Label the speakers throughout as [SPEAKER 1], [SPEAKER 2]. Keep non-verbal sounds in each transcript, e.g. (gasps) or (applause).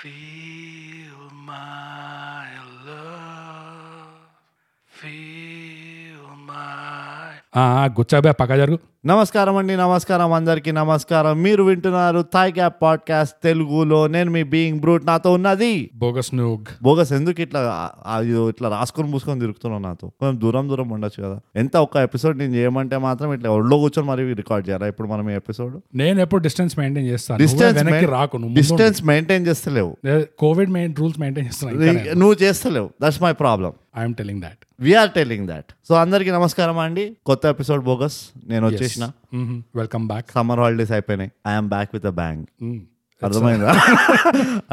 [SPEAKER 1] Feel my love. Feel my.
[SPEAKER 2] గుచ్చాబే పక్క జరుగు
[SPEAKER 3] నమస్కారం అండి నమస్కారం అందరికీ నమస్కారం మీరు వింటున్నారు థాయ్ క్యాప్ పాడ్కాస్ట్ తెలుగులో నేను మీ బీయింగ్ బ్రూట్ నాతో ఉన్నది
[SPEAKER 2] బోగస్ నువ్వు
[SPEAKER 3] బోగస్ ఎందుకు ఇట్లా ఆ- ఆ ఇదో ఇట్లా రాసుకొని మూసుకొని తిరుగుతున్నావు నాతో కొంచెం దూరం దూరం ఉండొచ్చు కదా ఎంత ఒక్క ఎపిసోడ్ నేను చేయమంటే మాత్రం ఇట్లా ఒళ్ళో కూర్చొని మరి రికార్డ్ చేయాలి ఇప్పుడు మనం ఈ ఎపిసోడ్
[SPEAKER 2] నేను ఎప్పుడు డిస్టెన్స్ మెయింటైన్ చేస్తాను నువ్వే
[SPEAKER 3] డిస్టెన్స్
[SPEAKER 2] వెనక్కి రాకు నువ్వు ముందు ఉండు.
[SPEAKER 3] డిస్టెన్స్ మెయింటైన్ చేస్తలేవు
[SPEAKER 2] నేను కోవిడ్ మెయిన్ రూల్స్ మెయింటైన్ చేస్తున్నాను
[SPEAKER 3] నువ్వు చేస్తలేవు that's my problem
[SPEAKER 2] I'm telling that
[SPEAKER 3] we're telling that so అందరికీ నమస్కారం అండి కొత్త ఎపిసోడ్ బోగస్ నేను వచ్చేసిన
[SPEAKER 2] వెల్కమ్ బ్యాక్
[SPEAKER 3] సమ్మర్ హాలిడేస్ అయిపోయినాయి I'm back with a bang
[SPEAKER 2] (laughs)
[SPEAKER 3] అర్థమైందా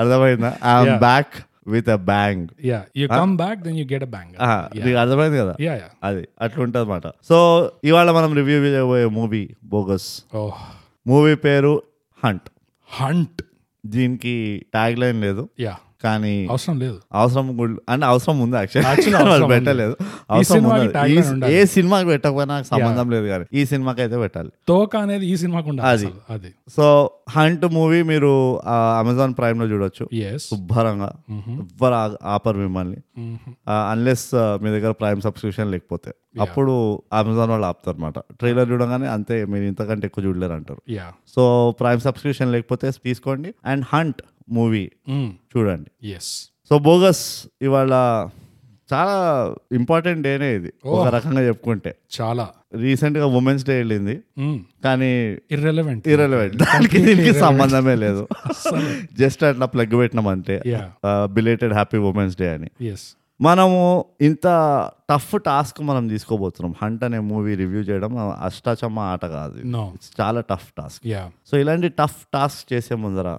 [SPEAKER 3] అర్థమైందా I'm back with a bang
[SPEAKER 2] yeah you come back then you get a bang
[SPEAKER 3] Ah, నీకు అర్థమైంది కదా
[SPEAKER 2] యా యా
[SPEAKER 3] అది అట్లా ఉంటుంది అన్నమాట సో ఇవాళ మనం రివ్యూ చేయబోయే మూవీ బోగస్
[SPEAKER 2] ఓ
[SPEAKER 3] మూవీ పేరు హంట్
[SPEAKER 2] హంట్
[SPEAKER 3] దీనికి ట్యాగ్ లైన్ లేదు
[SPEAKER 2] యా
[SPEAKER 3] కానీ
[SPEAKER 2] అవసరం లేదు
[SPEAKER 3] అవసరం గుడ్- అంటే అవసరం ఉంది
[SPEAKER 2] Actually అవసరం
[SPEAKER 3] యాక్చువల్లీ
[SPEAKER 2] ఉంది.
[SPEAKER 3] పెట్టలేదు
[SPEAKER 2] ఈ
[SPEAKER 3] అవసరం
[SPEAKER 2] సినిమాకి
[SPEAKER 3] ఉన్నది.
[SPEAKER 2] tag
[SPEAKER 3] ఈ-
[SPEAKER 2] line ఉండాలి.
[SPEAKER 3] ఏ సినిమాకి పెట్టకపోయినా నాకు సంబంధం లేదు కానీ ఈ సినిమాకి అయితే పెట్టాలి
[SPEAKER 2] తోక అనేది ఈ సినిమాకు ఉండాలి
[SPEAKER 3] అది.
[SPEAKER 2] అసలు. అది
[SPEAKER 3] సో హంట్ మూవీ మీరు ఆ, అమెజాన్ ప్రైమ్ లో చూడొచ్చు
[SPEAKER 2] ఎస్
[SPEAKER 3] శుభ్రంగా ఎవ్వరు ఆ- ఆపరు మిమ్మల్ని అన్లెస్ మీ దగ్గర ప్రైమ్ సబ్స్క్రిప్షన్ లేకపోతే అప్పుడు అమెజాన్ వాళ్ళు ఆపుతారు అనమాట ట్రైలర్ చూడగానే అంతే మీరు ఇంతకంటే ఎక్కువ చూడలేరు అంటారు
[SPEAKER 2] యా
[SPEAKER 3] సో ప్రైమ్ సబ్స్క్రిప్షన్ లేకపోతే తీసుకోండి అండ్ హంట్ మూవీ చూడండి
[SPEAKER 2] ఎస్
[SPEAKER 3] సో బోగస్ ఇవాళ చాలా ఇంపార్టెంట్ డేనే ఇది ఒక రకంగా చెప్పుకుంటే
[SPEAKER 2] చాలా
[SPEAKER 3] రీసెంట్గా ఉమెన్స్ డే వెళ్ళింది కానీ
[SPEAKER 2] ఇర్రెలవెంట్
[SPEAKER 3] ఇరవైట్ దానికి దీనికి సంబంధమే లేదు జస్ట్ అట్లా ప్లగ్ పెట్టినాం అంతే
[SPEAKER 2] yeah
[SPEAKER 3] belated happy women's day అని
[SPEAKER 2] ఎస్
[SPEAKER 3] మనము ఇంత టఫ్ టాస్క్ మనం తీసుకోబోతున్నాం హంట్ అనే మూవీ రివ్యూ చేయడం అష్టాచమ్మ ఆట కాదు
[SPEAKER 2] నో
[SPEAKER 3] It's చాలా టఫ్ టాస్క్
[SPEAKER 2] యా
[SPEAKER 3] సో ఇలాంటి టఫ్ టాస్క్ చేసే ముందర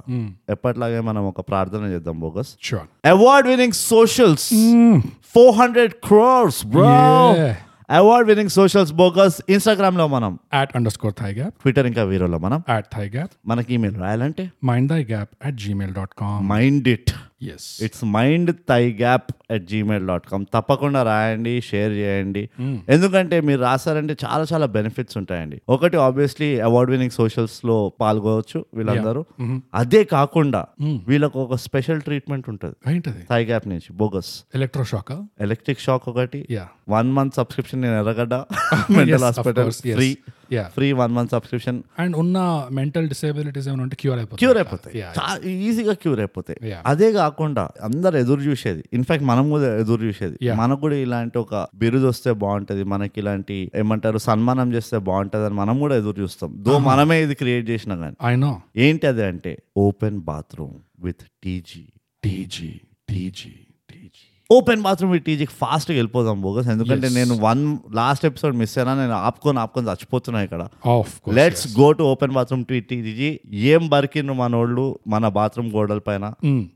[SPEAKER 3] ఎప్పట్లాగే మనం ఒక ప్రార్థన చేద్దాం bogus
[SPEAKER 2] sure
[SPEAKER 3] award winning socials four hundred crores bro
[SPEAKER 2] Yeah.
[SPEAKER 3] Award winning socials bogus Instagram లో మనం
[SPEAKER 2] at underscore thigh gap
[SPEAKER 3] Twitter ఇంకా వీరోలో మనం
[SPEAKER 2] at thigh gap
[SPEAKER 3] మనకి ఈమెయిల్ రాయాలంటే
[SPEAKER 2] mind thigh gap at gmail.com
[SPEAKER 3] mind it
[SPEAKER 2] yes
[SPEAKER 3] it's mind thigh gap at Gmail dot com తప్పకుండా రాయండి share చేయండి ఎందుకంటే మీరు రాసారంటే చాలా చాలా బెనిఫిట్స్ ఉంటాయండి ఒకటి ఆబ్వియస్లీ అవార్డ్ వినింగ్ సోషల్స్ లో పాల్గొవచ్చు వీళ్ళందరూ అదే కాకుండా వీళ్ళకు ఒక స్పెషల్ ట్రీట్మెంట్ ఉంటుంది
[SPEAKER 2] ఏంటది
[SPEAKER 3] థై గ్యాప్ నుంచి బోగస్
[SPEAKER 2] ఎలక్ట్రోషాక్
[SPEAKER 3] ఎలక్ట్రిక్ షాక్ ఒకటి
[SPEAKER 2] యా
[SPEAKER 3] వన్ మంత్ సబ్స్క్రిప్షన్ నేను Erragadda mental hospital free
[SPEAKER 2] yeah
[SPEAKER 3] free one month subscription
[SPEAKER 2] and ఉన్న మెంటల్ డిసేబిలిటీస్ ఏమైనా ఉంటే క్యూర్ అయిపోతుంది
[SPEAKER 3] క్యూర్ అయిపోతాయి
[SPEAKER 2] Yeah,
[SPEAKER 3] చా- ఈజీగా క్యూర్ అయిపోతాయి
[SPEAKER 2] Yeah.
[SPEAKER 3] అదే కాకుండా అందరు ఎదురు చూసేది ఇన్ఫాక్ట్ మనం కూడా ఎదురు చూసేది
[SPEAKER 2] Yeah.
[SPEAKER 3] మనకు కూడా ఇలాంటి ఒక బిరుదు వస్తే బాగుంటది మనకి ఇలాంటి ఏమంటారు సన్మానం చేస్తే బాగుంటది అని మనం కూడా ఎదురు చూస్తాం దో మనమే ఇది క్రియేట్ చేసినా కానీ
[SPEAKER 2] ఐ నో
[SPEAKER 3] ఏంటి అది అంటే open bathroom with TG
[SPEAKER 2] TG TG TG
[SPEAKER 3] open bathroom with టీజీకి ఫాస్ట్గా వెళ్ళిపోదాం బోగస్ ఎందుకంటే నేను వన్ లాస్ట్ ఎపిసోడ్ మిస్ అయినా నేను ఆపుకొని ఆపుకొని చచ్చిపోతున్నా ఇక్కడ
[SPEAKER 2] of course
[SPEAKER 3] let's go to open bathroom to TG ఏం బరికిను మనోళ్ళు మన బాత్రూమ్ గోడల పైన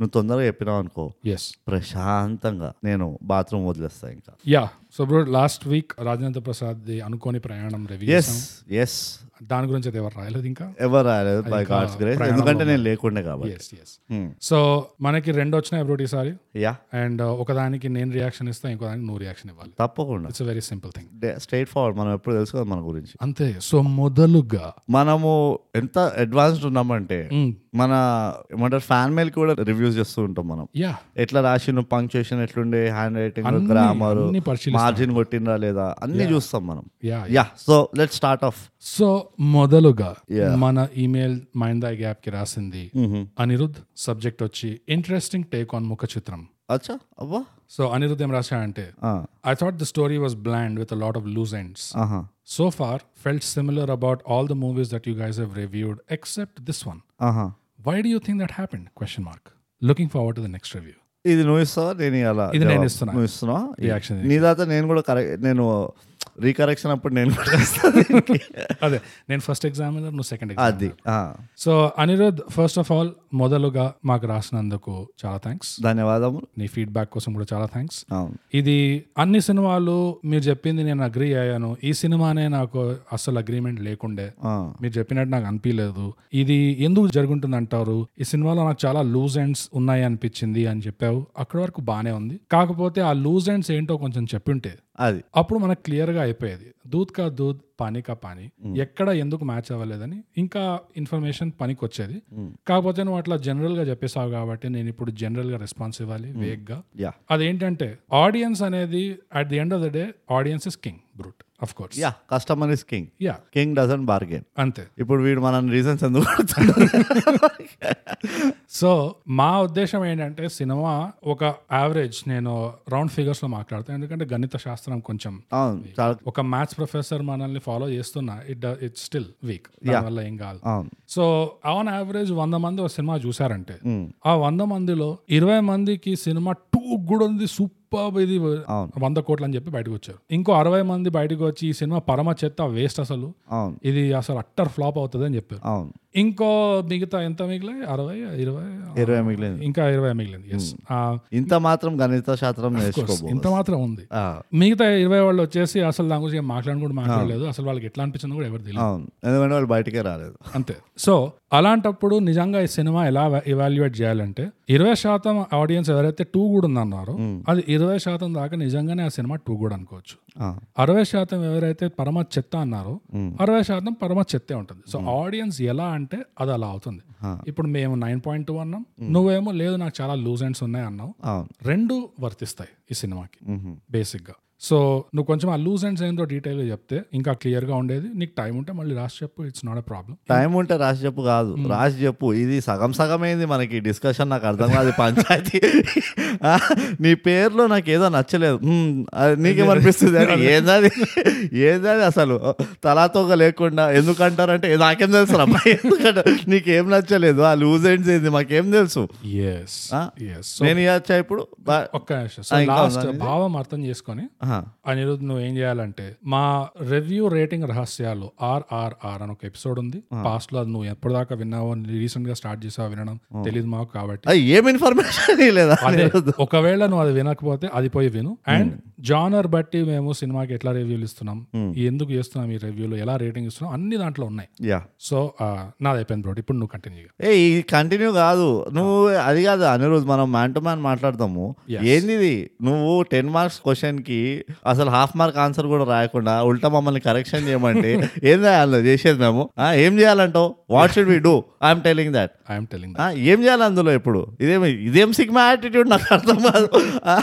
[SPEAKER 3] నువ్వు తొందరగా చెప్పినావు అనుకో
[SPEAKER 2] ఎస్
[SPEAKER 3] ప్రశాంతంగా నేను బాత్రూమ్ వదిలేస్తా ఇంకా
[SPEAKER 2] yeah so bro last week Rajendra Prasad అనుకోని ప్రయాణం రివ్యూ
[SPEAKER 3] ఎస్ ఎస్
[SPEAKER 2] దాని గురించి అయితే ఎవరు రాయలేదు ఇంకా
[SPEAKER 3] ఎవరు రాలేదు బై గాడ్స్ గ్రేస్ ఎందుకంటే నేను లేకుండే కాబట్టి
[SPEAKER 2] ఎస్ ఎస్ సో మనకి రెండు వచ్చినాయి బ్రోట్ ఈసారి
[SPEAKER 3] యా
[SPEAKER 2] అండ్ ఒకదానికి నేను రియాక్షన్ ఇస్తాను ఇంకో దానికి నువ్వు రియాక్షన్ ఇవ్వాలి
[SPEAKER 3] తప్పకుండా
[SPEAKER 2] it's very simple thing
[SPEAKER 3] straight forward మనం ఎప్పుడు తెలుసుకోదు మన గురించి
[SPEAKER 2] అంతే సో మొదలుగా
[SPEAKER 3] మనము ఎంత అడ్వాన్స్డ్ ఉన్నామంటే మన ఏమంటారు ఫ్యాన్ మెయిల్ కూడా రివ్యూస్ చేస్తూ ఉంటాం మనం
[SPEAKER 2] యా
[SPEAKER 3] ఎట్లా రాసిన పంక్చుయేషన్ ఎట్లుండే హ్యాండ్ రైటింగ్ గ్రామర్
[SPEAKER 2] అన్ని పరిశీలిస్తాం.
[SPEAKER 3] మార్జిన్ కొట్టిందా లేదా అన్ని చూస్తాం మనం
[SPEAKER 2] yeah
[SPEAKER 3] yeah so let start off
[SPEAKER 2] so మొదలుగా
[SPEAKER 3] Yeah. Mm-hmm.
[SPEAKER 2] మన ఈమెయిల్ మైందా గ్యాప్ కి రాసింది అనిరుద్ సబ్జెక్ట్ వచ్చి interesting take on Mukha Chitram
[SPEAKER 3] అచ్చా అవ్వా
[SPEAKER 2] సో అనిరుద్ ఏం రాశాడంటే I thought the story was bland with lot of loose ends
[SPEAKER 3] ఆహా
[SPEAKER 2] so far felt similar about all the movies that you guys have reviewed except this one
[SPEAKER 3] ఆహా
[SPEAKER 2] why do you think that happened question mark looking forward to the next
[SPEAKER 3] (laughs)
[SPEAKER 2] review
[SPEAKER 3] ఇది నువ్వు ఇస్తావా నేను అలా
[SPEAKER 2] ఇది నేను ఇస్తున్నా.
[SPEAKER 3] నువ్వు ఇస్తున్నావా
[SPEAKER 2] Reaction
[SPEAKER 3] నీ దాత నేను కూడా కరెక్ట్ నేను రీకరెక్షన్ అప్పుడు నేను కూడా ఇస్తాను దీనికి.
[SPEAKER 2] అదే నేను ఫస్ట్ ఎగ్జామినర్ నువ్వు సెకండ్ ఎగ్జామ్
[SPEAKER 3] అది ఆ,
[SPEAKER 2] so Anirudh first of all మొదలుగా మాకు రాసినందుకు చాలా థ్యాంక్స్
[SPEAKER 3] ధన్యవాదములు
[SPEAKER 2] నీ ఫీడ్బ్యాక్ కోసం కూడా చాలా థ్యాంక్స్
[SPEAKER 3] అవును
[SPEAKER 2] ఇది అన్ని సినిమాలు మీరు చెప్పింది నేను అగ్రి అయ్యాను ఈ సినిమానే నాకు అసలు అగ్రిమెంట్ లేకుండే
[SPEAKER 3] ఆ,
[SPEAKER 2] మీరు చెప్పినట్టు నాకు అనిపించలేదు ఇది ఎందుకు జరుగుతుంది అంటారు ఈ సినిమాలో నాకు చాలా లూజ్ ఎండ్స్ ఉన్నాయి అనిపించింది అని చెప్పావు అక్కడ వరకు బానే ఉంది కాకపోతే ఆ లూజ్ ఎండ్స్ ఏంటో కొంచెం చెప్పింటే
[SPEAKER 3] అది
[SPEAKER 2] అప్పుడు మనకు క్లియర్గా అయిపోయేది దూద్ కా దూద్ పానీ కా పానీ ఎక్కడ ఎందుకు మ్యాచ్ అవ్వలేదని ఇంకా ఇన్ఫర్మేషన్ పనికి వచ్చేది కాకపోతే నువ్వు అట్లా general గా చెప్పేసావు కాబట్టి నేను ఇప్పుడు general గా రెస్పాన్స్ ఇవ్వాలి వేగ్గా
[SPEAKER 3] యా
[SPEAKER 2] అదేంటంటే ఆడియన్స్ అనేది at the end of the day audience is king brute of course
[SPEAKER 3] yeah customer is king
[SPEAKER 2] yeah
[SPEAKER 3] king doesn't bargain
[SPEAKER 2] అంతే
[SPEAKER 3] ఇప్పుడు వీడు మనం రీజన్స్ ఎందుకు కొడుతున్నాడు?
[SPEAKER 2] (laughs) సో మా ఉద్దేశం ఏంటంటే సినిమా ఒక యావరేజ్ నేను రౌండ్ ఫిగర్స్ లో మాట్లాడతాను ఎందుకంటే గణిత శాస్త్రం కొంచెం
[SPEAKER 3] అవును చాలా
[SPEAKER 2] ఒక మ్యాథ్స్ ప్రొఫెసర్ మనల్ని ఫాలో చేస్తున్నా ఇట్ ఇట్ స్టిల్ వీక్ దానివల్ల ఏం కాదు
[SPEAKER 3] అవును
[SPEAKER 2] సో ఆన్ యావరేజ్ వంద మంది ఒక సినిమా చూసారంటే ఆ వంద మందిలో ఇరవై మందికి సినిమా టూ కూడా ఉంది సూపర్ ఇది
[SPEAKER 3] అవును.
[SPEAKER 2] వంద కోట్లు అని చెప్పి బయటకు వచ్చారు ఇంకో అరవై మంది బయటకు వచ్చి ఈ సినిమా పరమ చెత్త వేస్ట్ అసలు
[SPEAKER 3] అవును
[SPEAKER 2] ఇది అసలు అట్టర్ ఫ్లాప్ అవుతుంది అని చెప్పారు
[SPEAKER 3] అవును
[SPEAKER 2] ఇంకో మిగతా ఎంత మిగిలే అరవై ఇరవై
[SPEAKER 3] ఇరవై మిగిలింది
[SPEAKER 2] ఇంకా ఇరవై మిగిలింది ఎస్
[SPEAKER 3] ఇంత మాత్రం గణిత శాస్త్రం నేర్చుకోబో
[SPEAKER 2] ఇంత మాత్రం ఉంది
[SPEAKER 3] ఆ,
[SPEAKER 2] మిగతా ఇరవై వాళ్ళు వచ్చేసి అసలు దాని గురించి ఏం మాట్లాడను కూడా మాట్లాడలేదు అసలు వాళ్ళకి ఎట్లా అనిపించింది కూడా ఎవరు తెలియదు
[SPEAKER 3] అవును ఎందుకంటే వాళ్ళు బయటకే రాలేదు
[SPEAKER 2] అంతే సో అలాంటప్పుడు నిజంగా ఈ సినిమా ఎలా ఇవాల్యుయేట్ చేయాలంటే ఇరవై శాతం ఆడియన్స్ ఎవరైతే టూ కూడా ఉందన్నారో అది ఇరవై శాతం దాకా నిజంగానే ఆ సినిమా టూ కూడా అనుకోవచ్చు
[SPEAKER 3] ఆ,
[SPEAKER 2] అరవై శాతం ఎవరైతే పరమ చెత్త అన్నారో అరవై శాతం పరమ చెత్తే ఉంటుంది సో ఆడియన్స్ ఎలా అంటే అది అలా అవుతుంది ఇప్పుడు మేము నైన్ పాయింట్ టూ అన్నాం నువ్వేమో లేదు నాకు చాలా లూజ్ ఎండ్స్ ఉన్నాయి అన్నావు
[SPEAKER 3] అవును
[SPEAKER 2] రెండు వర్తిస్తాయి ఈ సినిమాకి బేసిక్ గా సో నువ్వు కొంచెం ఆ లూజ్ అండ్స్ ఏందో డీటెయిల్ గా చెప్తే ఇంకా క్లియర్ గా ఉండేది నీకు టైం ఉంటే మళ్ళీ రాసి చెప్పు it's not a problem
[SPEAKER 3] time ఉంటే రాసి చెప్పు కాదు రాసి చెప్పు ఇది సగం సగమైంది మనకి డిస్కషన్ నాకు అర్థం కాదు ఈ పంచాయతీ ఆ, నీ పేరులో నాకు ఏదో నచ్చలేదు మ్మ్, అది నీకేమనిపిస్తుంది అని ఏందది ఏందది అసలు తలాతోక లేకుండా ఎందుకంటారంటే "ఏ, నాకేం తెలుసు అమ్మాయి ఎందుకంటే నీకేం నచ్చలేదు ఆ లూజ్ ఎండ్స్ ఏంది మాకేం తెలుసు
[SPEAKER 2] ఎస్ ఎస్
[SPEAKER 3] నేను ఇవ్వచ్చా ఇప్పుడు బా-
[SPEAKER 2] ఒక్క నిమిషం సో లాస్ట్ భావం అర్థం చేసుకొని
[SPEAKER 3] ఆహా,
[SPEAKER 2] అనిరుద్ధ్ నువ్వు ఏం చేయాలంటే మా రివ్యూ రేటింగ్ రహస్యాలు ఆర్ఆర్ఆర్ అని ఒక ఎపిసోడ్ ఉంది పాస్ట్ లో అది నువ్వు ఎప్పటిదాకా విన్నావో రీసెంట్ గా స్టార్ట్ చేసావు వినడం తెలియదు మాకు కాబట్టి
[SPEAKER 3] అది ఏం ఇన్ఫర్మేషన్ లేదా
[SPEAKER 2] అదే ఒకవేళ నువ్వు అది వినకపోతే అది పోయి విను అండ్ జానర్ బట్టి మేము సినిమాకి ఎట్లా రివ్యూలు ఇస్తున్నాం ఎందుకు చేస్తున్నాం ఈ రివ్యూలు ఎలా రేటింగ్ ఇస్తున్నాం అన్ని దాంట్లో ఉన్నాయి
[SPEAKER 3] యా
[SPEAKER 2] సో నాది అయిపోయింది బ్రోడ్ ఇప్పుడు నువ్వు కంటిన్యూ
[SPEAKER 3] ఏ ఈ కంటిన్యూ కాదు నువ్వు అది కాదు అనిరుద్ మనం మ్యాన్ టు మ్యాన్ మాట్లాడతాము ఏంది ఇది? నువ్వు టెన్ మార్క్స్ క్వశ్చన్ కి అసలు హాఫ్ మార్క్ ఆన్సర్ కూడా రాయకుండా ఉల్టా మమ్మల్ని కరెక్షన్ చేయమంటే ఏం చేయాలి చేసేది మేము ఆ, ఏం చేయాలంటావు what should we do I'm telling that
[SPEAKER 2] I'm telling
[SPEAKER 3] ఏం చేయాలి అందులో ఇప్పుడు ఇదేమి ఇదేం సిగ్మా యాటిట్యూడ్ నాకు అర్థం కాదు ఆ,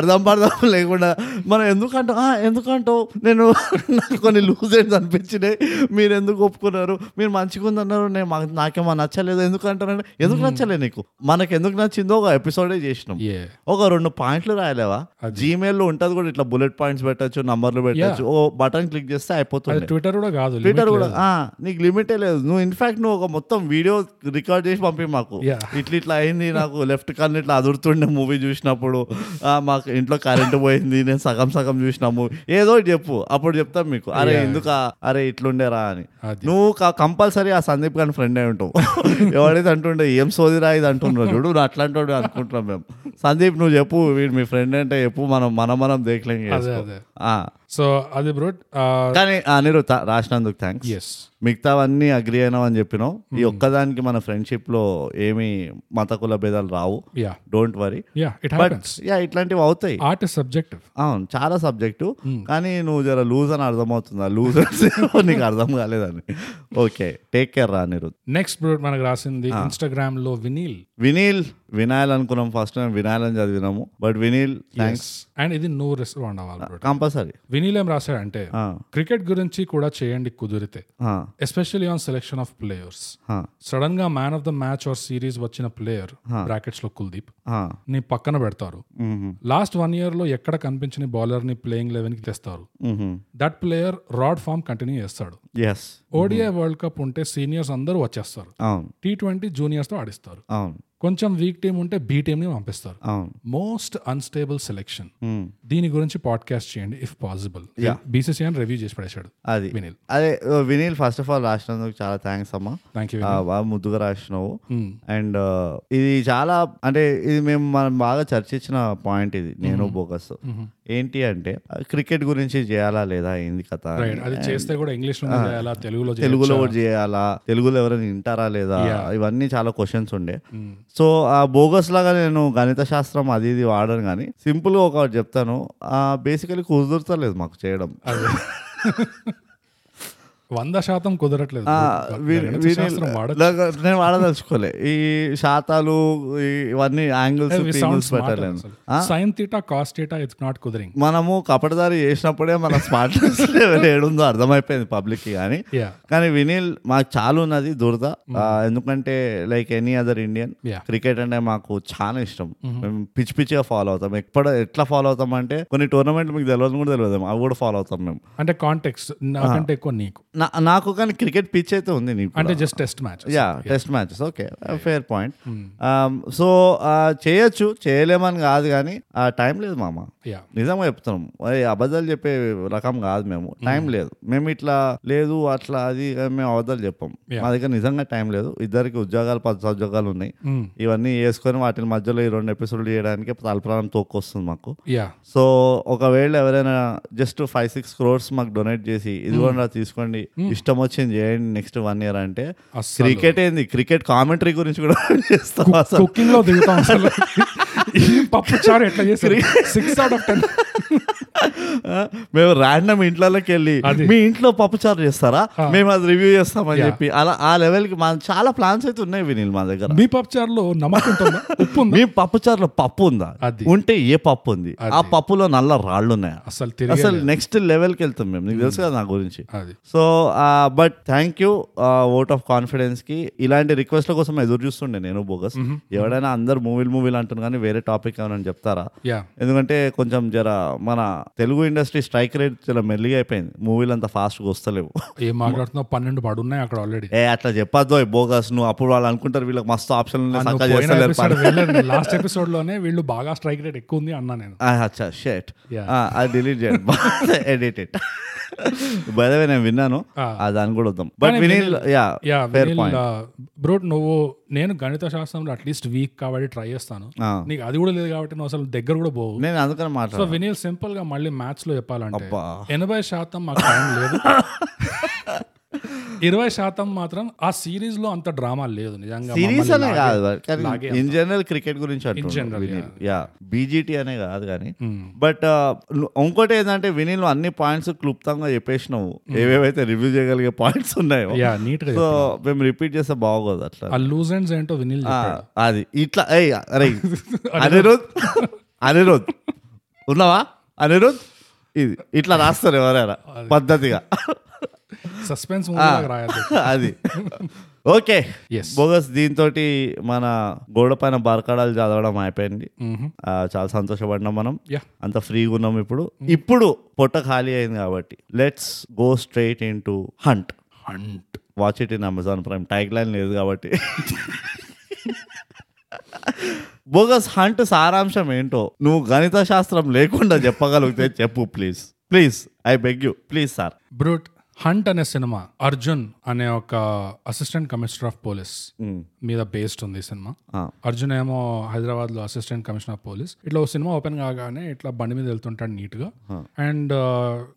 [SPEAKER 3] అర్థం పర్థం లేకుండా మనం ఎందుకంటాం ఆ, ఎందుకంటావు నేను నాకు కొన్ని లూజ్ ఎండ్స్ అనిపించినాయి మీరు ఎందుకు ఒప్పుకున్నారు మీరు మంచిగా ఉందన్నారు నేను మాకు- నాకేమో నచ్చలేదు ఎందుకు అంటారంటే ఎందుకు నచ్చలేదు నీకు మనకు ఎందుకు నచ్చిందో ఒక ఎపిసోడే చేసినాం
[SPEAKER 2] ఏ
[SPEAKER 3] ఒక రెండు పాయింట్లు రాయలేవా Gmail లో ఉంటుంది కూడా ఇట్లా బుల్లెట్ పాయింట్స్ పెట్టచ్చు నంబర్లు పెట్టచ్చు ఓ బటన్ క్లిక్ చేస్తే అయిపోతుంది
[SPEAKER 2] ట్విట్టర్ కూడా కాదు
[SPEAKER 3] ట్విట్టర్ కూడా ఆ, నీకు లిమిటే లేదు నువ్వు ఇన్ఫాక్ట్ నువ్వు ఒక మొత్తం వీడియో రికార్డ్ చేసి పంపి మాకు
[SPEAKER 2] Yeah.
[SPEAKER 3] ఇట్లా ఇట్లా అయింది నాకు లెఫ్ట్ కన్ను ఇట్లా అదురుతుండే మూవీ చూసినప్పుడు ఆ, మాకు ఇంట్లో కరెంట్ పోయింది నేను సగం సగం చూసిన మూవీ ఏదో ఒకటి చెప్పు అప్పుడు చెప్తాం మీకు అరే ఎందుకు ఆ- అరే ఇట్లుండేరా అని
[SPEAKER 2] అది.
[SPEAKER 3] నువ్వు కంపల్సరీ ఆ సందీప్ గారి ఫ్రెండ్ అయి ఉంటావు ఎవడైతే అంటుండే ఏం సోదిరా ఇది అంటున్నాడు చూడు నువ్వు అట్లాంటి వాడు అనుకుంటున్నాం మేము సందీప్ నువ్వు చెప్పు వీడు మీ ఫ్రెండ్ అంటే చెప్పు మనం మనం మనం దేఖలేం
[SPEAKER 2] అదే
[SPEAKER 3] చేసుకో.
[SPEAKER 2] అదే
[SPEAKER 3] ఆ.
[SPEAKER 2] సో అది బ్రోడ్ uh,
[SPEAKER 3] కానీ ఆ, నీరు తా- రాసినందుకు థ్యాంక్స్
[SPEAKER 2] ఎస్
[SPEAKER 3] మిగతావన్నీ అగ్రి అయినాం అని చెప్పినాం ఈ ఒక్కదానికి మన ఫ్రెండ్షిప్ లో ఏమి మత కుల భేదాలు రావు
[SPEAKER 2] yeah
[SPEAKER 3] don't worry
[SPEAKER 2] yeah it happens
[SPEAKER 3] yeah ఇట్లాంటివి అవుతాయి
[SPEAKER 2] ఆర్ట్ ఇస్ సబ్జెక్టివ్
[SPEAKER 3] అవును చాలా సబ్జెక్టు కానీ నువ్వు జర లూజ్ అని అర్థమవుతుందా లూజ్ (laughs) నీకు అర్థం కాలేదని ఓకే టేక్ కేర్ రా నిరు
[SPEAKER 2] నెక్స్ట్ బ్రోడ్ మనకు రాసింది ఇన్స్టాగ్రామ్ లో వినీల్
[SPEAKER 3] వినీల్ వినాయల్ అనుకున్నాం ఫస్ట్ టైం వినాయల్ అని చదివినాము బట్ వినీల్ థ్యాంక్స్
[SPEAKER 2] అండ్ ఇది నువ్వు రెస్పాండ్ అవ్వాలి బ్రోడ్
[SPEAKER 3] కంపల్సరీ
[SPEAKER 2] వినీల్ ఏం రాశాడంటే
[SPEAKER 3] Ah.
[SPEAKER 2] క్రికెట్ గురించి కూడా చేయండి కుదిరితే especially on selection of players
[SPEAKER 3] ah.
[SPEAKER 2] Sudden గా man of the match or series వచ్చిన ప్లేయర్ బ్రాకెట్స్ లో కుల్దీప్ ని పక్కన పెడతారు లాస్ట్ వన్ ఇయర్ లో ఎక్కడ కనిపించిన బౌలర్ ని ప్లేయింగ్ లెవెన్ కి తెస్తారు
[SPEAKER 3] Mm-hmm.
[SPEAKER 2] దట్ ప్లేయర్ రాడ్ ఫామ్ కంటిన్యూ చేస్తాడు
[SPEAKER 3] ఎస్
[SPEAKER 2] ఓడిఐ వరల్డ్ కప్ ఉంటే సీనియర్స్ అందరూ వచ్చేస్తారు
[SPEAKER 3] అవును
[SPEAKER 2] టీ ట్వంటీ జూనియర్స్ తో ఆడిస్తారు
[SPEAKER 3] అవును
[SPEAKER 2] కొంచెం వీక్ టీం ఉంటే బీ టీం ని పంపిస్తారు
[SPEAKER 3] అవును
[SPEAKER 2] మోస్ట్ అన్స్టేబుల్ సెలెక్షన్ దీని గురించి పాడ్కాస్ట్ చేయండి ఇఫ్ పాసిబుల్ బీసీసీ అని రివ్యూ చేసి పడేశాడు
[SPEAKER 3] అది
[SPEAKER 2] వినీల్.
[SPEAKER 3] అదే ఓ, వినీల్ ఫస్ట్ ఆఫ్ ఆల్ రాసినందుకు చాలా థ్యాంక్స్ అమ్మా
[SPEAKER 2] థ్యాంక్ యూ
[SPEAKER 3] ఆ, బాగా ముద్దుగా రాసినావు అండ్ ఇది చాలా అంటే ఇది మేము మనం బాగా చర్చించిన పాయింట్ ఇది నేను బోకస్ ఏంటి అంటే క్రికెట్ గురించి చేయాలా లేదా ఏంది కథ అని.
[SPEAKER 2] అది చేస్తే కూడా ఇంగ్లీష్ లో చేయాలా తెలుగులో చేయాలా?
[SPEAKER 3] తెలుగులో కూడా చేయాలా తెలుగులో ఎవరైనా వింటారా లేదా ఇవన్నీ చాలా క్వశ్చన్స్ ఉండే సో ఆ బోగస్ లాగా నేను గణిత శాస్త్రం అది ఇది వాడను కానీ సింపుల్గా ఒకటి చెప్తాను బేసికలీ కుదురుతలేదు మాకు చేయడం
[SPEAKER 2] వంద శాతం కుదరట్లేదు
[SPEAKER 3] ఆ, వీ-
[SPEAKER 2] గణిత
[SPEAKER 3] వీని-
[SPEAKER 2] శాస్త్రం వాడచ్చు.
[SPEAKER 3] నాకు నేను వాడదలుచుకోలే ఈ శాతాలు ఈ- ఇవన్నీ angles
[SPEAKER 2] We sound
[SPEAKER 3] angles
[SPEAKER 2] smarter
[SPEAKER 3] పెట్టలేను
[SPEAKER 2] అసలు. Sin theta, cos theta, it's not కుదిరింగ్
[SPEAKER 3] మనము కపటదారి చేసినప్పుడే మన స్మార్ట్నెస్ లెవెల్ ఏడుందో అర్థమైపోయింది పబ్లిక్ కి కానీ
[SPEAKER 2] Yeah.
[SPEAKER 3] కానీ వినీల్ మాకు చాలా ఉన్నది దురద ఆ, ఎందుకంటే like any other Indian
[SPEAKER 2] Yeah.
[SPEAKER 3] Cricket అంటే మాకు చాలా ఇష్టం మేము పిచ్చి పిచ్చిగా ఫాలో అవుతాం ఎక్కడ ఎట్లా ఫాలో అవుతాం అంటే కొన్ని టోర్నమెంట్లు మీకు తెలియదు కూడా తెలియదు అవి కూడా ఫాలో అవుతాం మేము
[SPEAKER 2] అంటే కాంటెక్స్ట్ నాకంటే ఎక్కువ నీకు
[SPEAKER 3] నా- నాకు కానీ క్రికెట్ పిచ్ అయితే ఉంది నీకు
[SPEAKER 2] అంటే just test match
[SPEAKER 3] yeah test matches okay fair point so Um, uh, చేయొచ్చు చేయలేమని కాదు కానీ టైం లేదు మామ
[SPEAKER 2] యా
[SPEAKER 3] నిజంగా చెప్తున్నాం అది అబద్ధాలు చెప్పే రకం కాదు మేము టైం లేదు మేము ఇట్లా లేదు అట్లా అది మేము అబద్ధాలు చెప్పాం
[SPEAKER 2] Yeah.
[SPEAKER 3] మా దగ్గర నిజంగా టైం లేదు ఇద్దరికి ఉద్యోగాలు పది ఉద్యోగాలు ఉన్నాయి ఇవన్నీ వేసుకొని వాటి మధ్యలో ఈ రెండు ఎపిసోడ్లు చేయడానికి తలప్రాణం తోక్కొస్తుంది మాకు
[SPEAKER 2] యా
[SPEAKER 3] సో ఒకవేళ ఎవరైనా జస్ట్ ఫైవ్ సిక్స్ క్రోర్స్ మాకు డొనేట్ చేసి ఇది కూడా తీసుకోండి ఇష్టం వచ్చింది చేయండి నెక్స్ట్ వన్ ఇయర్ అంటే
[SPEAKER 2] అస్సలు.
[SPEAKER 3] క్రికెట్ ఏంది క్రికెట్ కామెంటరీ గురించి కూడా (laughs) చేస్తాం అసలు
[SPEAKER 2] కుకింగ్ లో దిగుతాం అసలు
[SPEAKER 3] (laughs)
[SPEAKER 2] ఈ పప్పు చారు ఎట్లా చేసి సిక్స్ అవుట్ ఆఫ్
[SPEAKER 3] (laughs)
[SPEAKER 2] టెన్
[SPEAKER 3] ఆ, మేము ర్యాండమ్ ఇంట్లోకి వెళ్ళి
[SPEAKER 2] అది.
[SPEAKER 3] మీ ఇంట్లో పప్పుచారు చేస్తారా మేము అది రివ్యూ చేస్తామని
[SPEAKER 2] Yeah.
[SPEAKER 3] చెప్పి అలా ఆ లెవెల్కి మా చాలా ప్లాన్స్ అయితే ఉన్నాయి వినీల్ మా దగ్గర
[SPEAKER 2] మీ పప్పు చారులో నమ్మకం ఉంటుందా ఉప్పు ఉందా
[SPEAKER 3] మీ పప్పుచారులో పప్పు ఉందా
[SPEAKER 2] అది.
[SPEAKER 3] ఉంటే ఏ పప్పు ఉంది ఆ పప్పులో నల్ల రాళ్ళు ఉన్నాయా
[SPEAKER 2] అసలు తిరిగి
[SPEAKER 3] అసలు నెక్స్ట్ లెవెల్కి వెళ్తాం మేము నీకు తెలుసు కదా నా గురించి
[SPEAKER 2] అది
[SPEAKER 3] so but thank you vote of confidence కి ఇలాంటి రిక్వెస్ట్ల కోసం ఎదురు చూస్తుండే నేను బోగస్ ఎవడైనా అందరు మూవీలు మూవీలు అంటున్నారు కానీ వేరే టాపిక్ ఏమైనా చెప్తారా
[SPEAKER 2] యా
[SPEAKER 3] ఎందుకంటే కొంచెం జర మన తెలుగు ఇండస్ట్రీ స్ట్రైక్ రేట్ చాలా మెల్లిగా అయిపోయింది మూవీలు అంత ఫాస్ట్గా వస్తలేవు
[SPEAKER 2] ఏం మాట్లాడుతున్నావు పన్నెండు పడున్నాయి అక్కడ ఆల్రెడీ
[SPEAKER 3] ఏ అట్లా చెప్పద్దు బోగస్ నువ్వు అప్పుడు వాళ్ళు అనుకుంటారు వీళ్ళకి మస్తు ఆప్షన్ చేస్తలేరు పని.
[SPEAKER 2] లాస్ట్ ఎపిసోడ్ లోనే వీళ్ళు బాగా స్ట్రైక్ రేట్ ఎక్కువ ఉంది అన్నా నేను
[SPEAKER 3] ఆ, అచ్చా షర్ట్
[SPEAKER 2] Yeah.
[SPEAKER 3] అది డిలీట్ (laughs) చేయండి (laughs) ఎడిటెడ్ బయదవే నేను విన్నాను
[SPEAKER 2] Ah.
[SPEAKER 3] ఆ, దాని కూడా వద్దాం but Vineel yeah
[SPEAKER 2] yeah
[SPEAKER 3] fair point
[SPEAKER 2] bro uh, నువ్వు నేను గణిత శాస్త్రంలో అట్లీస్ట్ వీక్ కాబట్టి ట్రై చేస్తాను
[SPEAKER 3] ఆ.
[SPEAKER 2] నీకు అది కూడా లేదు కాబట్టి నువ్వు అసలు దగ్గర కూడా పోవు
[SPEAKER 3] నేను అందుకని
[SPEAKER 2] సో
[SPEAKER 3] మాట్లాడు
[SPEAKER 2] వినీల్ సింపుల్ గా మళ్ళీ మ్యాచ్ లో చెప్పాలంటే
[SPEAKER 3] అబ్బా.
[SPEAKER 2] ఎనభై శాతం మాకు టైం
[SPEAKER 3] (laughs)
[SPEAKER 2] లేదు ఇరవై శాతం మాత్రం ఆ సిరీస్ లో అంత డ్రామా లేదు నిజంగా
[SPEAKER 3] సిరీస్ అనే
[SPEAKER 2] మమ్మల్ని లాగే-
[SPEAKER 3] కాదు కానీ ఇన్ జనరల్ క్రికెట్ గురించి
[SPEAKER 2] general, Hmm.
[SPEAKER 3] అంటున్నాను యా బీజీటీ అనే కాదు కానీ బట్ ఇంకోటి ఏంటంటే వినీల్ అన్ని పాయింట్స్ క్లుప్తంగా చెప్పేసినావు
[SPEAKER 2] Hmm.
[SPEAKER 3] ఏవేవైతే రివ్యూ చేయగలిగే పాయింట్స్ ఉన్నాయో
[SPEAKER 2] యా నీట్ గా
[SPEAKER 3] సో మేము రిపీట్ చేస్తే బాగోదు అట్లా
[SPEAKER 2] ఆ లూజ్ అండ్స్ ఏంటో వినీల్
[SPEAKER 3] ఆ, అది ఇట్లా ఏయ్
[SPEAKER 2] (laughs)
[SPEAKER 3] అరే అనిరుద్ అనిరుద్ ఉన్నావా అనిరుద్ ఇది ఇట్లా రాస్తారు ఎవరైనా పద్ధతిగా
[SPEAKER 2] సస్పెన్స్ మూవీ రాయాలి
[SPEAKER 3] అది ఓకే
[SPEAKER 2] Yes.
[SPEAKER 3] బోగస్ దీంతో మన గోడ పైన బార్కడాలు చదవడం అయిపోయింది ఆ, చాలా సంతోషపడినాం మనం
[SPEAKER 2] యా
[SPEAKER 3] అంత ఫ్రీగా ఉన్నాం ఇప్పుడు ఇప్పుడు పొట్ట ఖాళీ అయింది కాబట్టి let's go straight into hunt
[SPEAKER 2] and
[SPEAKER 3] watch it in Amazon Prime tag line లేదు కాబట్టి బోగస్ హంట్ సారాంశం ఏంటో నువ్వు గణిత శాస్త్రం లేకుండా చెప్పగలిగితే చెప్పు please please I beg you please sir
[SPEAKER 2] brute hunt అనే సినిమా అర్జున్ అనే ఒక అసిస్టెంట్ కమిషనర్ ఆఫ్ పోలీస్ మీద బేస్డ్ ఉంది ఈ సినిమా
[SPEAKER 3] ఆ.
[SPEAKER 2] అర్జున్ ఏమో హైదరాబాద్ లో అసిస్టెంట్ కమిషనర్ ఆఫ్ పోలీస్ ఇట్లా ఓ సినిమా ఓపెన్ కాగానే ఇట్లా బండి మీద వెళ్తుంటాడు నీట్ గా అండ్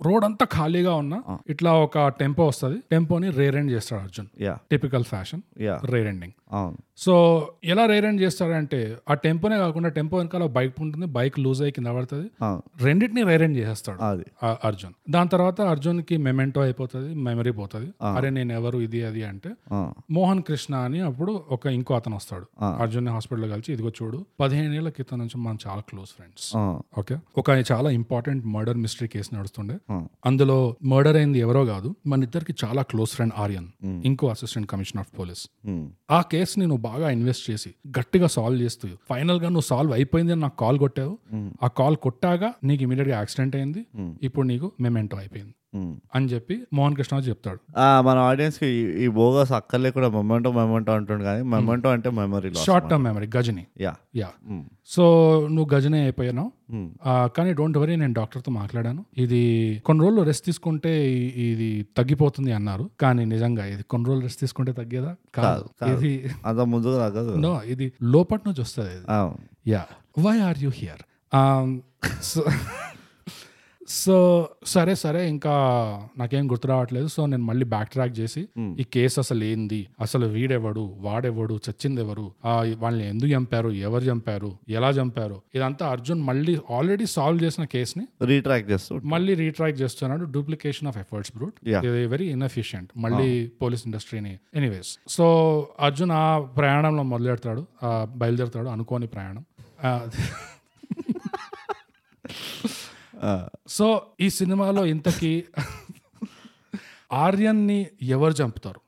[SPEAKER 2] రోడ్ అంతా ఖాళీగా ఉన్న ఇట్లా ఒక టెంపో వస్తుంది టెంపోని రేర్ ఎండ్ చేస్తాడు Arjun
[SPEAKER 3] yeah
[SPEAKER 2] typical fashion
[SPEAKER 3] yeah
[SPEAKER 2] rear ending
[SPEAKER 3] అవును
[SPEAKER 2] సో ఎలా రేర్ ఎండ్ చేస్తాడంటే ఆ టెంపోనే కాకుండా టెంపో వెనకాల బైక్ ఉంటుంది బైక్ లూజ్ అయ్యి కింద పడుతుంది
[SPEAKER 3] అవును
[SPEAKER 2] రెండింటిని రేర్ ఎండ్ చేసేస్తాడు
[SPEAKER 3] అది
[SPEAKER 2] ఆ- అర్జున్ దాని తర్వాత అర్జున్ కి మెమెంటో అయిపోతుంది మెమరీ పోతుంది అరే నేను ఎవరు ఇది అది అంటే
[SPEAKER 3] ఆ.
[SPEAKER 2] మోహన్ కృష్ణ అని అప్పుడు ఒక ఇంకో అతను వస్తాడు అర్జున్ హాస్పిటల్ కలిసి ఇదిగో చూడు పదిహేను ఏళ్ల క్రితం నుంచి మనం చాలా క్లోజ్ ఫ్రెండ్స్
[SPEAKER 3] ఆ.
[SPEAKER 2] ఓకే ఒక చాలా ఇంపార్టెంట్ మర్డర్ మిస్టరీ కేసు నడుస్తుండే
[SPEAKER 3] ఆ.
[SPEAKER 2] అందులో మర్డర్ అయింది ఎవరో కాదు మన ఇద్దరికి చాలా క్లోజ్ ఫ్రెండ్ ఆర్యన్ ఇంకో assistant commissioner of police
[SPEAKER 3] um.
[SPEAKER 2] ఆ కేసు నేను బాగా ఇన్వెస్ట్ చేసి గట్టిగా సాల్వ్ చేస్తూ ఫైనల్ గా నువ్వు సాల్వ్ అయిపోయింది అని నాకు కాల్ కొట్టావు ఆ కాల్ కొట్టాగా నీకు ఇమీడియట్ గా యాక్సిడెంట్ అయింది ఇప్పుడు నీకు మెమెంటో అయిపోయింది
[SPEAKER 3] ఉమ్.
[SPEAKER 2] అని చెప్పి మోహన్ కృష్ణ చెప్తాడు
[SPEAKER 3] ఆ, మన ఆడియన్స్ కి ఈ- ఈ బోగస్ అక్కర్లే కూడా మొమెంటో మొమెంటో అంటుండు కానీ మొమెంటో అంటే memory loss
[SPEAKER 2] short term memory Ghajini
[SPEAKER 3] yeah
[SPEAKER 2] yeah so నువ్వు గజనే అయిపోయాను
[SPEAKER 3] Hmm.
[SPEAKER 2] కానీ డోంట్ వరీ నేను డాక్టర్తో మాట్లాడాను ఇది కొన్ని రోజులు రెస్ట్ తీసుకుంటే ఇ- ఇది తగ్గిపోతుంది అన్నారు కానీ నిజంగా ఇది కొన్ని రోజులు రెస్ట్ తీసుకుంటే తగ్గేదా కాదు ఇది
[SPEAKER 3] అంత ముందుగా తగ్గదు
[SPEAKER 2] నో ఇది లోపటి నుంచి వస్తుంది ఇది
[SPEAKER 3] అవును
[SPEAKER 2] Um, (laughs) yeah why are you here so so సరే సరే ఇంకా నాకేం గుర్తు రావట్లేదు సో నేను మళ్ళీ బ్యాక్ ట్రాక్ చేసి ఈ కేసు అసలు ఏంది అసలు వీడెవడు వాడెవడు చచ్చింది ఎవరు ఆ వాళ్ళని ఎందుకు చంపారు ఎవరు చంపారు ఎలా చంపారు ఇదంతా అర్జున్ మళ్ళీ ఆల్రెడీ సాల్వ్ చేసిన కేసుని
[SPEAKER 3] రీట్రాక్ చేస్తూ
[SPEAKER 2] మళ్ళీ రీట్రాక్ చేస్తున్నాడు duplication of efforts brute
[SPEAKER 3] Yeah.
[SPEAKER 2] ఇది వెరీ ఇన్ఎఫిషియంట్ మళ్ళీ పోలీస్ ఇండస్ట్రీని ఎనీవేస్ సో అర్జున్ ఆ ప్రయాణంలో మొదలెడతాడు ఆ బయలుదేరుతాడు అనుకోని ప్రయాణం ఆ, సో ఈ సినిమాలో ఇంతకీ ఆర్యన్ని ఎవరు చంపుతారు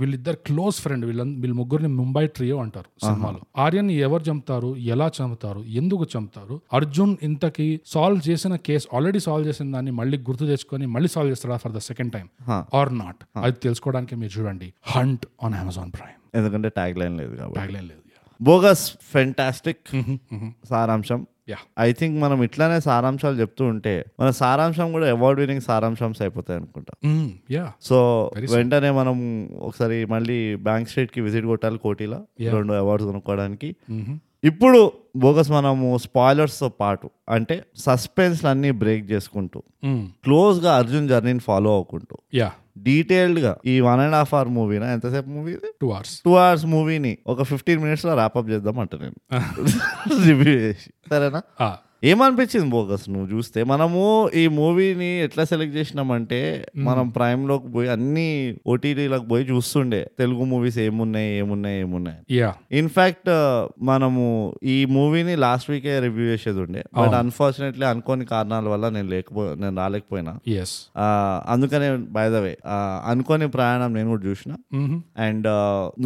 [SPEAKER 2] వీళ్ళిద్దరు క్లోజ్ ఫ్రెండ్ వీళ్ళ వీళ్ళ ముగ్గురిని ముంబై ట్రియో అంటారు సినిమాలో ఆర్యన్ ఎవరు చంపుతారు ఎలా చంపుతారు ఎందుకు చంపుతారు అర్జున్ ఇంతకి సాల్వ్ చేసిన కేసు ఆల్రెడీ సాల్వ్ చేసిన దాన్ని మళ్ళీ గుర్తు తెచ్చుకొని మళ్ళీ సాల్వ్ చేస్తాడా for the second time or not అది తెలుసుకోవడానికి మీరు చూడండి హంట్ ఆన్ అమెజాన్ ప్రైమ్
[SPEAKER 3] ఎందుకంటే ట్యాగ్ లైన్ లేదు కాబట్టి
[SPEAKER 2] ట్యాగ్లైన్ లేదు
[SPEAKER 3] బోగస్ ఫెంటాస్టిక్ సారాంశం
[SPEAKER 2] యా
[SPEAKER 3] ఐ థింక్ మనం ఇట్లానే సారాంశాలు చెప్తూ ఉంటే మన సారాంశం కూడా అవార్డ్ వినింగ్ సారాంశంస్ అయిపోతాయి అనుకుంటా
[SPEAKER 2] యా
[SPEAKER 3] సో వెంటనే మనం ఒకసారి మళ్ళీ బ్యాంక్ స్ట్రీట్ కి విజిట్ కొట్టాలి కోటిలో రెండు అవార్డ్స్ కొనుక్కోవడానికి ఇప్పుడు బోగస్ మనము స్పాయిలర్స్ తో పాటు అంటే సస్పెన్స్ అన్ని బ్రేక్ చేసుకుంటూ
[SPEAKER 2] Hmm.
[SPEAKER 3] క్లోజ్ గా అర్జున్ జర్నీని ఫాలో అవ్వకుంటూ
[SPEAKER 2] యా
[SPEAKER 3] డీటెయిల్డ్ గా ఈ వన్ అండ్ హాఫ్ అవర్ మూవీనా ఎంతసేపు మూవీ ఇది
[SPEAKER 2] టూ అవర్స్
[SPEAKER 3] టూ అవర్స్ మూవీని ఒక ఫిఫ్టీన్ మినిట్స్ లో ర్యాప్అప్ చేద్దాం అంట నేను (laughs) రివ్యూ చేసి సరేనా
[SPEAKER 2] Ah.
[SPEAKER 3] ఏమనిపించింది బోగస్ నువ్వు చూస్తే మనము ఈ మూవీని ఎట్లా సెలెక్ట్ చేసినామంటే మనం ప్రైమ్ లోకి పోయి అన్ని ఓటీటీలకు పోయి చూస్తుండే తెలుగు మూవీస్ ఏమున్నాయి ఏమున్నాయి ఏమున్నాయి
[SPEAKER 2] యా
[SPEAKER 3] ఇన్ఫాక్ట్ మనము ఈ మూవీని లాస్ట్ వీకే రివ్యూ చేసేది ఉండే బట్ అన్ఫార్చునేట్లీ అనుకోని కారణాల వల్ల నేను లేకపో నేను రాలేకపోయినా
[SPEAKER 2] ఎస్
[SPEAKER 3] ఆ, అందుకనే బై ద వే అనుకోని ప్రయాణం నేను కూడా చూసిన అండ్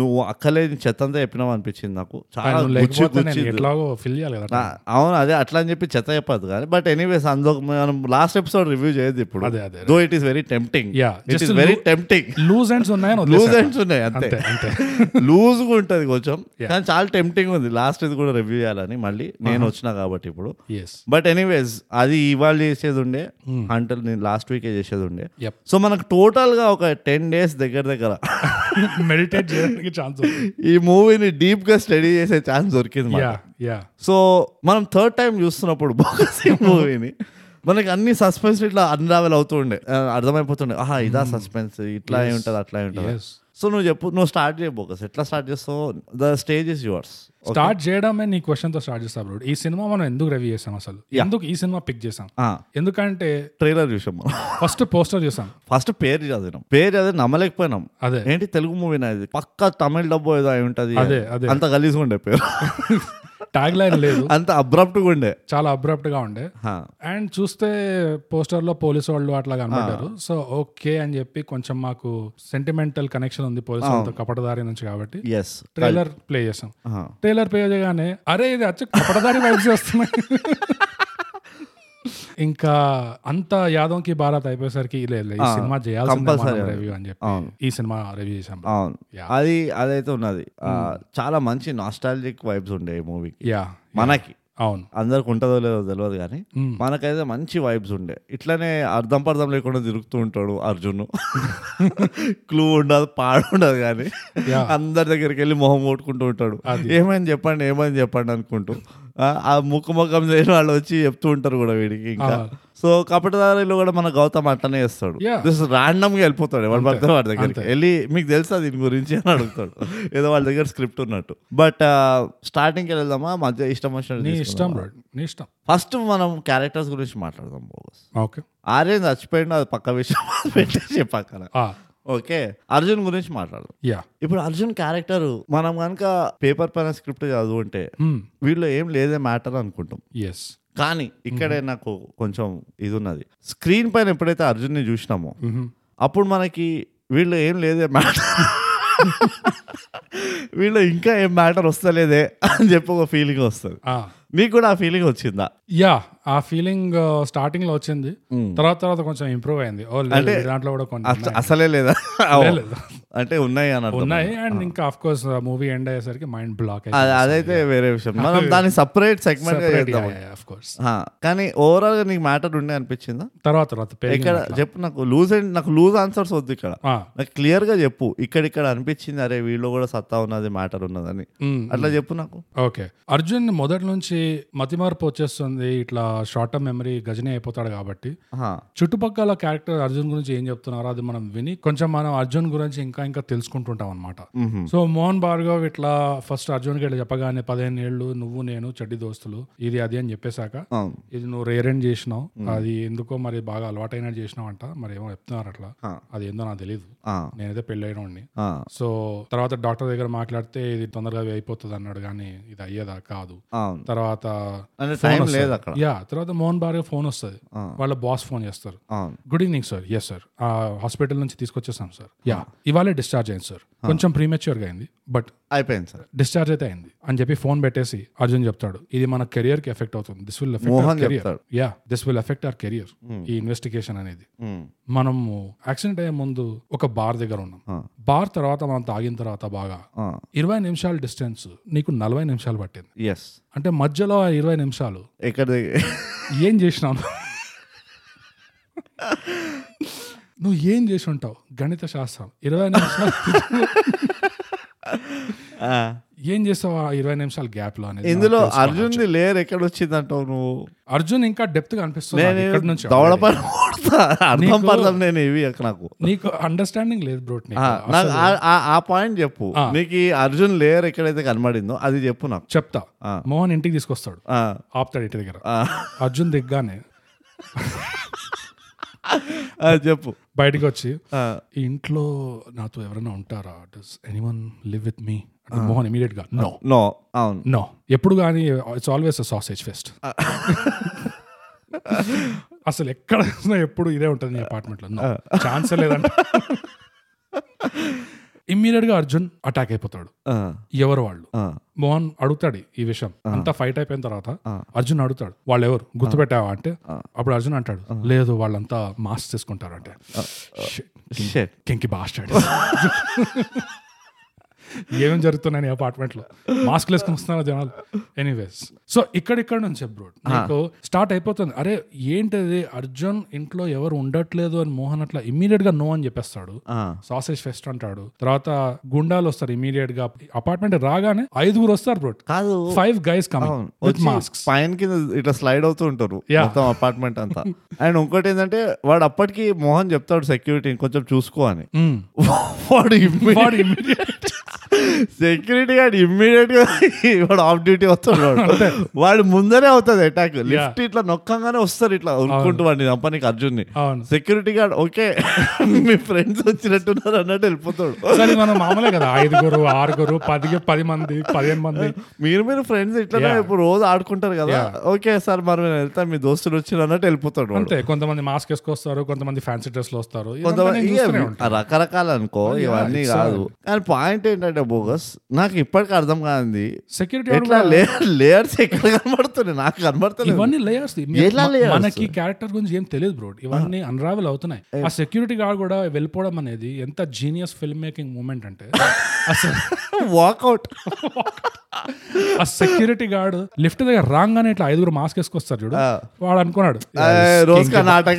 [SPEAKER 3] నువ్వు అక్కలేని చెత్త అంతా చెప్పినావు అనిపించింది నాకు చాలా గుచ్చి
[SPEAKER 2] లేకపోతే నేను
[SPEAKER 3] గుచ్చి
[SPEAKER 2] ఎట్లాగో ఫిల్ చేయాలి కదా
[SPEAKER 3] నా- అవును అదే అట్లా అని చెప్పి చెత్త చెప్పదు కానీ బట్ ఎనీవేస్ అందులో మనం లాస్ట్ ఎపిసోడ్ రివ్యూ చేయదు ఇప్పుడు
[SPEAKER 2] అదే, అదే,
[SPEAKER 3] though it is very tempting
[SPEAKER 2] Yeah,
[SPEAKER 3] it
[SPEAKER 2] just
[SPEAKER 3] is
[SPEAKER 2] a
[SPEAKER 3] very
[SPEAKER 2] loo- (laughs)
[SPEAKER 3] tempting
[SPEAKER 2] loose ends ఉన్నాయని
[SPEAKER 3] లూజ్
[SPEAKER 2] వదిలేసాను.
[SPEAKER 3] ఎండ్స్ ఉన్నాయి అంతే (laughs)
[SPEAKER 2] అంతే అంతే
[SPEAKER 3] లూజ్ గా ఉంటది కొంచెం
[SPEAKER 2] (laughs)
[SPEAKER 3] కానీ చాలా టెంప్టింగ్ ఉంది లాస్ట్ ఇది కూడా రివ్యూ చేయాలని మళ్ళీ నేను
[SPEAKER 2] Uh-huh.
[SPEAKER 3] వచ్చినా కాబట్టి ఇప్పుడు
[SPEAKER 2] ఎస్
[SPEAKER 3] బట్ ఎనీవేస్ అది ఇవాళ చేసేది ఉండే
[SPEAKER 2] Hmm.
[SPEAKER 3] అంటే నేను లాస్ట్ వీకే చేసేది ఉండే
[SPEAKER 2] Yep.
[SPEAKER 3] సో మనకు టోటల్ గా ఒక టెన్ డేస్ దగ్గర దగ్గర (laughs)
[SPEAKER 2] మెడిటేట్ చేయడానికి ఛాన్స్
[SPEAKER 3] ఈ మూవీని డీప్ గా స్టడీ చేసే ఛాన్స్ దొరికింది మనకు.
[SPEAKER 2] యా యా
[SPEAKER 3] సో మనం థర్డ్ టైం చూస్తున్నప్పుడు బోగస్ ఈ మూవీని మనకి అన్ని సస్పెన్స్ ఇట్లా అన్రావెల్ అవుతూ ఉండే ఆ, అర్థమైపోతుండే ఆహా ఇదా సస్పెన్స్ ఇట్లా అయి ఉంటుంది అట్లా అయి ఉంటుంది
[SPEAKER 2] Hmm. Yes.
[SPEAKER 3] సో నువ్వు చెప్పు నువ్వు స్టార్ట్ చేయ బోగస్ ఎట్లా స్టార్ట్ చేస్తావు the stage is yours
[SPEAKER 2] start చేయడమే నీ క్వశ్చన్ తో స్టార్ట్ చేస్తా బ్రో ఈ సినిమా మనం ఎందుకు రివ్యూ చేసాం అసలు ఎందుకు ఈ సినిమా పిక్ చేసాం
[SPEAKER 3] Ah.
[SPEAKER 2] ఎందుకంటే
[SPEAKER 3] ట్రైలర్ చూసాం మనం
[SPEAKER 2] ఫస్ట్ పోస్టర్ చూసాం
[SPEAKER 3] ఫస్ట్ పేరు చదివినాం పేరు చదివి నమ్మలేకపోయినాం
[SPEAKER 2] అదే
[SPEAKER 3] ఏంటి తెలుగు మూవీనా ఇది పక్కా తమిళ డబ్బు ఏదో అయి ఉంటది
[SPEAKER 2] అదే, అదే.
[SPEAKER 3] అంత గలీజ్గా ఉండే
[SPEAKER 2] (laughs)
[SPEAKER 3] పేరు
[SPEAKER 2] ట్యాగ్ లైన్ లేదు
[SPEAKER 3] అంత అబ్రప్ట్గా ఉండే
[SPEAKER 2] చాలా అబ్రప్ట్ గా ఉండే
[SPEAKER 3] హా.
[SPEAKER 2] అండ్ చూస్తే పోస్టర్ లో పోలీసు వాళ్ళు అట్లా కనబడ్డారు సో ఓకే అని చెప్పి కొంచెం మాకు సెంటిమెంటల్ కనెక్షన్ ఉంది పోలీసు వాళ్ళతో కపటదారి నుంచి కాబట్టి
[SPEAKER 3] ఎస్
[SPEAKER 2] ట్రైలర్ ప్లే చేసాం ట్రైలర్ ప్లే చేయగానే అరే ఇది అచ్చ కపటదారి వైబ్స్ వస్తున్నాయి ఇంకా అంత యాదవ్ కి భారత్ అయిపోయేసరికి లే, లే, ఈ సినిమా చేయాల్సిందే రివ్యూ అని చెప్పి ఈ సినిమా రివ్యూ చేసాం
[SPEAKER 3] అవును అది అదైతే ఉన్నది ఆ, చాలా మంచి నాస్టాలజిక్ వైబ్స్ ఉండే ఈ మూవీకి
[SPEAKER 2] యా
[SPEAKER 3] మనకి
[SPEAKER 2] అవును
[SPEAKER 3] అందరికి ఉంటుందో లేదో తెలియదు కానీ మనకైతే మంచి వైబ్స్ ఉండే ఇట్లానే అర్థం పర్థం లేకుండా తిరుగుతూ ఉంటాడు
[SPEAKER 2] (laughs)
[SPEAKER 3] అర్జున్ క్లూ ఉండదు పాడు ఉండదు కానీ అందరి దగ్గరికి వెళ్ళి మొహం కొట్టుకుంటూ ఉంటాడు ఏమైంది చెప్పండి ఏమైంది చెప్పండి అనుకుంటూ ఆ- ఆ ముక్కు ముఖం చేయని వాళ్ళు వచ్చి చెప్తూ ఉంటారు కూడా వీడికి ఇంకా సో కపటదారిలో కూడా మన గౌతమ్ అట్లనే చేస్తాడు
[SPEAKER 2] Yeah.
[SPEAKER 3] జస్ట్ ర్యాండమ్ గా వెళ్ళిపోతాడు ఎవరి పడితే వాడి దగ్గరికి వెళ్ళి మీకు తెలుసా దీని గురించి అని అడుగుతాడు ఏదో వాళ్ళ దగ్గర స్క్రిప్ట్ ఉన్నట్టు బట్ స్టార్టింగ్ వెళ్దామా మధ్య ఇష్టం
[SPEAKER 2] నీ
[SPEAKER 3] వచ్చిన
[SPEAKER 2] ఇష్టం బ్రో నీ ఇష్టం
[SPEAKER 3] ఫస్ట్ మనం క్యారెక్టర్స్ గురించి మాట్లాడదాం బోగస్
[SPEAKER 2] ఓకే
[SPEAKER 3] ఆర్యన్ చచ్చిపోయిండు అది పక్క విషయం (laughs) అది పెట్టేసి పక్కన ఓకే అర్జున్ గురించి మాట్లాడదాం
[SPEAKER 2] యా
[SPEAKER 3] ఇప్పుడు అర్జున్ క్యారెక్టర్ మనం కనుక పేపర్ పైన స్క్రిప్ట్ చదువుంటే వీళ్ళు ఏం లేదే మ్యాటర్ అనుకుంటాం
[SPEAKER 2] ఎస్
[SPEAKER 3] కానీ ఇక్కడే నాకు కొంచెం ఇది ఉన్నది స్క్రీన్ పైన ఎప్పుడైతే అర్జున్ని చూసినామో అప్పుడు మనకి వీళ్ళు ఏం లేదే మ్యాటర్ వీళ్ళు ఇంకా ఏం మ్యాటర్ వస్తలేదే అని చెప్పి ఒక ఫీలింగ్ వస్తుంది నీకు కూడా ఆ ఫీలింగ్ వచ్చిందా
[SPEAKER 2] యా ఆ ఫీలింగ్ స్టార్టింగ్ లో వచ్చింది తర్వాత తర్వాత కొంచెం ఇంప్రూవ్ అయింది ఓ లేదు,
[SPEAKER 3] అంటే
[SPEAKER 2] దాంట్లో కూడా కొంచెం
[SPEAKER 3] అస- అసలే లేదా
[SPEAKER 2] లేదు.
[SPEAKER 3] అంటే ఉన్నాయి అని అర్థం
[SPEAKER 2] ఉన్నాయి అండ్ ఇంకా ఆఫ్ కోర్స్ మూవీ ఎండ్ అయ్యేసరికి మైండ్ బ్లాక్
[SPEAKER 3] అది- అదైతే వేరే విషయం మనం దాన్ని సపరేట్ సెగ్మెంట్ గా చేద్దాం
[SPEAKER 2] ఆఫ్ కోర్స్
[SPEAKER 3] ఆ, కానీ ఓవరాల్ గా నీకు మ్యాటర్ ఉండే అనిపించిందా
[SPEAKER 2] తర్వాత తర్వాత పెరిగి-
[SPEAKER 3] ఇక్కడ చెప్పు నాకు లూజ్ అండ్ నాకు లూజ్ ఆన్సర్స్ వద్దు ఇక్కడ
[SPEAKER 2] ఆ,
[SPEAKER 3] నాకు క్లియర్ గా చెప్పు ఇక్కడిక్కడ అనిపించింది అరే వీళ్ళు కూడా సత్తా ఉన్నది మ్యాటర్ ఉన్నదని
[SPEAKER 2] మ్మ్.
[SPEAKER 3] అట్లా చెప్పు నాకు
[SPEAKER 2] ఓకే అర్జున్ మొదటి నుంచి మతిమార్పు వచ్చేస్తుంది ఇట్లా షార్ట్ టర్మ్ మెమరీ గజనే అయిపోతాడు కాబట్టి చుట్టుపక్కల క్యారెక్టర్ అర్జున్ గురించి ఏం చెప్తున్నారో అది మనం విని కొంచెం మనం అర్జున్ గురించి ఇంకా ఇంకా తెలుసుకుంటుంటాం అనమాట సో మోహన్ భార్గవ్ ఇట్లా ఫస్ట్ అర్జున్కి ఇట్లా చెప్పగానే పదిహేను ఏళ్ళు నువ్వు నేను చెడ్డి దోస్తులు ఇది అది అని చెప్పేశాక ఇది నువ్వు రేరెంట్ చేసినావు అది ఎందుకో మరి బాగా అలవాటైన చేసినావు అంట మరి ఏమో చెప్తున్నారు అట్లా అది ఏందో నాకు తెలియదు నేనైతే పెళ్ళైన సో తర్వాత డాక్టర్ దగ్గర మాట్లాడితే ఇది తొందరగా అయిపోతుంది అన్నాడు కానీ ఇది అయ్యేదా కాదు తర్వాత
[SPEAKER 3] టైం లేదు అక్కడ
[SPEAKER 2] యా తర్వాత మోహన్ భార్గవ్ ఫోన్ వస్తుంది వాళ్ళ బాస్ ఫోన్ చేస్తారు good evening sir yes sir hospital నుంచి తీసుకొచ్చేసాం సార్ యా ఇవాళే డిశ్చార్జ్ అయింది సార్ కొంచెం ప్రీమెచ్యూర్ గా అయింది బట్
[SPEAKER 3] అయిపోయింది సార్
[SPEAKER 2] డిశ్చార్జ్ అయితే అయింది అని చెప్పి ఫోన్ పెట్టేసి అర్జున్ చెప్తాడు ఇది మన కెరియర్ కి ఎఫెక్ట్ అవుతుంది this will
[SPEAKER 3] Mohan
[SPEAKER 2] affect career
[SPEAKER 3] చెప్తాడు. Hmm.
[SPEAKER 2] Yeah this will affect our career ఈ ఇన్వెస్టిగేషన్ అనేది మనము యాక్సిడెంట్ అయ్యే ముందు ఒక బార్ దగ్గర ఉన్నాం బార్ తర్వాత మనం తాగిన తర్వాత బాగా ఇరవై నిమిషాల డిస్టెన్స్ నీకు నలభై నిమిషాలు పట్టింది
[SPEAKER 3] ఎస్
[SPEAKER 2] అంటే మధ్యలో ఆ ఇరవై నిమిషాలు
[SPEAKER 3] ఇక్కడ (laughs)
[SPEAKER 2] ఏం చేసినాను నువ్వు ఏం చేసి ఉంటావు గణిత శాస్త్రం ఇరవై నిమిషాలు ఏం చేస్తావు ఆ ఇరవై నిమిషాల గ్యాప్ లో అనేది
[SPEAKER 3] ఇందులో అర్జున్ది లేరు ఎక్కడ వచ్చింది అంటావు నువ్వు
[SPEAKER 2] అర్జున్ ఇంకా డెప్త్ గా అనిపిస్తుంది నాకు ఇక్కడ నుంచి
[SPEAKER 3] దవడపడి కొడతా అర్థం
[SPEAKER 2] నీకు-
[SPEAKER 3] పడతాం నేను ఇవి ఎక్క నాకు
[SPEAKER 2] నీకు అండర్స్టాండింగ్ లేదు బ్రోట్
[SPEAKER 3] ఆ, నాకు ఆ- ఆ- ఆ పాయింట్ చెప్పు నీకు ఈ అర్జున్ లేయర్ ఎక్కడైతే కనబడిందో అది చెప్పు నాకు
[SPEAKER 2] చెప్తా మోహన్ ఇంటికి తీసుకొస్తాడు
[SPEAKER 3] ఆ,
[SPEAKER 2] ఆపుతాడు ఇంటి దగ్గర
[SPEAKER 3] ఆ,
[SPEAKER 2] అర్జున్ దిగ్గానే
[SPEAKER 3] ఆ, చెప్పు
[SPEAKER 2] బయటకు వచ్చి
[SPEAKER 3] ఆ.
[SPEAKER 2] ఈ ఇంట్లో నాతో ఎవరైనా ఉంటారా does anyone live with me అంటే మోహన్ ఇమీడియట్ గా నో
[SPEAKER 3] నో అవును
[SPEAKER 2] నో ఎప్పుడు కానీ ఇట్స్ ఆల్వేస్ సాసేజ్ ఫెస్ట్ (laughs) అసలు ఎక్కడ చూసినా ఎప్పుడు ఇదే ఉంటుంది నీ అపార్ట్మెంట్ లో ఛాన్స్ లేదంట ఇమ్మీడియట్ గా అర్జున్ అటాక్ అయిపోతాడు
[SPEAKER 3] ఆ,
[SPEAKER 2] ఎవరు వాళ్ళు
[SPEAKER 3] ఆ,
[SPEAKER 2] మోహన్ అడుగుతాడు ఈ విషయం అంతా ఫైట్ అయిపోయిన తర్వాత అర్జున్ అడుగుతాడు వాళ్ళు ఎవరు గుర్తుపెట్టావా అంటే అప్పుడు అర్జున్ అంటాడు లేదు వాళ్ళంతా మాస్క్ తీసుకుంటారు అంటే
[SPEAKER 3] shit.
[SPEAKER 2] కింకి బాస్టాడు ఏమేం జరుగుతున్నాయి అపార్ట్మెంట్ లో మాస్క్ వేసుకుని వస్తున్నారు జనాలు ఎనీవేస్ సో ఇక్కడిక్కడ నుంచి అబ్రోడ్ నీకు స్టార్ట్ అయిపోతుంది అరే ఏంటది అర్జున్ ఇంట్లో ఎవరు ఉండట్లేదు అని మోహన్ అట్లా ఇమీడియట్ గా నో అని చెప్పేస్తాడు
[SPEAKER 3] ఆ.
[SPEAKER 2] సాసేజ్ ఫెస్ట్ అంటాడు తర్వాత గుండాలు వస్తారు ఇమీడియట్ గా అపార్ట్మెంట్ రాగానే ఐదుగురు వస్తారు బ్రోట్
[SPEAKER 3] కాదు
[SPEAKER 2] ఫైవ్ గైస్ కమ్
[SPEAKER 3] అవును.
[SPEAKER 2] విత్
[SPEAKER 3] వచ్చి
[SPEAKER 2] మాస్క్స్
[SPEAKER 3] పైన కింద ఇట్లా స్లైడ్ అవుతూ ఉంటారు
[SPEAKER 2] Yeah.
[SPEAKER 3] మొత్తం అపార్ట్మెంట్ అంతా అండ్ ఇంకోటి ఏంటంటే వాడు అప్పటికి మోహన్ చెప్తాడు సెక్యూరిటీ కొంచెం చూసుకో అని (laughs) వాడు
[SPEAKER 2] వాడు immediate-
[SPEAKER 3] సెక్యూరిటీ గార్డ్ ఇమ్మీడియట్ గా వాడు ఆఫ్ డ్యూటీ వస్తాడు వాడు. వాడు ముందరే అవుతుంది అటాక్ లిఫ్ట్ ఇట్లా నొక్కంగానే వస్తారు ఇట్లా ఉరుకుంటూ వాడిని నంపనికి అర్జున్ని
[SPEAKER 2] అవును.
[SPEAKER 3] సెక్యూరిటీ గార్డ్ ఓకే (laughs) మీ ఫ్రెండ్స్ వచ్చినట్టున్నారు అన్నట్టు వెళ్ళిపోతాడు
[SPEAKER 2] సరే మనం మామూలే కదా ఐదుగురు ఆరుగురు పది పది మంది పదిహేను మంది
[SPEAKER 3] మీరు మీరు ఫ్రెండ్స్ ఇట్లా
[SPEAKER 2] Yeah.
[SPEAKER 3] ఇప్పుడు రోజు ఆడుకుంటారు కదా ఓకే సార్ మరి నేను వెళ్తాను మీ దోస్తులు వచ్చిన అన్నట్టు వెళ్ళిపోతాడు వాడు.
[SPEAKER 2] అంతే కొంతమంది మాస్క్ వేసుకొస్తారు కొంతమంది ఫ్యాన్సీ డ్రెస్ లో వస్తారు ఇదంతా
[SPEAKER 3] కొంతమంది
[SPEAKER 2] నేను చూస్తూనే
[SPEAKER 3] ఇవే
[SPEAKER 2] ఉంటా.
[SPEAKER 3] రకరకాల అనుకో ఇవన్నీ
[SPEAKER 2] it's uh,
[SPEAKER 3] కాదు కానీ పాయింట్ ఏంటంటే బోగస్ నాకు ఇప్పటికీ అర్థం కాదు
[SPEAKER 2] సెక్యూరిటీ
[SPEAKER 3] ఎట్లా లేయర్ లేయర్స్ ఎక్కడ కనబడుతున్నాయి నాకు కనబడతలేదు
[SPEAKER 2] ఇవన్నీ లేయర్స్
[SPEAKER 3] ఎలా layers?
[SPEAKER 2] మనకి క్యారెక్టర్ గురించి ఏం తెలియదు బ్రో ఇవన్నీ అన్రావెల్ అవుతున్నాయి ఆ సెక్యూరిటీ గార్డ్ కూడా వెళ్ళిపోవడం అనేది ఎంత జీనియస్ ఫిల్మ్ మేకింగ్ మూమెంట్ అంటే అసలు
[SPEAKER 3] వాకౌట్
[SPEAKER 2] ఆ సెక్యూరిటీ గార్డ్ లిఫ్ట్ దగ్గర రాగానే ఇట్లా ఐదుగురు మాస్క్ వేసుకొస్తారు చూడు వాడు అనుకున్నాడు
[SPEAKER 3] రోజు
[SPEAKER 2] (laughs)
[SPEAKER 3] కర్ణాటక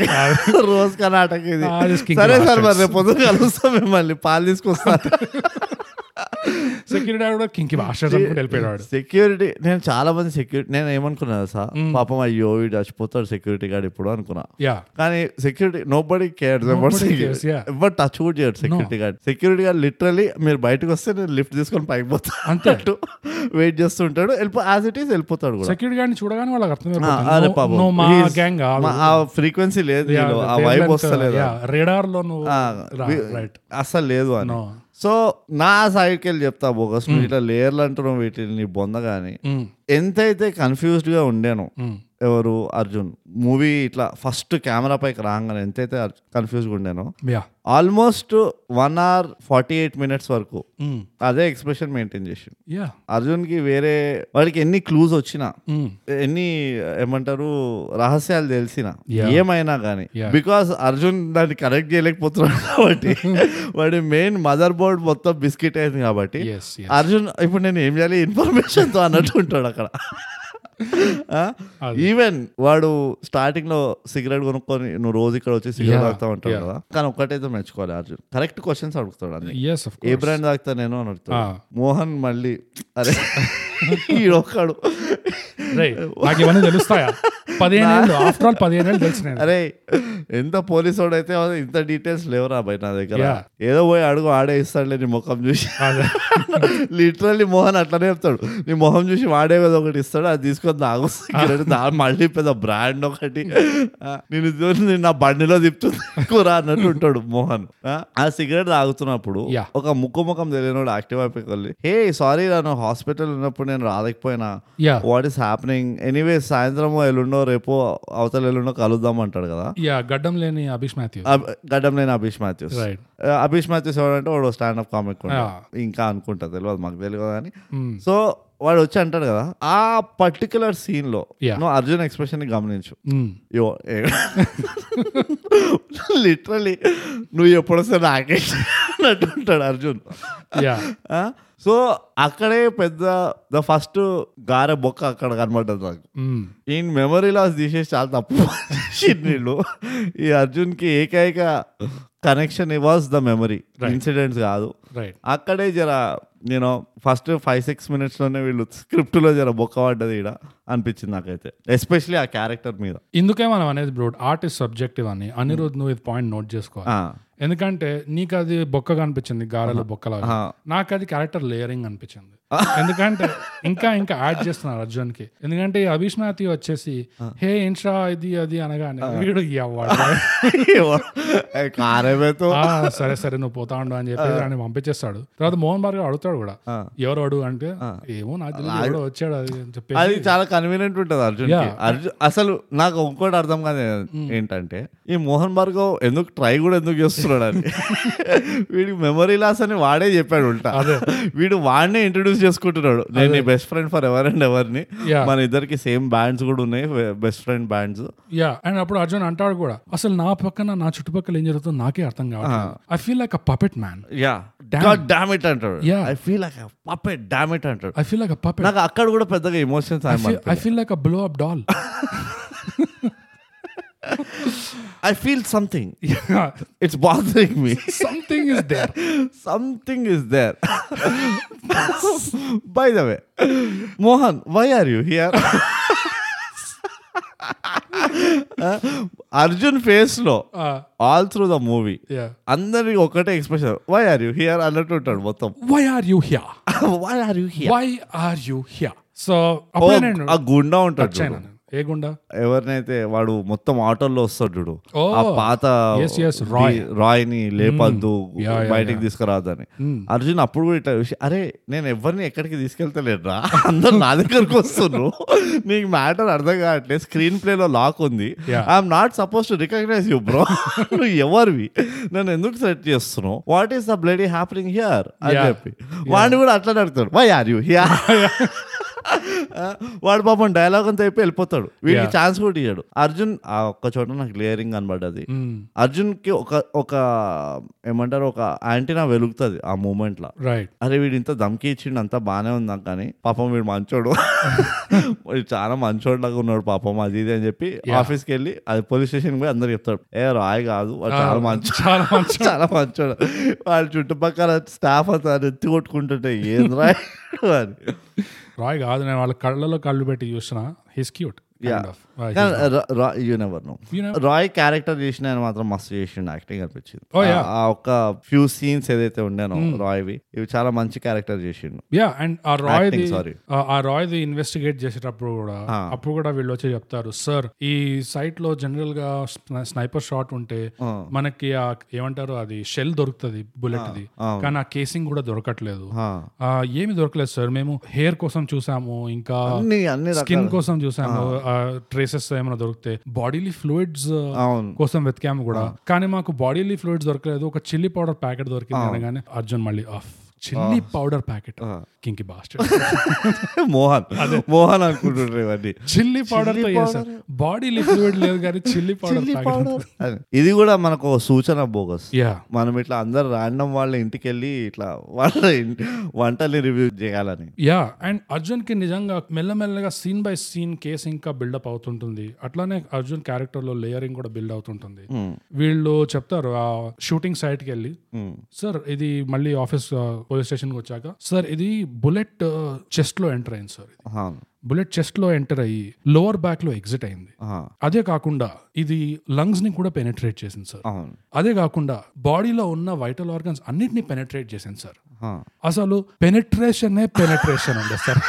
[SPEAKER 3] రోజు కర్ణాటక ఇది
[SPEAKER 2] Ah, this king
[SPEAKER 3] సరే సార్
[SPEAKER 2] bastards.
[SPEAKER 3] మరి రేపు పొద్దున కలుస్తాం మిమ్మల్ని పాలు తీసుకొస్తాను
[SPEAKER 2] సెక్యూరిటీ గార్డ్ కూడా కింకి ఆశ్చర్యం అనుకుంటూ వెళ్ళిపోయాడు
[SPEAKER 3] సెక్యూరిటీ నేను చాలా మంది సెక్యూరిటీ నేను ఏమనుకున్నా సార్ పాపం అయ్యో వీడు చచ్చిపోతాడు సెక్యూరిటీ గార్డ్ ఇప్పుడు అనుకున్నా (laughs)
[SPEAKER 2] యా
[SPEAKER 3] కానీ security nobody cares
[SPEAKER 2] Nobody cares, yeah.
[SPEAKER 3] ఎవరు టచ్ కూడా చేయడు security guard security guard literally మీరు బయటకు వస్తే నేను లిఫ్ట్ తీసుకొని పైకి పోతా
[SPEAKER 2] అంతే.
[SPEAKER 3] అంటూ వెయిట్ చేస్తుంటాడు వెళ్ళిపో యాజ్ ఇట్ ఈస్ వెళ్ళిపోతాడు కూడా
[SPEAKER 2] సెక్యూరిటీ గార్డ్ని చూడగానే వాళ్ళకి
[SPEAKER 3] ఆ, అరే
[SPEAKER 2] అర్థమైపోతుంది
[SPEAKER 3] పాపం.
[SPEAKER 2] "No, no, మా
[SPEAKER 3] He's-
[SPEAKER 2] గ్యాంగ్
[SPEAKER 3] మా- ఆ ఫ్రీక్వెన్సీ లేదు నీలో, ఆ వైబ్
[SPEAKER 2] uh,
[SPEAKER 3] వస్తలేదు
[SPEAKER 2] రేడార్ లో నువ్వు
[SPEAKER 3] ఆ, వి-
[SPEAKER 2] రైట్
[SPEAKER 3] అసలు లేదు అని
[SPEAKER 2] No. Hmm.
[SPEAKER 3] సో నా సైడ్కి వెళ్ళి చెప్తా బోగస్ నువ్వు ఇట్లా లేయర్లు అంటున్నావు వీటిని బొందగాని ఎంతైతే కన్ఫ్యూజ్డ్ గా ఉండేను
[SPEAKER 2] Hmm.
[SPEAKER 3] ఎవరు అర్జున్ మూవీ ఇట్లా ఫస్ట్ కెమెరా పైకి రాగానే ఎంతైతే కన్ఫ్యూజ్గా ఉండేనో
[SPEAKER 2] yeah
[SPEAKER 3] almost one hour forty eight minutes వరకు అదే ఎక్స్ప్రెషన్ మెయింటైన్ చేసి
[SPEAKER 2] యా
[SPEAKER 3] అర్జున్కి వేరే వాడికి ఎన్ని క్లూజ్ వచ్చినా ఎన్ని ఏమంటారు రహస్యాలు తెలిసినా
[SPEAKER 2] Yeah.
[SPEAKER 3] ఏమైనా కానీ
[SPEAKER 2] Yeah.
[SPEAKER 3] బికాస్ అర్జున్ దాన్ని కరెక్ట్ చేయలేకపోతున్నాడు
[SPEAKER 2] (laughs)
[SPEAKER 3] కాబట్టి వాడి మెయిన్ మదర్ బోర్డ్ మొత్తం బిస్కెట్ అయింది కాబట్టి
[SPEAKER 2] Yes, yes.
[SPEAKER 3] అర్జున్ ఇప్పుడు నేను ఏం చేయాలి ఇన్ఫర్మేషన్ తో అన్నట్టు ఉంటాడు
[SPEAKER 2] (laughs)
[SPEAKER 3] అక్కడ
[SPEAKER 2] అది.
[SPEAKER 3] ఈవెన్ వాడు స్టార్టింగ్ లో సిగరెట్ కొనుక్కొని నువ్వు రోజు ఇక్కడ వచ్చి సిగరెట్
[SPEAKER 2] Yeah,
[SPEAKER 3] తాగుతా ఉంటావు
[SPEAKER 2] yeah.
[SPEAKER 3] కదా కానీ ఒక్కటైతే మెచ్చుకోవాలి అర్జున్ కరెక్ట్ క్వశ్చన్స్ అడుగుతాడు అన్ని
[SPEAKER 2] ఎస్ ఆఫ్
[SPEAKER 3] ఏ బ్రాండ్ తాగుతా నేను అని అడుగుతాడు
[SPEAKER 2] ఆ.
[SPEAKER 3] మోహన్ మళ్ళీ అరే (laughs) ఈడొక్కడు
[SPEAKER 2] రైట్ నాకు ఇవన్నీ తెలుస్తాయా పదిహేను ఏళ్ళు ఆఫ్టర్ ఆల్ పదిహేను ఏళ్ళు తెలుసు నేను
[SPEAKER 3] (laughs) అరే ఎంత పోలీస్ వాడు అయితే ఇంత డీటెయిల్స్ లేవురా బయట నా దగ్గర
[SPEAKER 2] Yeah.
[SPEAKER 3] ఏదో పోయి అడుగు ఆడే ఇస్తాడులే నీ ముఖం చూసి (laughs) లిటరల్లీ మోహన్ అట్లనే చెప్తాడు నీ మొహం చూసి వాడే కదా ఒకటి ఇస్తాడు అది తీసుకొని
[SPEAKER 2] (laughs)
[SPEAKER 3] తాగు సిగరెట్ తా మళ్ళీ పెద్ద బ్రాండ్ ఒకటి ఆ, నేను చూసి నేను నా బండిలో తిప్పుతుంది కూర అన్నట్టు ఉంటాడు మోహన్ ఆ, ఆ సిగరెట్ తాగుతున్నప్పుడు
[SPEAKER 2] Yeah.
[SPEAKER 3] ఒక ముక్కు ముఖం తెలియనోడు యాక్టివ్ అయిపోయి హే సారీ నేను హాస్పిటల్ ఉన్నప్పుడు నేను రాలేకపోయినా
[SPEAKER 2] Yeah.
[SPEAKER 3] What is happening anyway సాయంత్రమో ఎల్లుండో రేపో అవతల ఎల్లుండో కలుద్దాం అంటాడు కదా
[SPEAKER 2] యా గడ్డం లేని అభిష్ మాథ్యూ
[SPEAKER 3] అబ్- గడ్డం లేని అభిష్ మాథ్యూస్
[SPEAKER 2] Right.
[SPEAKER 3] ఆ, అభిష్ మాథ్యూస్ ఎవరంటే వాడు స్టాండప్ కామిక్
[SPEAKER 2] ఆ. Hmm.
[SPEAKER 3] ఇంకా అనుకుంటా తెలియదు మాకు తెలియదు కానీ సో వాడు వచ్చి అంటాడు కదా ఆ పర్టికులర్ సీన్ లో
[SPEAKER 2] Yeah.
[SPEAKER 3] నువ్వు అర్జున్ ఎక్స్ప్రెషన్ ని గమనించు యో (laughs) లిటరలీ నువ్వు ఎప్పుడొస్తే నాకే అన్నట్టు ఉంటాడు అర్జున్
[SPEAKER 2] యా
[SPEAKER 3] ఆ? సో అక్కడే పెద్ద ద ఫస్ట్ గారె బొక్క అక్కడ కనబడ్డది నాకు ఈ మెమరీ లాస్ తీసేసి చాలా తప్పు చేసిండు వీళ్ళు ఈ అర్జున్కి ఏకైక connection was the memory incidents కాదు
[SPEAKER 2] రైట్
[SPEAKER 3] అక్కడే జర నేను ఫస్ట్ ఫైవ్ సిక్స్ మినిట్స్లోనే వీళ్ళు స్క్రిప్ట్లో జర బొక్క పడ్డది ఈడ అనిపించింది నాకైతే ఎస్పెషలీ ఆ క్యారెక్టర్ మీద
[SPEAKER 2] ఇందుకే మనం అనేది బ్రో ఆర్ట్ ఇస్ సబ్జెక్టివ్ అని అనిరుద్ నువ్వు ఇది పాయింట్ నోట్ చేసుకోవాలి
[SPEAKER 3] ఆ, (laughs)
[SPEAKER 2] ఎందుకంటే నీకు అది బొక్కగా అనిపించింది గారెలు బొక్కలాగా నాకు అది క్యారెక్టర్ లేయరింగ్ అనిపించింది ఎందుకంటే ఇంకా ఇంకా యాడ్ చేస్తున్నారు అర్జున్ కి ఎందుకంటే ఈ అభిష్ మాథ్యూ వచ్చేసి హే ఏంట్రా ఇది అది అనగానే వీడు "ఈ అవ్వాడు."
[SPEAKER 3] ఏ కారేమేతో
[SPEAKER 2] ఆ, సరే సరే నువ్వు పోతా ఉండు అని చెప్పి ఆయన పంపించేస్తాడు తర్వాత మోహన్ బాబు గారు అడుగుతాడు కూడా ఎవరు అడుగు అంటే ఏమో నా తెలియదు ఎవడో వచ్చాడు అది అని చెప్పేసి
[SPEAKER 3] అది చాలా కన్వీనియంట్ ఉంటుంది అర్జున్
[SPEAKER 2] Yeah.
[SPEAKER 3] అర్జున్ అసలు నాకు ఇంకోటి అర్థం కాదు ఏంటంటే ఈ మోహన్ భార్గవ్ ఎందుకు ట్రై కూడా ఎందుకు చేస్తున్నాడు అని వీడికి మెమరీ లాస్ అని వాడే చెప్పాడు ఉంటా వీడు వాడినే ఇంట్రడ్యూస్ చేసుకుంటున్నాడు నేను నీ best friend forever and ఎవర్ని
[SPEAKER 2] Yeah.
[SPEAKER 3] మన ఇద్దరికి సేమ్ బ్యాండ్స్ కూడా ఉన్నాయి best friend bands
[SPEAKER 2] yeah and అప్పుడు అర్జున్ అంటాడు కూడా అసలు నా పక్కన నా చుట్టుపక్కల ఏం జరుగుతుందో నాకే అర్థం కావట్లేదు I feel like a puppet man
[SPEAKER 3] yeah god damn it అంటాడు
[SPEAKER 2] Yeah.
[SPEAKER 3] I feel like puppet damn it అంటాడు
[SPEAKER 2] I feel like a puppet
[SPEAKER 3] నాకు అక్కడ కూడా పెద్దగా emotions
[SPEAKER 2] I feel like a blow up doll
[SPEAKER 3] I feel something it's bothering me
[SPEAKER 2] something is there
[SPEAKER 3] Something is there. By the way, Mohan, why are you here? (laughs) Arjun face లో
[SPEAKER 2] Uh,
[SPEAKER 3] all through the movie
[SPEAKER 2] yeah
[SPEAKER 3] అందరి ఒకటే expression why are you here అన్నట్టు ఉంటాడు మొత్తం (laughs)
[SPEAKER 2] why are you here
[SPEAKER 3] why are you
[SPEAKER 2] why are you here so అప్పుడే నేను
[SPEAKER 3] Oh, ఆ గుండా ఉంటాడు
[SPEAKER 2] వచ్చాను
[SPEAKER 3] చూడు.
[SPEAKER 2] నేను. ఏ గుండా
[SPEAKER 3] ఎవరినైతే వాడు మొత్తం ఆటోల్లో వస్తాడు చూడు
[SPEAKER 2] Oh.
[SPEAKER 3] ఆ పాత
[SPEAKER 2] Yes, yes, Roy.
[SPEAKER 3] The- Roy ని లేపద్దు
[SPEAKER 2] Yeah, yeah,
[SPEAKER 3] బయటికి తీసుకురాదని అర్జున్ అప్పుడు కూడా ఇట్లా చూసి అరే నేను ఎవరిని ఎక్కడికి తీసుకెళ్తలేడ్రా అందరు నా దగ్గరకు వస్తున్నారు నీకు మ్యాటర్ అర్థం కావట్లేదు స్క్రీన్ ప్లేలో లాక్ ఉంది
[SPEAKER 2] Yeah.
[SPEAKER 3] I'm not suppose to recognise you bro (laughs) నువ్వు ఎవరివి నన్ను ఎందుకు సెట్ చేస్తున్నావు what is the bloody happening here అని
[SPEAKER 2] Yeah.
[SPEAKER 3] చెప్పి వాడిని కూడా అట్లా అడుగుతాడు వై ఆర్
[SPEAKER 2] (laughs)
[SPEAKER 3] యూ హియర్ (laughs) వాడు పాపం డైలాగ్ అంతా అయిపోయి వెళ్ళిపోతాడు వీడికి
[SPEAKER 2] Yeah.
[SPEAKER 3] ఛాన్స్ కూడా ఇయ్యాడు అర్జున్ ఆ ఒక్క చోట నాకు క్లియరింగ్ కనబడ్డది
[SPEAKER 2] Hmm,
[SPEAKER 3] అర్జున్ కి ఒక ఒక ఏమంటారు ఒక యాంటీనా వెలుగుతుంది ఆ మూమెంట్ లో
[SPEAKER 2] రైట్
[SPEAKER 3] అరే వీడు ఇంత దమ్కి ఇచ్చిండు అంతా బాగానే ఉంది నాకు కానీ పాపం వీడు మంచోడు వీడు చాలా మంచోడు లాగా ఉన్నాడు పాపం అది ఇది అని చెప్పి ఆఫీస్కి వెళ్ళి అది పోలీస్ స్టేషన్ పోయి అందరు చెప్తాడు ఏ రాయ్ కాదు వాడు చాలా మంచి
[SPEAKER 2] చాలా మంచి
[SPEAKER 3] (laughs) చాలా మంచోడు వాళ్ళ చుట్టుపక్కల స్టాఫ్ అంతా ఎత్తి కొట్టుకుంటుంటే ఏం రాయ్ అని
[SPEAKER 2] రాయ్ కాదు నేను వాళ్ళ కళ్ళలో కళ్ళు పెట్టి చూసిన హీస్ క్యూట్
[SPEAKER 3] Yeah. కానీ రా- రా- you never know.
[SPEAKER 2] Uh, You never-
[SPEAKER 3] Roy character చేసిన ఆయన మాత్రం మస్తు చేసిండు యాక్టింగ్ అనిపించింది
[SPEAKER 2] Oh, yeah.
[SPEAKER 3] ఆ- ఆ ఒక్క ఫ్యూ సీన్స్ ఏదైతే ఉండేనో రాయ్వి ఇవి చాలా మంచి క్యారెక్టర్ చేసిండు
[SPEAKER 2] యా అండ్ ఆ రాయ్
[SPEAKER 3] Acting, sorry.
[SPEAKER 2] ఆ రాయ్ ది ఇన్వెస్టిగేట్ చేసేటప్పుడు కూడా అప్పుడు కూడా వీళ్ళు వచ్చి చెప్తారు సార్ ఈ సైట్ లో జనరల్ గా స్నైపర్ షాట్ ఉంటే మనకి ఆ ఏమంటారు అది షెల్ దొరుకుతుంది బుల్లెట్ ది కానీ ఆ కేసింగ్ కూడా దొరకట్లేదు ఆ, ఏమీ దొరకలేదు సార్ మేము హెయిర్ కోసం చూసాము ఇంకా
[SPEAKER 3] అన్ని అన్ని రకాల
[SPEAKER 2] స్కిన్ కోసం చూసాము ట్రేసెస్ ఏమైనా దొరికితే బాడీలీ ఫ్లూయిడ్స్
[SPEAKER 3] అవును.
[SPEAKER 2] కోసం వెతికాము కూడా కానీ మాకు బాడీలీ ఫ్లూయిడ్స్ దొరకలేదు ఒక చిల్లీ పౌడర్ ప్యాకెట్ దొరికింది అనగానే అర్జున్ మళ్ళీ of chilli powder packet kinky bastard
[SPEAKER 3] (laughs)
[SPEAKER 2] (laughs)
[SPEAKER 3] Mohan Mohan అనుకుంటుండ్రు ఇవన్నీ
[SPEAKER 2] చిల్లీ పౌడర్ తో చేశారు బాడీలీ ఫ్లూయిడ్ లేదు కానీ చిల్లీ పౌడర్ ప్యాకెట్
[SPEAKER 3] అది. ఇది కూడా మనకు ఒక సూచన బోగస్
[SPEAKER 2] యా
[SPEAKER 3] మనం ఇట్లా అందరు రాండమ్ వాళ్ళ ఇంటికి వెళ్ళి ఇట్లా వాళ్ళ ఇంటి- వంటల్ని రివ్యూ చేయాలని
[SPEAKER 2] యా అండ్ అర్జున్ కి నిజంగా మెల్లమెల్లగా సీన్ బై సీన్ కేసు ఇంకా బిల్డప్ అవుతుంటుంది అట్లానే అర్జున్ క్యారెక్టర్ లో లేయరింగ్ కూడా బిల్డ్ అవుతుంటుంది వీళ్ళు చెప్తారు ఆ షూటింగ్ సైట్ కి వెళ్ళి సార్ ఇది మళ్ళీ ఆఫీస్ పోలీస్ స్టేషన్ వచ్చాక సార్ ఇది బుల్లెట్ చెస్ట్ లో ఎంటర్ అయింది సార్ ఇది
[SPEAKER 3] అవును
[SPEAKER 2] బుల్లెట్ చెస్ట్ లో ఎంటర్ అయ్యి లోవర్ బ్యాక్ లో ఎగ్జిట్ అయింది
[SPEAKER 3] ఆ,
[SPEAKER 2] అదే కాకుండా ఇది లంగ్స్ ని కూడా పెనట్రేట్ చేసింది సార్
[SPEAKER 3] అవును
[SPEAKER 2] అదే కాకుండా బాడీలో ఉన్న వైటల్ ఆర్గన్స్ అన్నిటిని పెనట్రేట్ చేసింది సార్
[SPEAKER 3] ఆ.
[SPEAKER 2] అసలు పెనట్రేషన్ పెనట్రేషన్ అండి సార్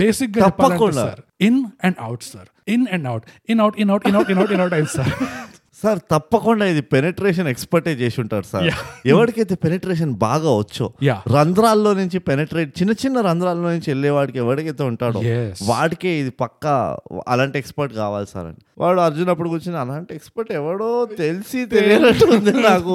[SPEAKER 2] బేసిక్ గా చెప్పాలంటే
[SPEAKER 3] తప్పకుండా.
[SPEAKER 2] Sir in and out sir in and out in out in out in out in out in out అయింది సార్
[SPEAKER 3] సార్ తప్పకుండా ఇది పెనట్రేషన్ ఎక్స్పర్టే చేసి ఉంటారు సార్ ఎవరికైతే పెనట్రేషన్ బాగా వచ్చో
[SPEAKER 2] Yeah.
[SPEAKER 3] రంధ్రాల్లో నుంచి పెనట్రేట్ చిన్న చిన్న రంధ్రాల్లో నుంచి వెళ్ళేవాడికి ఎవరికైతే ఉంటాడో
[SPEAKER 2] Yes.
[SPEAKER 3] వాడికే ఇది పక్కా అలాంటి ఎక్స్పర్ట్ కావాలి సార్ అని వాడు అర్జున్ అప్పుడు కూర్చుని అలాంటి ఎక్స్పర్ట్ ఎవడో తెలిసి తెలియనట్టు ఉంది నాకు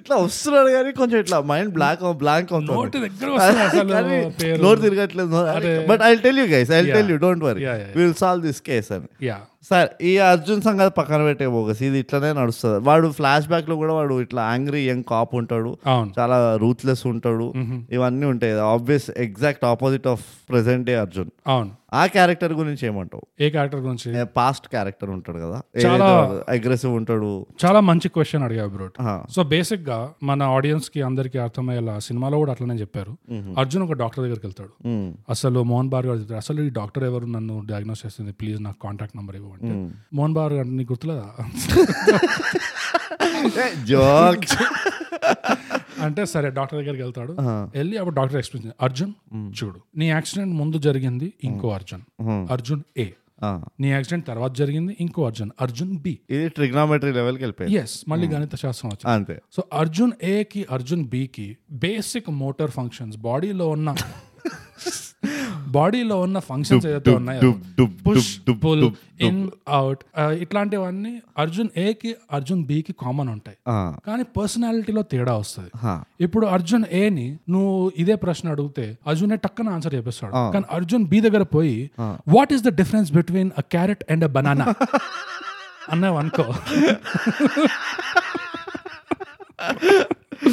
[SPEAKER 3] ఇట్లా వస్తున్నాడు కానీ కొంచెం ఇట్లా మైండ్ బ్లాక్ బ్లాంక్
[SPEAKER 2] నోటి
[SPEAKER 3] అవుతుంది
[SPEAKER 2] దగ్గర వస్తుంది అసలు
[SPEAKER 3] కానీ
[SPEAKER 2] పేరు.
[SPEAKER 3] నోరు తిరగట్లేదు
[SPEAKER 2] అరే.
[SPEAKER 3] But I tell you guys I tell you don't worry
[SPEAKER 2] Yeah, yeah.
[SPEAKER 3] Will solve this case అని
[SPEAKER 2] యా
[SPEAKER 3] సార్ ఈ అర్జున్ సంగతి పక్కన పెట్టే బోగస్ ఇది ఇట్లనే నడుస్తుంది వాడు ఫ్లాష్ బ్యాక్ లో కూడా వాడు ఇట్లా యాంగ్రీ యంగ్ కాప్ ఉంటాడు
[SPEAKER 2] అవును.
[SPEAKER 3] చాలా రూత్లెస్ ఉంటాడు ఇవన్నీ ఉంటాయి obvious exact opposite of present day Arjun
[SPEAKER 2] అవును
[SPEAKER 3] ఆ క్యారెక్టర్ గురించి ఏమంటావు
[SPEAKER 2] ఏ క్యారెక్టర్ గురించి
[SPEAKER 3] పాస్ట్ క్యారెక్టర్ ఉంటాడు కదా
[SPEAKER 2] చాలా-
[SPEAKER 3] అగ్రెసివ్ ఉంటాడు (laughs)
[SPEAKER 2] చాలా మంచి క్వశ్చన్ అడిగా బ్రోట్
[SPEAKER 3] ఆ,
[SPEAKER 2] సో బేసిక్ గా మన ఆడియన్స్ కి అందరికి అర్థమయ్యేలా సినిమాలో కూడా అట్లనే చెప్పారు అర్జున్ ఒక డాక్టర్ దగ్గరికి వెళ్తాడు
[SPEAKER 3] ఉమ్,
[SPEAKER 2] అసలు మోహన్ బార్ గారు చెప్తారు అసలు ఈ డాక్టర్ ఎవరు నన్ను డయాగ్నోస్ చేస్తుంది ప్లీజ్ నాకు కాంటాక్ట్ నెంబర్ ఇవ్వండి మోహన్ బార్ గారు నీకు గుర్తులేదా
[SPEAKER 3] ఏ, joke.
[SPEAKER 2] అంటే సరే డాక్టర్ దగ్గరికి వెళ్తాడు వెళ్ళి అప్పుడు డాక్టర్ ఎక్స్ప్లెయిన్ చేయండి అర్జున్ చూడు నీ యాక్సిడెంట్ ముందు జరిగింది ఇంకో అర్జున్ అర్జున్ ఏ
[SPEAKER 3] ఆ,
[SPEAKER 2] నీ యాక్సిడెంట్ తర్వాత జరిగింది ఇంకో అర్జున్ అర్జున్ బి
[SPEAKER 3] ఇది ట్రిగ్నామెట్రీ లెవెల్కి వెళ్ళిపోయింది
[SPEAKER 2] ఎస్ మళ్ళీ గణిత శాస్త్రం వచ్చింది
[SPEAKER 3] అంతే
[SPEAKER 2] సో అర్జున్ ఏ కి అర్జున్ బి కి బేసిక్ మోటార్ ఫంక్షన్స్ బాడీలో ఉన్న బాడీలో ఉన్న ఫంక్షన్స్ ఏదైతే ఉన్నాయో
[SPEAKER 3] dub, dub,
[SPEAKER 2] push
[SPEAKER 3] dub,
[SPEAKER 2] pull
[SPEAKER 3] dub,
[SPEAKER 2] in out ఇట్లాంటివన్నీ అర్జున్ ఏ కి అర్జున్ బి కి కామన్ ఉంటాయి
[SPEAKER 3] ఆ,
[SPEAKER 2] కానీ పర్సనాలిటీలో తేడా వస్తుంది
[SPEAKER 3] హా.
[SPEAKER 2] ఇప్పుడు అర్జున్ ఏ ని నువ్వు ఇదే ప్రశ్న అడిగితే అర్జున్ టక్కన ఆన్సర్ చెప్పేస్తాడు కానీ అర్జున్ బి దగ్గర పోయి what is the difference between a carrot and a
[SPEAKER 3] (laughs)
[SPEAKER 2] banana అన్నావు అనుకో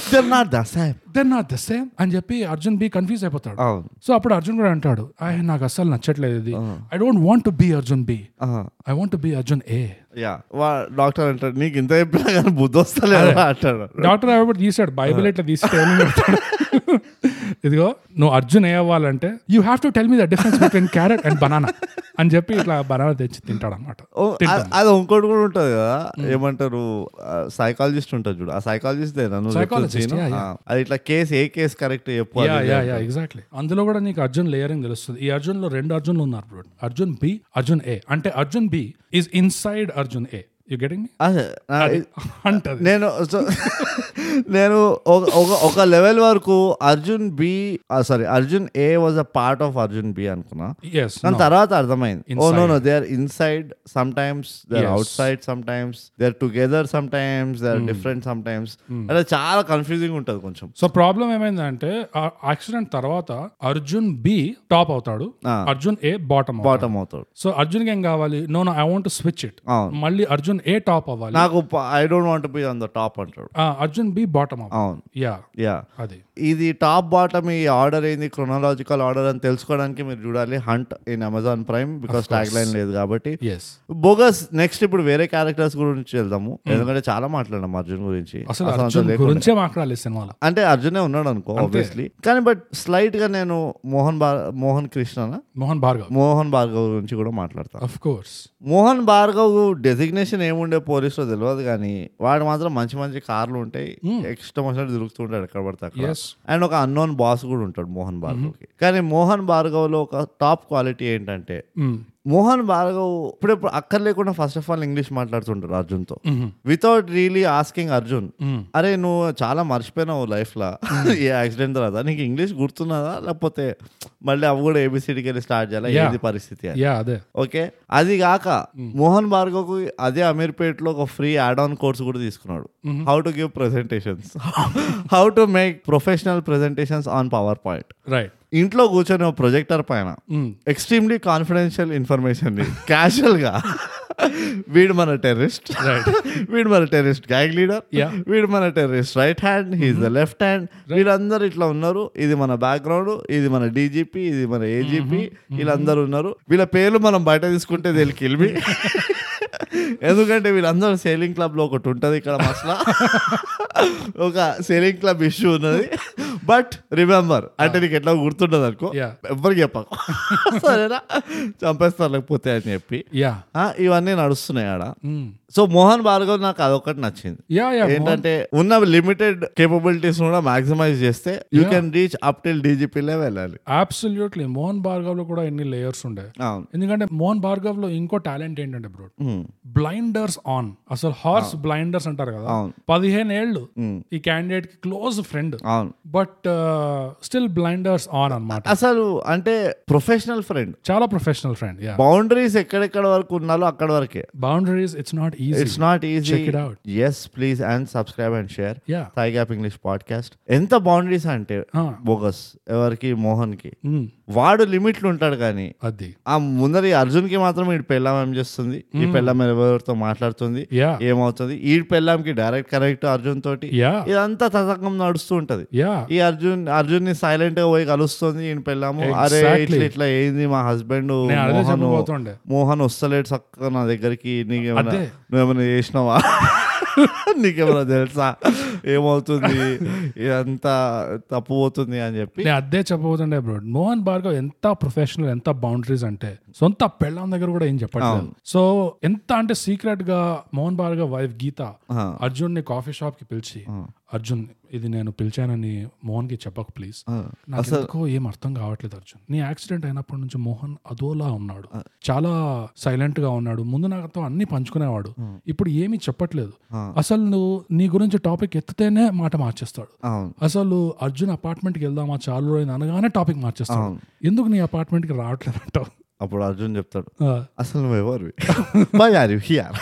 [SPEAKER 3] They're not the same.
[SPEAKER 2] Then not the same అని చెప్పి అర్జున్ బి కన్ఫ్యూజ్ అయిపోతాడు
[SPEAKER 3] అవును
[SPEAKER 2] సో అప్పుడు అర్జున్ కూడా అంటాడు "ఆయ్, నాకు అస్సలు నచ్చట్లేదు ఇది I don't want to be Arjun B
[SPEAKER 3] ఆ.
[SPEAKER 2] I want B Arjun A
[SPEAKER 3] yeah వా డాక్టర్ అంటాడు నీకు ఇంత చెప్పినా కానీ బుద్ధి వస్తలేదు అంటాడు
[SPEAKER 2] డాక్టర్ ఎవరు తీసాడు బైబిల్ ఇట్లా తీసాడు ఇదిగో నువ్వు అర్జున్ ఏ అవ్వాలంటే you have to tell me the difference between carrot and banana అని చెప్పి ఇట్లా బనానా తెచ్చి తింటాడు అనమాట
[SPEAKER 3] ఓ, అ- అది ఇంకోటి కూడా ఉంటుంది కదా ఏమంటారు సైకాలజిస్ట్ ఉంటుంది చూడు ఆ సైకాలజిస్ట్
[SPEAKER 2] Psychologist, yeah, yeah.
[SPEAKER 3] అది ఇట్లా కేసు ఏ కేసు కరెక్ట్ చెప్పు
[SPEAKER 2] యా యా యా ఎగ్జాక్ట్లీ అందులో కూడా నీకు అర్జున్ లేయరింగ్ తెలుస్తుంది ఈ అర్జున్ లో రెండు అర్జున్లు ఉన్నారు bro Arjun B Arjun A అంటే Arjun B is inside Arjun A you getting me
[SPEAKER 3] అదే, ఆ, ఇ-
[SPEAKER 2] అంటది
[SPEAKER 3] నేను so, (laughs) నేను ఒక- ఒక- ఒక లెవెల్ వరకు Arjun B sorry Arjun A was a part of Arjun B అనుకున్నా
[SPEAKER 2] ఎస్
[SPEAKER 3] దాని తర్వాత అర్థమైంది Oh, oh no
[SPEAKER 2] Inside.
[SPEAKER 3] No they are inside sometimes they are
[SPEAKER 2] Yes. Hmm.
[SPEAKER 3] Outside sometimes they are together sometimes they are different sometimes అంటే చాలా confusing ఉంటుంది కొంచెం
[SPEAKER 2] so problem ఏమైందంటే ఆ accident తర్వాత Arjun B top అవుతాడు
[SPEAKER 3] Ah.
[SPEAKER 2] Arjun A bottom
[SPEAKER 3] bottom అవుతాడు
[SPEAKER 2] so Arjun ఏం కావాలి no no I want switch it
[SPEAKER 3] అవును
[SPEAKER 2] మళ్ళీ అర్జున్ ఏ టాప్ అవ్వాలి
[SPEAKER 3] నాకు I don't want be on the top అంటాడు
[SPEAKER 2] ఆ, అర్జున్ బి బాటమ్ అవ్వాలి
[SPEAKER 3] అవును
[SPEAKER 2] యా
[SPEAKER 3] యా
[SPEAKER 2] అది
[SPEAKER 3] ఇది టాప్ బాటమ్ ఈ ఆర్డర్ ఏంది క్రొనాలజికల్ ఆర్డర్ అని తెలుసుకోవడానికి మీరు చూడాలి Hunt in Amazon Prime because tag line లేదు కాబట్టి
[SPEAKER 2] ఎస్
[SPEAKER 3] బోగస్ నెక్స్ట్ ఇప్పుడు వేరే క్యారెక్టర్స్ గురించి వెళ్దాము ఎందుకంటే చాలా మాట్లాడినాం అర్జున్ గురించి
[SPEAKER 2] Hmm. అసలు
[SPEAKER 3] అసలు అంత
[SPEAKER 2] అర్జున్
[SPEAKER 3] లేకుండా.
[SPEAKER 2] గురించే మాట్లాడాలి ఈ సినిమాలో
[SPEAKER 3] అంటే అర్జునే ఉన్నాడు అనుకో ఆబ్వియస్లీ కానీ బట్ స్లైట్ గా నేను మోహన్ భార్ మోహన్ కృష్ణనా
[SPEAKER 2] మోహన్ భార్గవ్
[SPEAKER 3] మోహన్ భార్గవ్ గురించి కూడా మాట్లాడతాను
[SPEAKER 2] of course
[SPEAKER 3] Mohan Bhargav designation ఏముండే పోలీసులో తెలియదు కానీ వాడు మాత్రం మంచి మంచి కార్లు ఉంటాయి ఇష్టం వచ్చినట్టు తిరుగుతుంటాడు ఎక్కడ పడితే అక్కడ
[SPEAKER 2] Hmm. Yes. Hmm.
[SPEAKER 3] అండ్ ఒక అన్నోన్ బాస్ కూడా ఉంటాడు మోహన్ భార్గవ్కి కానీ మోహన్ భార్గవ్ లో ఒక టాప్ క్వాలిటీ ఏంటంటే మోహన్ భార్గవ్ ఇప్పుడెప్పుడు అక్కర్లేకుండా ఫస్ట్ ఆఫ్ ఆల్ ఇంగ్లీష్ మాట్లాడుతుంటారు అర్జున్తో
[SPEAKER 2] Hmm.
[SPEAKER 3] Without really asking Arjun అరే నువ్వు చాలా మర్చిపోయినావు లైఫ్లో
[SPEAKER 2] Hmm.
[SPEAKER 3] (laughs) ఏ యాక్సిడెంట్ తర్వాత నీకు ఇంగ్లీష్ గుర్తున్నదా లేకపోతే మళ్ళీ అవి కూడా ఏబిసిడికి వెళ్ళి స్టార్ట్ చేయాలి
[SPEAKER 2] Yeah.
[SPEAKER 3] ఏది పరిస్థితి అని
[SPEAKER 2] యా అదే
[SPEAKER 3] ఓకే అది కాక మోహన్ భార్గవ్కు అదే అమీర్పేట్లో ఒక ఫ్రీ యాడ్ ఆన్ కోర్స్ కూడా తీసుకున్నాడు how to give presentations how to make professional presentations on PowerPoint
[SPEAKER 2] right
[SPEAKER 3] ఇంట్లో కూర్చొని ఒక ప్రొజెక్టర్ పైన ఎక్స్ట్రీమ్లీ కాన్ఫిడెన్షియల్ ఇన్ఫర్మేషన్ ని క్యాజువల్ గా వీడు మన టెర్రిస్ట్ వీడు మన టెర్రిస్ట్ గ్యాంగ్ లీడర్
[SPEAKER 2] Yeah. Mm-hmm.
[SPEAKER 3] వీడు మన terrorist right hand he's the left hand వీళ్ళందరూ ఇట్లా ఉన్నారు ఇది మన బ్యాక్గ్రౌండ్ ఇది మన డీజీపీ ఇది
[SPEAKER 2] Mm-hmm.
[SPEAKER 3] మన ఏజీపీ వీళ్ళందరూ ఉన్నారు వీళ్ళ పేర్లు మనం బయట తీసుకుంటే తెలికిల్మి ఎందుకంటే వీళ్ళందరూ సేలింగ్ క్లబ్ లో ఒకటి ఉంటుంది ఇక్కడ మసలా ఒక సేలింగ్ క్లబ్ ఇష్యూ ఉన్నది బట్ రిమెంబర్ అంటే నీకు ఎట్లా గుర్తుండదు అనుకో
[SPEAKER 2] Yeah.
[SPEAKER 3] ఎవరికి చెప్పకు సరేనా చంపేస్తారు లేకపోతే అని చెప్పి
[SPEAKER 2] యా
[SPEAKER 3] ఆ, ఇవన్నీ నడుస్తున్నాయి ఆడ సో మోహన్ భార్గవ్ నాకు అదొకటి నచ్చింది
[SPEAKER 2] యా యా
[SPEAKER 3] ఏంటంటే ఉన్న లిమిటెడ్ కేపబిలిటీస్ కూడా మాక్సిమైజ్ చేస్తే you can reach up till డీజీపీలే వెళ్ళాలి
[SPEAKER 2] అబ్సల్యూట్లీ మోహన్ భార్గవ్ లో కూడా ఎన్ని లేయర్స్ ఉండే
[SPEAKER 3] అవును
[SPEAKER 2] ఎందుకంటే మోహన్ భార్గవ్ లో ఇంకో టాలెంట్ ఏంటంటే బ్రో బ్లైండర్స్ ఆన్ అసలు హార్స్ బ్లైండర్స్ అంటారు కదా
[SPEAKER 3] అవును.
[SPEAKER 2] పదిహేను ఏళ్ళు ఈ క్యాండిడేట్ కి క్లోజ్ ఫ్రెండ్
[SPEAKER 3] అవును
[SPEAKER 2] but uh, still blinders on అన్నమాట
[SPEAKER 3] అసలు అంటే ప్రొఫెషనల్ ఫ్రెండ్
[SPEAKER 2] చాలా ప్రొఫెషనల్ ఫ్రెండ్ యా
[SPEAKER 3] బౌండరీస్ ఎక్కడెక్కడ వరకు ఉన్నాలో అక్కడ వరకే
[SPEAKER 2] boundaries it's not easy
[SPEAKER 3] it's not easy
[SPEAKER 2] Check it out.
[SPEAKER 3] Yes please and subscribe and share
[SPEAKER 2] yeah
[SPEAKER 3] thigh gap English podcast ఎంత బౌండరీస్ అంటే
[SPEAKER 2] Ah.
[SPEAKER 3] బోగస్ ఎవరికి మోహన్ కి వాడు లిమిట్లు ఉంటాడు కానీ
[SPEAKER 2] అది
[SPEAKER 3] ఆ ముందర ఈ అర్జున్ కి మాత్రం ఈ పెళ్ళాం ఏం చేస్తుంది ఈ పెళ్ళాం ఎవరితో మాట్లాడుతుంది
[SPEAKER 2] యా
[SPEAKER 3] ఏమవుతుంది ఈ పెళ్ళాంకి డైరెక్ట్ కనెక్ట్ అర్జున్ తోటి
[SPEAKER 2] యా
[SPEAKER 3] ఇదంతా తతకం నడుస్తూ ఉంటది
[SPEAKER 2] యా
[SPEAKER 3] ఈ అర్జున్ అర్జున్ ని సైలెంట్ గా పోయి కలుస్తుంది ఈయన పెళ్ళాము అరే
[SPEAKER 2] Exactly.
[SPEAKER 3] ఇట్లా ఇట్లా ఏంది మా హస్బెండ్
[SPEAKER 2] నేను అదే
[SPEAKER 3] మోహన్
[SPEAKER 2] చెప్పబోతుండే
[SPEAKER 3] మోహన్ వస్తలేడు చక్కగా నా దగ్గరికి నీకేమైనా
[SPEAKER 2] అదే.
[SPEAKER 3] నువ్వేమైనా చేసినావా నీకేమైనా తెలుసా ఏమవుతుంది ఇదంతా తప్పు పోతుంది అని చెప్పి
[SPEAKER 2] నేను అదే చెప్పబోతుండే బ్రో మోహన్ భార్గవ్ ఎంత ప్రొఫెషనల్ ఎంత బౌండరీస్ అంటే సొంత పెళ్ళాం దగ్గర కూడా ఏం చెప్పట్లేదు సో ఎంత అంటే సీక్రెట్ గా మోహన్ భార్గవ్ వైఫ్ గీత అర్జున్ ని కాఫీ షాప్ కి పిలిచి అర్జున్ ఇది నేను పిలిచానని మోహన్ కి చెప్పకు ప్లీజ్ నాకు ఎందుకో ఏం అర్థం కావట్లేదు అర్జున్ నీ యాక్సిడెంట్ అయినప్పటి నుంచి మోహన్ అదోలా ఉన్నాడు చాలా సైలెంట్ గా ఉన్నాడు ముందు నాతో అన్ని పంచుకునేవాడు ఇప్పుడు ఏమీ చెప్పట్లేదు అసలు నువ్వు నీ గురించి టాపిక్ ఎత్తితేనే మాట మార్చేస్తాడు
[SPEAKER 3] అవును
[SPEAKER 2] అసలు అర్జున్ apartment కి వెళ్దామా చాలు రోజులు అనగానే టాపిక్ మార్చేస్తాను ఎందుకు నీ apartment కి రావట్లేదు అంటావు
[SPEAKER 3] అప్పుడు అర్జున్ చెప్తాడు
[SPEAKER 2] ఆ,
[SPEAKER 3] అసలు నువ్వెవరు బాగా హియర్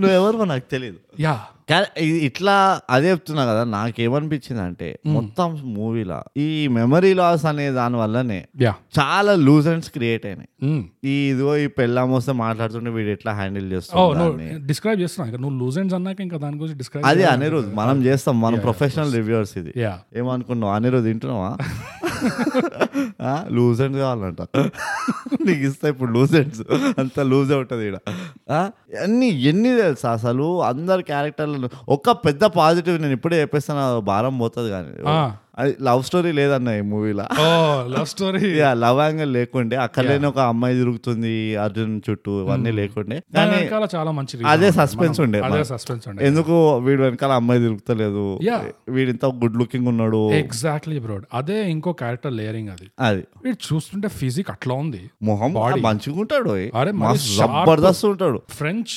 [SPEAKER 3] నువ్వెవరు నాకు తెలియదు
[SPEAKER 2] యా
[SPEAKER 3] కా- ఇ- ఇట్లా అదే చెప్తున్నా కదా నాకేమనిపించింది అంటే మొత్తం మూవీలా ఈ మెమరీ లాస్ అనే దాని వల్లనే
[SPEAKER 2] యా
[SPEAKER 3] చాలా లూజ్ అండ్స్ క్రియేట్ అయినాయి
[SPEAKER 2] మ్.
[SPEAKER 3] ఈ ఇదిగో ఈ పెళ్ళాం వస్తే మాట్లాడుతుంటే వీడు ఎట్లా హ్యాండిల్
[SPEAKER 2] ఓ
[SPEAKER 3] చేస్తావు
[SPEAKER 2] నువ్వు డిస్క్రైబ్ చేస్తున్నా ఇంకా నువ్వు లూజ్ అండ్స్ అన్నాక ఇంకా దాని గురించి డిస్క్రైబ్
[SPEAKER 3] అది అనిరుద్ మనం చేస్తాం మనం ప్రొఫెషనల్ రివ్యూవర్స్ ఇది
[SPEAKER 2] యా
[SPEAKER 3] ఏమనుకున్నావు అనిరుద్ వింటున్నావా లూజ్ అండ్ కావాలంట నీకు ఇస్తా ఇప్పుడు లూజ్ అండ్స్ అంత లూజ్ అవుతుంది ఇక్కడ అన్ని ఎన్ని తెలుసా అసలు అందరి క్యారెక్టర్లను ఒక్క పెద్ద పాజిటివ్ నేను ఇప్పుడే చెప్పేస్తాను అది భారం పోతుంది కానీ
[SPEAKER 2] ఆ.
[SPEAKER 3] అది లవ్ స్టోరీ లేదన్న ఈ మూవీలో
[SPEAKER 2] ఓ లవ్ స్టోరీ
[SPEAKER 3] లవ్ యాంగిల్ లేకుండే అక్కడలేని ఒక అమ్మాయి తిరుగుతుంది అర్జున్ చుట్టూ ఇవన్నీ లేకుండే
[SPEAKER 2] Hmm. దాని
[SPEAKER 3] కానీ
[SPEAKER 2] వెనకాల చాలా మంచి reason
[SPEAKER 3] అదే
[SPEAKER 2] ఉంది.
[SPEAKER 3] సస్పెన్స్
[SPEAKER 2] మనం-
[SPEAKER 3] ఉండే
[SPEAKER 2] అదే
[SPEAKER 3] మనం.
[SPEAKER 2] సస్పెన్స్ ఉండే
[SPEAKER 3] ఎందుకు వీడు వెనకాల అమ్మాయి తిరుగుతలేదు
[SPEAKER 2] Yeah.
[SPEAKER 3] వీడు ఇంత గుడ్ లుకింగ్ ఉన్నాడు
[SPEAKER 2] ఎగ్జాక్ట్లీ బ్రోడ్ అదే ఇంకో క్యారెక్టర్ లేయరింగ్ అది
[SPEAKER 3] అది
[SPEAKER 2] వీడు చూస్తుంటే ఫిజిక్ అట్లా ఉంది
[SPEAKER 3] మొహం మంచిగా ఉంటాడు
[SPEAKER 2] అరే, మరి
[SPEAKER 3] మస్తు
[SPEAKER 2] sharp.
[SPEAKER 3] జబర్దస్త్ ఉంటాడు
[SPEAKER 2] ఫ్రెంచ్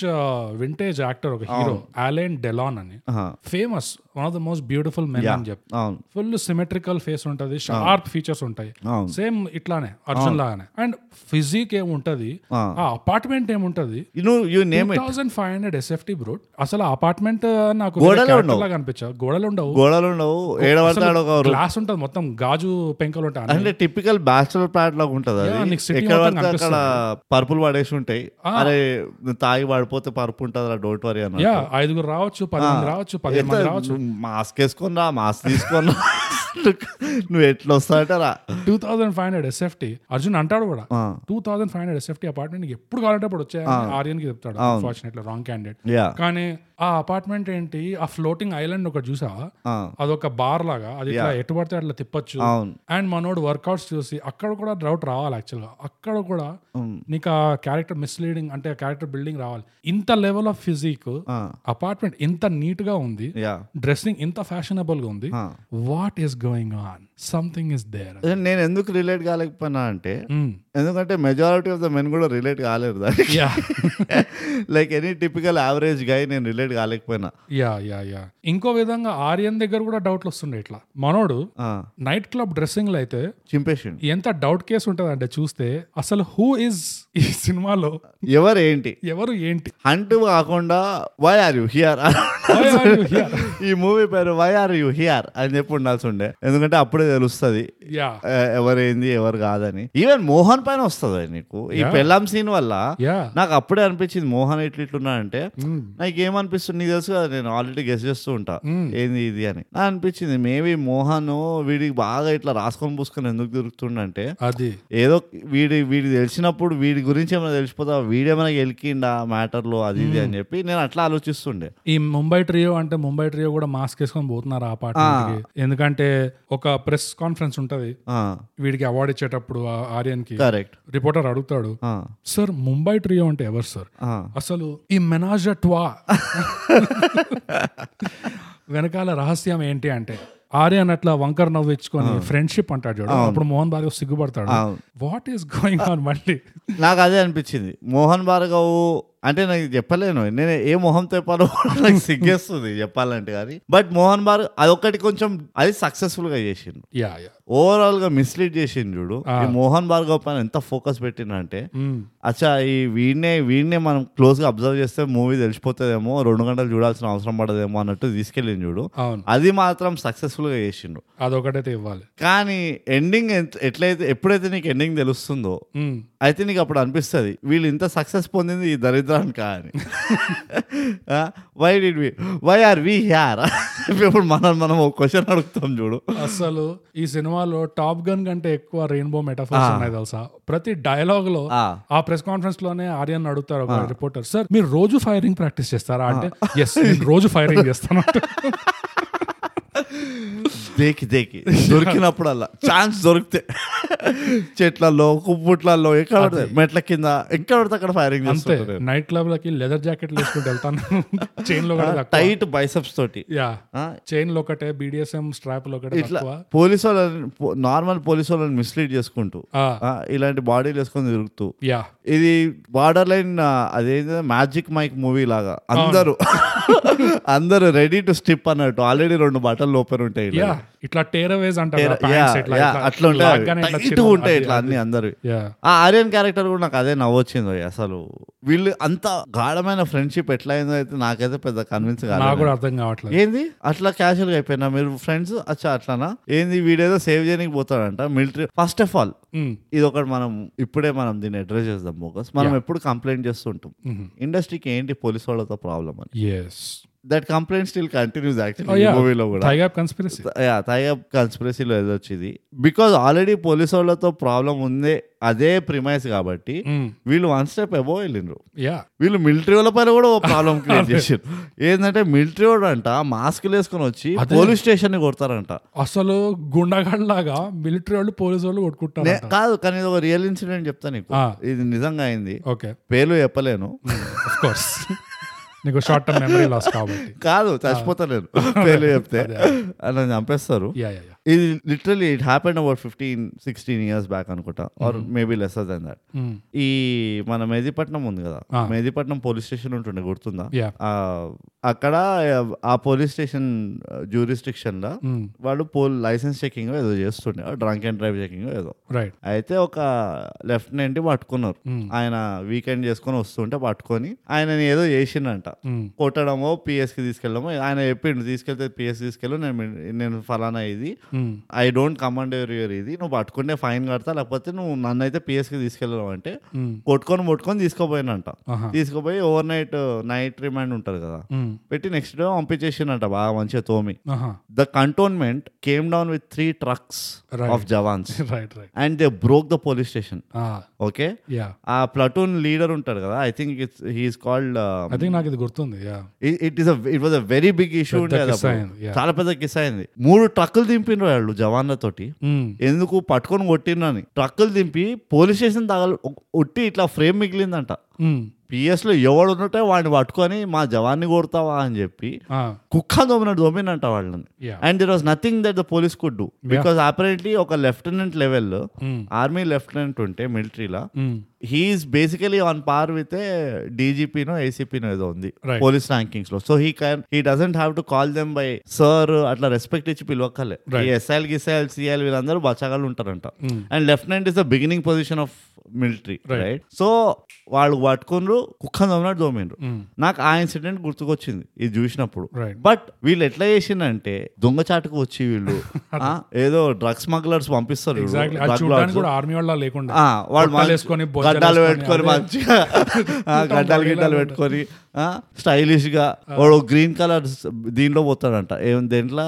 [SPEAKER 2] వింటేజ్ యాక్టర్ ఒక హీరో అలెన్ డెలాన్ అని
[SPEAKER 3] ఆహా.
[SPEAKER 2] Famous one of the most beautiful men అని చెప్పి
[SPEAKER 3] అవును
[SPEAKER 2] ఫుల్ సిమెట్రికల్ ఫేస్ ఉంటది షార్ప్ ఫీచర్స్ ఉంటాయి
[SPEAKER 3] అవును
[SPEAKER 2] సేమ్ ఇట్లానే అర్జున్ లాగానే అండ్ ఫిజిక్ ఏముంటది
[SPEAKER 3] ఆ.
[SPEAKER 2] ఆ అపార్ట్మెంట్ ఏముంటది
[SPEAKER 3] నువ్వు you
[SPEAKER 2] two
[SPEAKER 3] name it
[SPEAKER 2] thousand five hundred SFT bro అసలు అపార్ట్మెంట్ నాకు
[SPEAKER 3] గోడలు ఉండవు.
[SPEAKER 2] లాగా అనిపించావు గోడలు ఉండవు
[SPEAKER 3] గోడలు ఉండవు
[SPEAKER 2] Oh,
[SPEAKER 3] ఏడబడతాడు ఒక రూ-
[SPEAKER 2] గ్లాస్ ఉంటది మొత్తం గాజు పెంకలు ఉంటాయి అన్ని.
[SPEAKER 3] అంటే టిపికల్ బ్యాచులర్ ప్లాట్ లాగా ఉంటది
[SPEAKER 2] Yeah,
[SPEAKER 3] అది
[SPEAKER 2] నీకు city
[SPEAKER 3] ఎక్కడ
[SPEAKER 2] మొత్తం Ah.
[SPEAKER 3] పడితే అక్కడ పరుపులు పడేసి ఉంటాయి అరే నువ్వు తాగి పడిపోతే పరుపు ఉంటుంది డోంట్ వరీ అన్న
[SPEAKER 2] యా ఐదుగురు రావచ్చు పది మంది రావచ్చు పదిహేను మంది రావచ్చు
[SPEAKER 3] మాస్క్ వేసుకొని రా మాస్క్ తీసుకొని
[SPEAKER 2] (laughs)
[SPEAKER 3] రా. నువ్వు ఎట్లా వస్తావంటే రా
[SPEAKER 2] two thousand five hundred SFT Arjun అంటాడు కూడా
[SPEAKER 3] ఆ.
[SPEAKER 2] Two thousand five hundred SFT apartment ఎప్పుడు కావాలంటే అప్పుడు వచ్చాయని ఆర్యన్ కి చెప్తాడు అన్ఫార్చునేట్లీ రాంగ్ క్యాండిడేట్
[SPEAKER 3] యా
[SPEAKER 2] కానీ ఆ అపార్ట్మెంట్ ఏంటి ఆ ఫ్లోటింగ్ ఐలాండ్ ఒకటి చూసావా అదొక బార్ లాగా అది ఇట్లా ఎటు పడితే అట్లా తిప్పొచ్చు
[SPEAKER 3] అవును
[SPEAKER 2] అండ్ మనోడు వర్కౌట్స్ చూసి అక్కడ కూడా డౌట్ రావాలి యాక్చువల్గా అక్కడ కూడా నీకు ఆ క్యారెక్టర్ మిస్లీడింగ్ అంటే క్యారెక్టర్ బిల్డింగ్ రావాలి ఇంత లెవెల్ ఆఫ్ ఫిజిక్ అపార్ట్మెంట్ ఇంత నీట్ గా ఉంది
[SPEAKER 3] యా
[SPEAKER 2] డ్రెస్సింగ్ ఇంత ఫ్యాషనబుల్ గా ఉంది what is going on something is there
[SPEAKER 3] నేను ఎందుకు రిలేట్ కాలేకపోయినా అంటే
[SPEAKER 2] Mm.
[SPEAKER 3] ఎందుకంటే మెజారిటీ ఆఫ్ ద మెన్ కూడా రిలేట్ కాలేరు దానికి
[SPEAKER 2] yeah
[SPEAKER 3] like any typical average guy నేను రిలేట్ కాలేకపోయినా
[SPEAKER 2] యా యా యా ఇంకో విధంగా ఆర్యన్ దగ్గర కూడా డౌట్లు వస్తుండే ఇట్లా మనోడు
[SPEAKER 3] ఆ,
[SPEAKER 2] నైట్ క్లబ్ డ్రెస్సింగ్ లో అయితే
[SPEAKER 3] చింపేసిండు
[SPEAKER 2] ఎంత డౌట్ కేసు ఉంటుంది అంటే చూస్తే అసలు హూ ఇస్ ఈ సినిమాలో
[SPEAKER 3] ఎవరు ఏంటి
[SPEAKER 2] ఎవరు ఏంటి
[SPEAKER 3] హంట్ కాకుండా why are you here
[SPEAKER 2] Why are you here?
[SPEAKER 3] ఈ మూవీ పేరు వై ఆర్ యు హియర్ అని చెప్పి ఉండాల్సి ఉండే ఎందుకంటే అప్పుడే తెలుస్తుంది
[SPEAKER 2] యా
[SPEAKER 3] ఎవరైంది ఎవరు కాదని ఈవెన్ మోహన్ మోహన్ పైన వస్తుంది నీకు ఈ పెళ్ళాం సీన్ వల్ల
[SPEAKER 2] యా
[SPEAKER 3] నాకు అప్పుడే అనిపించింది మోహన్ ఇట్లా ఇట్లున్నాడంటే నాకు ఏమనిపిస్తుంది నీకు తెలుసు కదా నేను ఆల్రెడీ గెస్ చేస్తూ ఉంటా ఏంది ఇది అని నాకు అనిపించింది మేబీ మోహన్ వీడికి బాగా ఇట్లా రాసుకొని పూసుకొని ఎందుకు దొరుకుతుండంటే
[SPEAKER 2] అది
[SPEAKER 3] ఏదో వీడి వీడి తెలిసినప్పుడు వీడి గురించి ఏమైనా తెలిసిపోతా వీడేమైనా గెలికిండా మ్యాటర్లో అది ఇది అని చెప్పి నేను అట్లా ఆలోచిస్తుండే
[SPEAKER 2] ఈ ముంబై ట్రియో అంటే ముంబై ట్రియో కూడా మాస్క్ వేసుకొని పోతున్నారు ఆ apartment కి ఎందుకంటే ఒక ప్రెస్ కాన్ఫరెన్స్ ఉంటది వీడికి అవార్డు ఇచ్చేటప్పుడు ఆ ఆర్యన్ కి
[SPEAKER 3] కరెక్ట్
[SPEAKER 2] రిపోర్టర్ అడుగుతాడు సార్ ముంబై ట్రియో అంటే ఎవరు సార్ అసలు ఈ మెనాజ్ ట్వా వెనకాల రహస్యం ఏంటి అంటే ఆర్యన్ అట్లా వంకర్ నవ్వు ఇచ్చుకొని ఫ్రెండ్షిప్ అంటాడు చూడు అప్పుడు మోహన్ భార్గవ్ సిగ్గుపడతాడు వాట్ ఈస్ గోయింగ్ ఆన్ మళ్ళీ
[SPEAKER 3] నాకు అదే అనిపించింది మోహన్ భార్గవ్ అంటే నాకు చెప్పలేను నేను ఏ మొహం తెప్పాలో కూడా నాకు సిగ్గేస్తుంది చెప్పాలంటే కానీ బట్ మోహన్ భార్గవ్ అదొకటి కొంచెం అది సక్సెస్ఫుల్ గా చేసిండు
[SPEAKER 2] యా యా
[SPEAKER 3] ఓవరాల్ గా మిస్లీడ్ చేసిండు చూడు ఈ మోహన్ భార్గవ్ పైన ఎంత ఫోకస్ పెట్టిండంటే అచ్చా ఈ వీడినే వీడినే మనం క్లోజ్ గా అబ్జర్వ్ చేస్తే మూవీ తెలిసిపోతుందేమో రెండు గంటలు చూడాల్సిన అవసరం పడదేమో అన్నట్టు తీసుకెళ్ళింది చూడు
[SPEAKER 2] అవును
[SPEAKER 3] అది మాత్రం సక్సెస్ఫుల్ గా చేసిండు
[SPEAKER 2] అదొకటైతే ఇవ్వాలి
[SPEAKER 3] కానీ ఎండింగ్ ఎట్లయితే ఎప్పుడైతే నీకు ఎండింగ్ తెలుస్తుందో
[SPEAKER 2] ఉమ్.
[SPEAKER 3] అయితే నీకు అప్పుడు అనిపిస్తుంది వీళ్ళు ఇంత సక్సెస్ పొందింది ఈ దరిద్రానికి అని (laughs) why did we why are we here (laughs) ఇప్పుడు మనం మనం ఒక క్వశ్చన్ అడుగుతాం చూడు
[SPEAKER 2] అసలు ఈ సినిమాలో టాప్ గన్ కంటే ఎక్కువ రెయిన్బో మెటాఫర్స్ ఉన్నాయి తెలుసా ప్రతి డైలాగ్ లో
[SPEAKER 3] ఆ.
[SPEAKER 2] ఆ ప్రెస్ కాన్ఫరెన్స్ లోనే ఆర్యన్ అడుగుతారు ఒక రిపోర్టర్ సార్ మీరు రోజు ఫైరింగ్ ప్రాక్టీస్ చేస్తారా అంటే ఎస్ నేను రోజు ఫైరింగ్
[SPEAKER 3] (laughs)
[SPEAKER 2] చేస్తాను
[SPEAKER 3] దేకి దేకి (laughs) దొరికినప్పుడల్లా ఛాన్స్
[SPEAKER 2] (laughs)
[SPEAKER 3] దొరికితే చెట్లలో కుప్పుట్లలో ఎక్కడ పడితే మెట్ల కింద ఎక్కడ పడితే అక్కడ ఫైరింగ్
[SPEAKER 2] అంతే
[SPEAKER 3] చేస్తుంటారు
[SPEAKER 2] నైట్ క్లబ్ లకి లెదర్ జాకెట్లు వేసుకుంటూ
[SPEAKER 3] (laughs)
[SPEAKER 2] వెళ్తాను చైన్ లో కూడా తక్కువ.
[SPEAKER 3] టైట్ బైసెప్స్ తోటి
[SPEAKER 2] యా
[SPEAKER 3] ఆ,
[SPEAKER 2] చైన్ లో ఒకటే బీడిఎస్ఎం స్ట్రాప్ లో ఒకటే
[SPEAKER 3] ఇట్లా
[SPEAKER 2] తక్కువ
[SPEAKER 3] పోలీసు వాళ్ళని నార్మల్ పోలీసు వాళ్ళని మిస్లీడ్ చేసుకుంటూ
[SPEAKER 2] ఆ,
[SPEAKER 3] ఆ, ఇలాంటి బాడీలు వేసుకొని తిరుగుతూ
[SPEAKER 2] యా
[SPEAKER 3] ఇది బార్డర్ లైన్ అదేంటి మ్యాజిక్ మైక్ మూవీ లాగా అందరూ (laughs) అందరూ రెడీ టు స్టిప్ అన్నట్టు ఆల్రెడీ రెండు బట్టలు లోపల ఉంటాయి ఇలా.
[SPEAKER 2] యా ఇట్లా టేరవేజ్
[SPEAKER 3] Yeah, yeah, yeah, అట్లా ఉంటాయి టైట్ ఉంటాయి ఇట్లా అన్ని అందరు
[SPEAKER 2] యా
[SPEAKER 3] ఆ ఆర్యన్ క్యారెక్టర్ కూడా నాకు అదే నవ్వొచ్చింది అయ్య, అసలు వీళ్ళు అంత గాఢమైన ఫ్రెండ్షిప్ ఎట్లా అయిందో అయితే నాకైతే పెద్ద కన్విన్స్
[SPEAKER 2] నాకు
[SPEAKER 3] కాదు
[SPEAKER 2] కూడా అర్థం కావట్లేదు
[SPEAKER 3] ఏంది అట్లా క్యాషువల్ గా అయిపోయినా మీరు ఫ్రెండ్స్ అచ్చా అట్లానా ఏంది వీడేదో సేవ్ చేయడానికి పోతాడంట military first of all
[SPEAKER 2] um,
[SPEAKER 3] ఇది ఒకటి మనం ఇప్పుడే మనం దీన్ని అడ్రస్ చేద్దాం మోకస్ మనం ఎప్పుడు కంప్లైంట్ చేస్తుంటాం
[SPEAKER 2] Mm-hmm.
[SPEAKER 3] ఇండస్ట్రీకి ఏంటి పోలీస్ వాళ్ళతో ప్రాబ్లం అని
[SPEAKER 2] yes
[SPEAKER 3] that complaint still continues
[SPEAKER 2] Oh,
[SPEAKER 3] actually
[SPEAKER 2] yeah.
[SPEAKER 3] మూవీలో కూడా
[SPEAKER 2] థైగా కన్స్పిరసీ
[SPEAKER 3] యా తాయిగా కన్స్పిరసీలో ఏదో వచ్చింది బికాజ్ ఆల్రెడీ పోలీస్ వాళ్ళతో ప్రాబ్లం ఉందే అదే ప్రిమైస్ కాబట్టి
[SPEAKER 2] Mm.
[SPEAKER 3] వీళ్ళు వన్ స్టెప్ అబో వెళ్ళిండ్రు
[SPEAKER 2] యా
[SPEAKER 3] వీళ్ళు మిలిటరీ వాళ్ళ పైన కూడా ప్రాబ్లం
[SPEAKER 2] (laughs)
[SPEAKER 3] క్రియేట్ చేసారు ఏంటంటే మిలిటరీ వాడు అంట మాస్కులు వేసుకొని వచ్చి పోలీస్ స్టేషన్ ని కొడతారంట
[SPEAKER 2] అసలు గుండాగడ్లాగా మిలిటరీ వాళ్ళు పోలీసు వాళ్ళు Ah, కొట్టుకుంటారు
[SPEAKER 3] నే- కాదు కానీ ఇది ఒక రియల్ ఇన్సిడెంట్ చెప్తా నీకు
[SPEAKER 2] ఆ.
[SPEAKER 3] ఇది నిజంగా అయింది
[SPEAKER 2] ఓకే
[SPEAKER 3] పేర్లు చెప్పలేను
[SPEAKER 2] ఆఫ్ కోర్స్ Mm, (laughs) నీకు షార్ట్ టర్మ్ మెమరీ లాస్ కాబట్టి
[SPEAKER 3] కాదు చచ్చిపోతలేను పేర్లు చెప్తే అలా చంపేస్తారు
[SPEAKER 2] యా యా యా
[SPEAKER 3] ఇది literally it happen about fifteen sixteen years back అనుకుంటా or maybe lesser than that
[SPEAKER 2] Mm,
[SPEAKER 3] ఈ మన మెహదీపట్నం ఉంది కదా
[SPEAKER 2] ఆ.
[SPEAKER 3] మెహదీపట్నం పోలీస్ స్టేషన్ ఉంటుండే గుర్తుందా
[SPEAKER 2] యా
[SPEAKER 3] ఆ, అక్కడ ఆ పోలీస్ స్టేషన్ జ్యూరిస్టిక్షన్ లా
[SPEAKER 2] Mm,
[SPEAKER 3] వాళ్ళు పోల్ లైసెన్స్ చెకింగ్ ఏదో చేస్తుండే డ్రంక్ అండ్ డ్రైవ్ చెకింగ్ ఏదో
[SPEAKER 2] రైట్
[SPEAKER 3] అయితే ఒక లెఫ్టినెంట్ పట్టుకున్నారు ఆయన వీకెండ్ చేసుకొని వస్తుంటే పట్టుకొని ఆయన ఏదో చేసిండంట కొట్టడమో పిఎస్ కి తీసుకెళ్ళడమో ఆయన చెప్పిండు తీసుకెళ్తే పిఎస్ తీసుకెళ్ళు నేను మిల్- నేను ఫలానా ఇది I don't command your your ఇది నువ్వు పట్టుకుంటే ఫైన్ కడతా లేకపోతే నువ్వు నన్ను అయితే పిఎస్ కి తీసుకెళ్ళడం అంటే కొట్టుకొని ముట్టుకొని తీసుకుపోయినంట
[SPEAKER 2] ఆహా.
[SPEAKER 3] తీసుకుపోయి ఓవర్ నైట్ నైట్ రిమాండ్ ఉంటారు కదా
[SPEAKER 2] Mm.
[SPEAKER 3] పెట్టి నెక్స్ట్ డే పంపించేసిండంట బాగా మంచిగా తోమి
[SPEAKER 2] ఆహా
[SPEAKER 3] the cantonment came down with three trucks
[SPEAKER 2] (laughs) Right. Ah,
[SPEAKER 3] of jawans
[SPEAKER 2] right right
[SPEAKER 3] and they broke the police station
[SPEAKER 2] ఆ
[SPEAKER 3] ఓకే
[SPEAKER 2] యా
[SPEAKER 3] ఆ ప్లటూన్ లీడర్ ఉంటాడు కదా I think it's he's called
[SPEAKER 2] I think నాకు ఇది గుర్తుంది yeah
[SPEAKER 3] it is it was a very big issue
[SPEAKER 2] పెద్ద
[SPEAKER 3] ఉండేది
[SPEAKER 2] kiss
[SPEAKER 3] అప్పుడు.
[SPEAKER 2] అయింది, yeah.
[SPEAKER 3] చాలా పెద్ద కిస్ అయింది మూడు ట్రక్కులు దింపిండ్రు వాళ్ళు జవాన్లతోటి
[SPEAKER 2] Mm,
[SPEAKER 3] ఎందుకు పట్టుకొని కొట్టిండ్రని ట్రక్కులు దింపి పోలీస్ స్టేషన్ తగల ఒట్టి ఇట్లా ఫ్రేమ్ మిగిలిందంట
[SPEAKER 2] mm,
[SPEAKER 3] PS లో ఎవడు ఉన్నట్టే వాడిని పట్టుకొని మా జవాన్ని కొడతావా అని చెప్పి
[SPEAKER 2] ah,
[SPEAKER 3] కుక్క దోమినట్టు దోమినంట వాళ్ళని
[SPEAKER 2] yeah
[SPEAKER 3] and there was nothing that the police could do because apparently ఒక lieutenant level
[SPEAKER 2] mm, Hmm.
[SPEAKER 3] Army lieutenant ఉంటే మిలిటరీలో he's basically on par with డీజీపీనో ఏసీపీనో ఏదో ఉంది
[SPEAKER 2] Right.
[SPEAKER 3] పోలీస్ ర్యాంకింగ్స్ లో so he can he doesn't have to call them by sir అట్లా respect ఇచ్చి పిలవక్కలే
[SPEAKER 2] Right. Hmm.
[SPEAKER 3] ఈ ఎస్ఐఎల్ గిసైఎల్ సిఎల్ వీళ్ళందరూ బచ్చగాళ్ళు ఉంటారంట and lieutenant is the beginning position of military right so వాళ్ళు పట్టుకున్నారు కుక్క దమ్మినట్టు దోమిండ్రు
[SPEAKER 2] Hmm.
[SPEAKER 3] నాకు ఆ ఇన్సిడెంట్ గుర్తుకొచ్చింది ఇది చూసినప్పుడు
[SPEAKER 2] mm. Right.
[SPEAKER 3] బట్ వీళ్ళు ఎట్లా చేసిందంటే దొంగచాటుకు వచ్చి
[SPEAKER 2] (laughs)
[SPEAKER 3] వీళ్ళు ఆ, ఏదో డ్రగ్ స్మగ్లర్స్ పంపిస్తారు వీళ్ళు.
[SPEAKER 2] ఎగ్జాక్ట్లీ అది
[SPEAKER 3] Drug lords.
[SPEAKER 2] చూడడానికి కూడా ఆర్మీ వాళ్ళ లేకుండా
[SPEAKER 3] ఆ, Ah, వాళ్ళు
[SPEAKER 2] బొట్టాలు
[SPEAKER 3] మంచి-
[SPEAKER 2] వేసుకొని, బొజ్జలు
[SPEAKER 3] గడ్డాలు
[SPEAKER 2] వేసుకొని,
[SPEAKER 3] పెట్టుకొని
[SPEAKER 2] అదే.
[SPEAKER 3] మంచిగా ఆ,
[SPEAKER 2] (laughs)
[SPEAKER 3] గడ్డాలు గిడ్డాలు పెట్టుకొని స్టైలిష్ గా వాడు గ్రీన్ కలర్ దీనిలో పోతాడంట ఏం దేంట్లో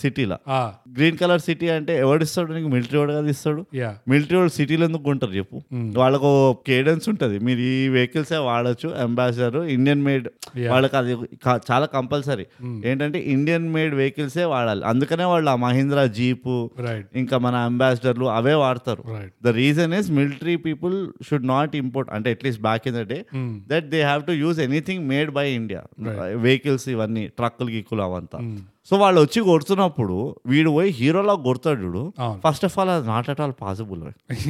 [SPEAKER 3] సిటీలో
[SPEAKER 2] ఆ,
[SPEAKER 3] గ్రీన్ కలర్ సిటీ అంటే ఎవడిస్తాడు నీకు మిలిటరీ వాడు కదా ఇస్తాడు
[SPEAKER 2] యా
[SPEAKER 3] మిలిటరీ వాళ్ళు సిటీలో ఎందుకు కొంటారు చెప్పు వాళ్ళకు కేడెన్స్ ఉంటుంది మీరు ఈ వెహికల్స్ వాడచ్చు అంబాసిడర్ ఇండియన్ మేడ్
[SPEAKER 2] Yeah.
[SPEAKER 3] వాళ్ళకి అది కా- చాలా కంపల్సరీ ఏంటంటే ఇండియన్ మేడ్ వెహికల్సే వాడాలి అందుకనే వాళ్ళు ఆ మహీంద్రా జీపు
[SPEAKER 2] రైట్
[SPEAKER 3] ఇంకా మన అంబాసిడర్లు అవే వాడతారు
[SPEAKER 2] right
[SPEAKER 3] the reason is military people should not import అంటే at least back in the day
[SPEAKER 2] Mm. (laughs)
[SPEAKER 3] That they have to use anything made by India vehicles Uh, ఇవన్నీ ట్రక్కులు గిక్కులు అవంతా సో వాళ్ళు వచ్చి కొడుతున్నప్పుడు వీడు పోయి హీరోలా కొడతాడు చూడు
[SPEAKER 2] అవును.
[SPEAKER 3] ఫస్ట్ ఆఫ్ ఆల్ అది not at all possible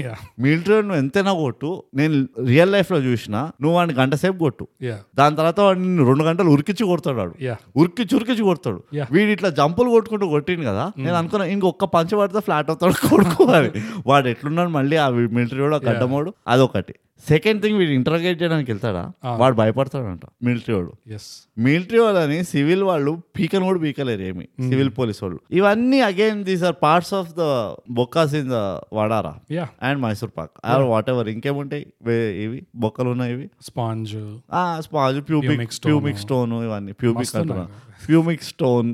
[SPEAKER 2] yeah
[SPEAKER 3] military నువ్వు ఎంతైనా కొట్టు నేను రియల్ లైఫ్ లో చూసిన నువ్వు వాడిని గంట సేపు కొట్టు
[SPEAKER 2] యా
[SPEAKER 3] దాని తర్వాత వాడిని నిన్ను రెండు గంటలు ఉరికిచ్చి కొడతాడు వాడు
[SPEAKER 2] యా
[SPEAKER 3] ఉరికిచ్చి ఉరికిచ్చి కొడతాడు
[SPEAKER 2] Yeah.
[SPEAKER 3] వీడు ఇట్లా జంపులు కొట్టుకుంటూ కొట్టిండు కదా నేను అనుకున్నా ఇంకొక పంచ పడితే ఫ్లాట్ అవుతాడు కొడుకోవాలి వాడు ఎట్లున్నాడు మళ్ళీ ఆ మిలిటరీ వాడు ఆ గడ్డమోడు అదొకటి సెకండ్ థింగ్ వీడు ఇంటర్గేట్ చేయడానికి వెళ్తాడా వాడు భయపడతాడంట మిలిటరీ వాడు
[SPEAKER 2] ఎస్
[SPEAKER 3] మిలిటరీ వాళ్ళని సివిల్ వాళ్ళు పీకను కూడా పీకలేరు ఏమి సివిల్ పోలీస్ వాళ్ళు ఇవన్నీ again these are parts of the బొక్కాస్ ఇన్ ద వడారా
[SPEAKER 2] yeah
[SPEAKER 3] and Mysore pak or whatever ఇంకేముంటాయి వే- ఇవి బొక్కలు ఉన్నాయి ఇవి
[SPEAKER 2] sponge
[SPEAKER 3] sponge pumice
[SPEAKER 2] Pumic stone.
[SPEAKER 3] Pumice stone ఇవన్నీ ప్యూమిక్
[SPEAKER 2] మస్తు
[SPEAKER 3] అంటున్నా ప్యూమిక్ స్టోన్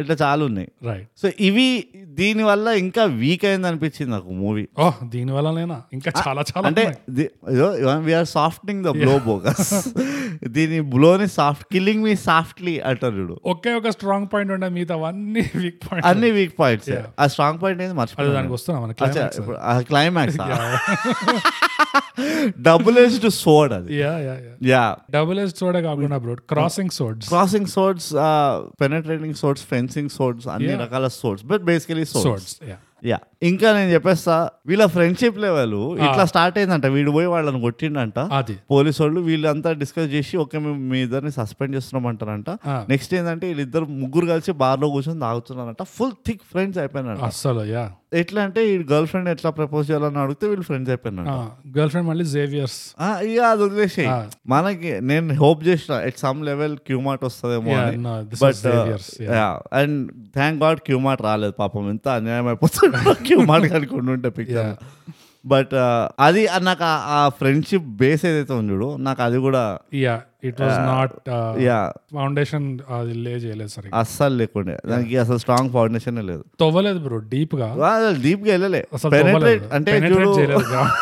[SPEAKER 3] ఇట్లా చాలా ఉన్నాయి
[SPEAKER 2] రైట్
[SPEAKER 3] సో ఇవి దీనివల్ల ఇంకా వీక్ అయింది అనిపించింది నాకు మూవీ
[SPEAKER 2] ఓ Oh, దీని వల్లనేనా ఇంకా చాలా చాలా
[SPEAKER 3] అంటే
[SPEAKER 2] ఉన్నాయి.
[SPEAKER 3] We're softening the blow bogus దీని బ్లోని సాఫ్ట్ కిల్లింగ్ మీ సాఫ్ట్లీ అంటారు చూడు.
[SPEAKER 2] ఒకే ఒక స్ట్రాంగ్ పాయింట్ ఉండే మిగతా అవన్నీ వీక్ పాయింట్
[SPEAKER 3] అన్ని వీక్ పాయింట్స్ ఆ స్ట్రాంగ్ పాయింట్ అనేది
[SPEAKER 2] అదే
[SPEAKER 3] మర్చిపోయాను
[SPEAKER 2] దానికి వస్తున్నా మన
[SPEAKER 3] అచ్చా,
[SPEAKER 2] క్లైమాక్స్
[SPEAKER 3] ఇప్పుడు ఆ క్లైమాక్స్
[SPEAKER 2] (laughs)
[SPEAKER 3] (laughs) డబుల్ ఎస్డ్ సోడ్ అది
[SPEAKER 2] yeah yeah yeah
[SPEAKER 3] yeah
[SPEAKER 2] double yes సోడే కాకుండా bro
[SPEAKER 3] Hmm.
[SPEAKER 2] Crossing swords
[SPEAKER 3] crossing swords uh, penetrating swords fencing swords అన్ని
[SPEAKER 2] Yeah.
[SPEAKER 3] రకాల సోర్డ్స్ but basically swords
[SPEAKER 2] swords yeah
[SPEAKER 3] yeah ఇంకా నేను చెప్పేస్తా వీళ్ళ ఫ్రెండ్షిప్ లెవెల్ ఇట్లా స్టార్ట్ అయిందంట వీడు పోయి వాళ్ళని కొట్టిండంట
[SPEAKER 2] అది
[SPEAKER 3] పోలీసు వాళ్ళు వీళ్ళంతా డిస్కస్ చేసి ఓకే మేము మీ ఇద్దరిని సస్పెండ్ చేస్తున్నాం అంటారంట
[SPEAKER 2] ఆ.
[SPEAKER 3] నెక్స్ట్ ఏంటంటే వీళ్ళిద్దరు ముగ్గురు కలిసి బార్లో కూర్చొని తాగుతున్నారంట ఫుల్ థిక్ ఫ్రెండ్స్ అయిపోయినారంట
[SPEAKER 2] అస్సలు యా
[SPEAKER 3] ఎట్లా అంటే ఈ గర్ల్ ఫ్రెండ్ ఎట్లా ప్రపోజ్ చేయాలని అడిగితే వీళ్ళు ఫ్రెండ్స్ అయిపోయినారు
[SPEAKER 2] గర్ల్ ఫ్రెండ్ Ah, మళ్ళీ జేవియర్స్
[SPEAKER 3] ఇక అది వదిలేసి
[SPEAKER 2] ఆ.
[SPEAKER 3] మనకి నేను హోప్ చేసిన ఎట్ సమ్ లెవెల్ క్యూమాట్ వస్తుందేమో
[SPEAKER 2] Yeah,
[SPEAKER 3] అని
[SPEAKER 2] no, this is
[SPEAKER 3] but
[SPEAKER 2] Xavier's, yeah.
[SPEAKER 3] And thank God క్యూమాట్ రాలేదు పాపం ఎంత అన్యాయం (laughs) అయిపోతుంది క్యూమాట్ కనుక్కుంటూ ఉంటే పిక్చర్
[SPEAKER 2] Yeah.
[SPEAKER 3] బట్ uh, అది ఆ నాకు ఆ- ఆ ఫ్రెండ్షిప్ బేస్ ఏదైతే ఉంది చూడు నాకు అది కూడా
[SPEAKER 2] yeah it was
[SPEAKER 3] Uh,
[SPEAKER 2] not
[SPEAKER 3] yeah
[SPEAKER 2] foundation uh, అది లే చేయలేదు సరిగ్గా
[SPEAKER 3] అస్సలు లేకుండే దానికి అసలు స్ట్రాంగ్ ఫౌండేషన్ లేదు
[SPEAKER 2] తవ్వలేదు బ్రో డీప్ గా
[SPEAKER 3] డీప్ గా వెళ్ళలే
[SPEAKER 2] అసలు
[SPEAKER 3] పెనట్రేట్
[SPEAKER 2] తవ్వలేదు
[SPEAKER 3] అంటే
[SPEAKER 2] పెనట్రేట్
[SPEAKER 3] చూడు
[SPEAKER 2] చేయలేదు
[SPEAKER 3] (laughs)
[SPEAKER 2] ground.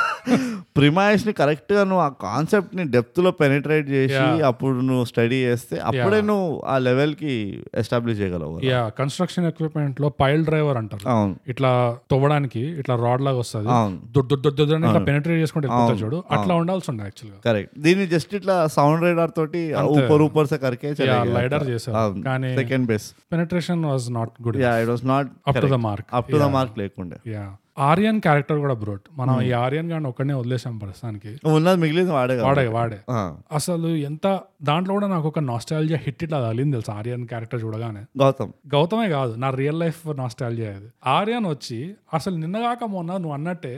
[SPEAKER 3] ప్రిమాయిస్ ని కరెక్ట్ గా నువ్వు ఆ కాన్సెప్ట్ ని డెప్త్ లో పెనిట్రేట్ చేసి
[SPEAKER 2] Yeah.
[SPEAKER 3] అప్పుడు నువ్వు స్టడీ చేస్తే అప్పుడే నువ్వు ఆ లెవెల్ కి ఎస్టాబ్లిష్ చేయగలవు
[SPEAKER 2] యా కన్స్ట్రక్షన్ ఎక్విప్మెంట్ లో పైల్ డ్రైవర్ అంటారు
[SPEAKER 3] అవును
[SPEAKER 2] ఇట్లా తవ్వడానికి ఇట్లా రాడ్ లాగా వస్తుంది
[SPEAKER 3] అవును.
[SPEAKER 2] దొడ్డు దొడ్డు దొడ్డు ఇట్లా పెనిట్రేట్ చేసుకుంటే వెళ్ళిపోతారు చూడు అట్లా ఉండాల్సి ఉండే యాక్చువల్ గా
[SPEAKER 3] కరెక్ట్ దీన్ని జస్ట్ ఇట్లా సౌండ్ రైడర్ తోటి ఊపర్ ఊపర్ సే కరికే
[SPEAKER 2] లైడర్ చేశారు. కానీ-
[SPEAKER 3] second base
[SPEAKER 2] penetration was not good
[SPEAKER 3] yeah it was not
[SPEAKER 2] up to the mark
[SPEAKER 3] up to the mark లేకుండే
[SPEAKER 2] యా ఆర్యన్ క్యారెక్టర్ కూడా బ్రోట్ మనం
[SPEAKER 3] Hmm.
[SPEAKER 2] ఈ ఆర్యన్ గాని ఒక్కడనే వదిలేసాం ప్రస్తుతానికి
[SPEAKER 3] ఉన్నది మిగిలింది వాడే కదా.
[SPEAKER 2] వాడే వాడే
[SPEAKER 3] ఆ,
[SPEAKER 2] అసలు ఎంత దాంట్లో కూడా నాకు ఒక నాస్టాలజియా హిట్ ఇట్లా తగిలింది తెలుసు ఆర్యన్ క్యారెక్టర్ చూడగానే
[SPEAKER 3] గౌతమ్
[SPEAKER 2] గౌతమే కాదు నా రియల్ లైఫ్ నాస్టాలజియా అది ఆర్యన్ వచ్చి అసలు నిన్నగాక మొన్న నువ్వు అన్నట్టే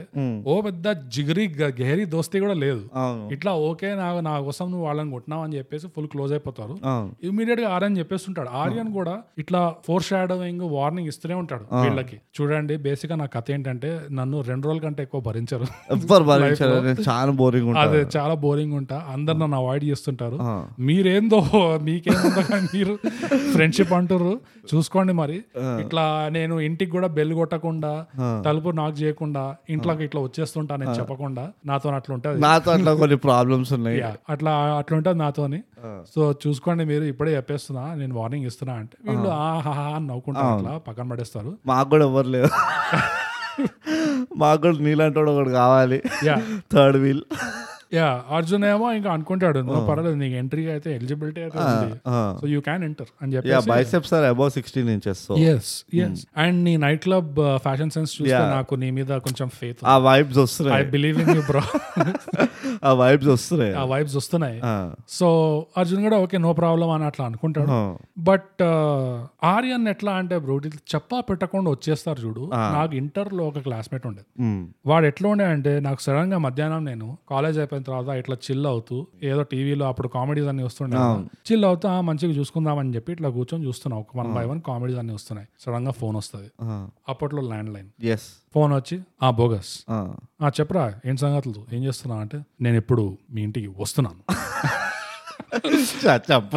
[SPEAKER 2] ఓ పెద్ద జిగరి గ- గెహరీ దోస్తీ కూడా లేదు
[SPEAKER 3] అవును
[SPEAKER 2] ఇట్లా ఓకే నా నా కోసం నువ్వు వాళ్ళని కొట్టినావు అని చెప్పేసి ఫుల్ క్లోజ్ అయిపోతారు
[SPEAKER 3] అవును
[SPEAKER 2] ఇమీడియట్ గా ఆర్యన్ చెప్పేస్తుంటాడు ఆర్యన్ కూడా ఇట్లా ఫోర్ షాడోయింగ్ వార్నింగ్ ఇస్తూనే ఉంటాడు వీళ్ళకి చూడండి బేసిక్ గా నా కథ ఏంటంటే నన్ను రెండు రోజుల కంటే ఎక్కువ భరించరు
[SPEAKER 3] ఎవ్వరు భరించారు నేను చాలా బోరింగ్
[SPEAKER 2] (laughs) అదే
[SPEAKER 3] ఉంటుంది
[SPEAKER 2] చాలా బోరింగ్ ఉంటా అందరు నన్ను అవాయిడ్ చేస్తుంటారు మీరేందో మీకేందో కానీ మీరు ఫ్రెండ్షిప్ అంటారు చూసుకోండి మరి ఇట్లా నేను ఇంటికి కూడా బెల్ కొట్టకుండా తలుపు నాకు చేయకుండా ఇంట్లోకి ఇట్లా వచ్చేస్తుంటా నేను చెప్పకుండా నాతో అట్లా ఉంటుంది
[SPEAKER 3] నాతో అట్లా కొన్ని ప్రాబ్లమ్స్ ఉన్నాయి
[SPEAKER 2] Yeah, అట్లా అట్లా ఉంటుంది నాతోని సో చూసుకోండి మీరు ఇప్పుడే చెప్పేస్తున్నా నేను వార్నింగ్ ఇస్తున్నా అంటే వీళ్ళు ఆహాహా అని నవ్వుకుంటారు అట్లా పక్కన పడేస్తారు
[SPEAKER 3] మాకు కూడా ఎవ్వరు లేరు మాకు కూడా నీలాంటి వాడు ఒకటి కావాలి
[SPEAKER 2] yeah
[SPEAKER 3] third wheel
[SPEAKER 2] yeah Arjun ఏమో ఇంకా అనుకుంటాడు "నువ్వు పర్వాలేదు నీకు ఎంట్రీ అయితే ఎలిజిబిలిటీ అయితే ఉంది సో యూ క్యాన్ ఎంటర్ అని
[SPEAKER 3] యా
[SPEAKER 2] చెప్పేసి
[SPEAKER 3] biceps are above sixteen inches so
[SPEAKER 2] yes yes and నీ నైట్ క్లబ్ ఫ్యాషన్ సెన్స్ చూస్తే నాకు నీ మీద కొంచెం ఫేత్
[SPEAKER 3] ఆ వైబ్స్
[SPEAKER 2] ఐ (laughs)
[SPEAKER 3] వస్తున్నాయి (laughs)
[SPEAKER 2] బిలీవ్ ఇన్ యూ బ్రో
[SPEAKER 3] ఆ వైబ్స్ వస్తున్నాయి
[SPEAKER 2] ఆ వైబ్స్ వస్తున్నాయి
[SPEAKER 3] ఆ,
[SPEAKER 2] సో అర్జున్ కూడా ఓకే నో ప్రాబ్లం అని అట్లా అనుకుంటాడు
[SPEAKER 3] ఆ,
[SPEAKER 2] బట్ ఆర్యన్ ఎట్లా అంటే బ్రో ఇట్లా చెప్పా పెట్టకుండా వచ్చేస్తారు చూడు నాకు ఇంటర్ లో ఒక క్లాస్మేట్ ఉండేది
[SPEAKER 3] మ్,
[SPEAKER 2] వాడు ఎట్లా ఉండే అంటే నాకు సడన్ గా మధ్యాహ్నం నేను కాలేజ్ అయిపోయిన అయిన తర్వాత ఇట్లా చిల్ అవుతూ ఏదో టీవీలో అప్పుడు కామెడీస్ అన్ని వస్తుండే చిల్ అవుతూ ఆ మంచిగా చూసుకుందామని చెప్పి ఇట్లా కూర్చొని చూస్తున్నావు వన్ బై వన్ కామెడీస్ అన్ని వస్తున్నాయి సడన్ గా ఫోన్ వస్తుంది అప్పట్లో ల్యాండ్ లైన్
[SPEAKER 3] ఎస్
[SPEAKER 2] ఫోన్ వచ్చి ఆ బోగస్ ఆ చెప్పరా ఏం సంగతులు ఏం చేస్తున్నా అంటే నేను ఇప్పుడు మీ ఇంటికి వస్తున్నాను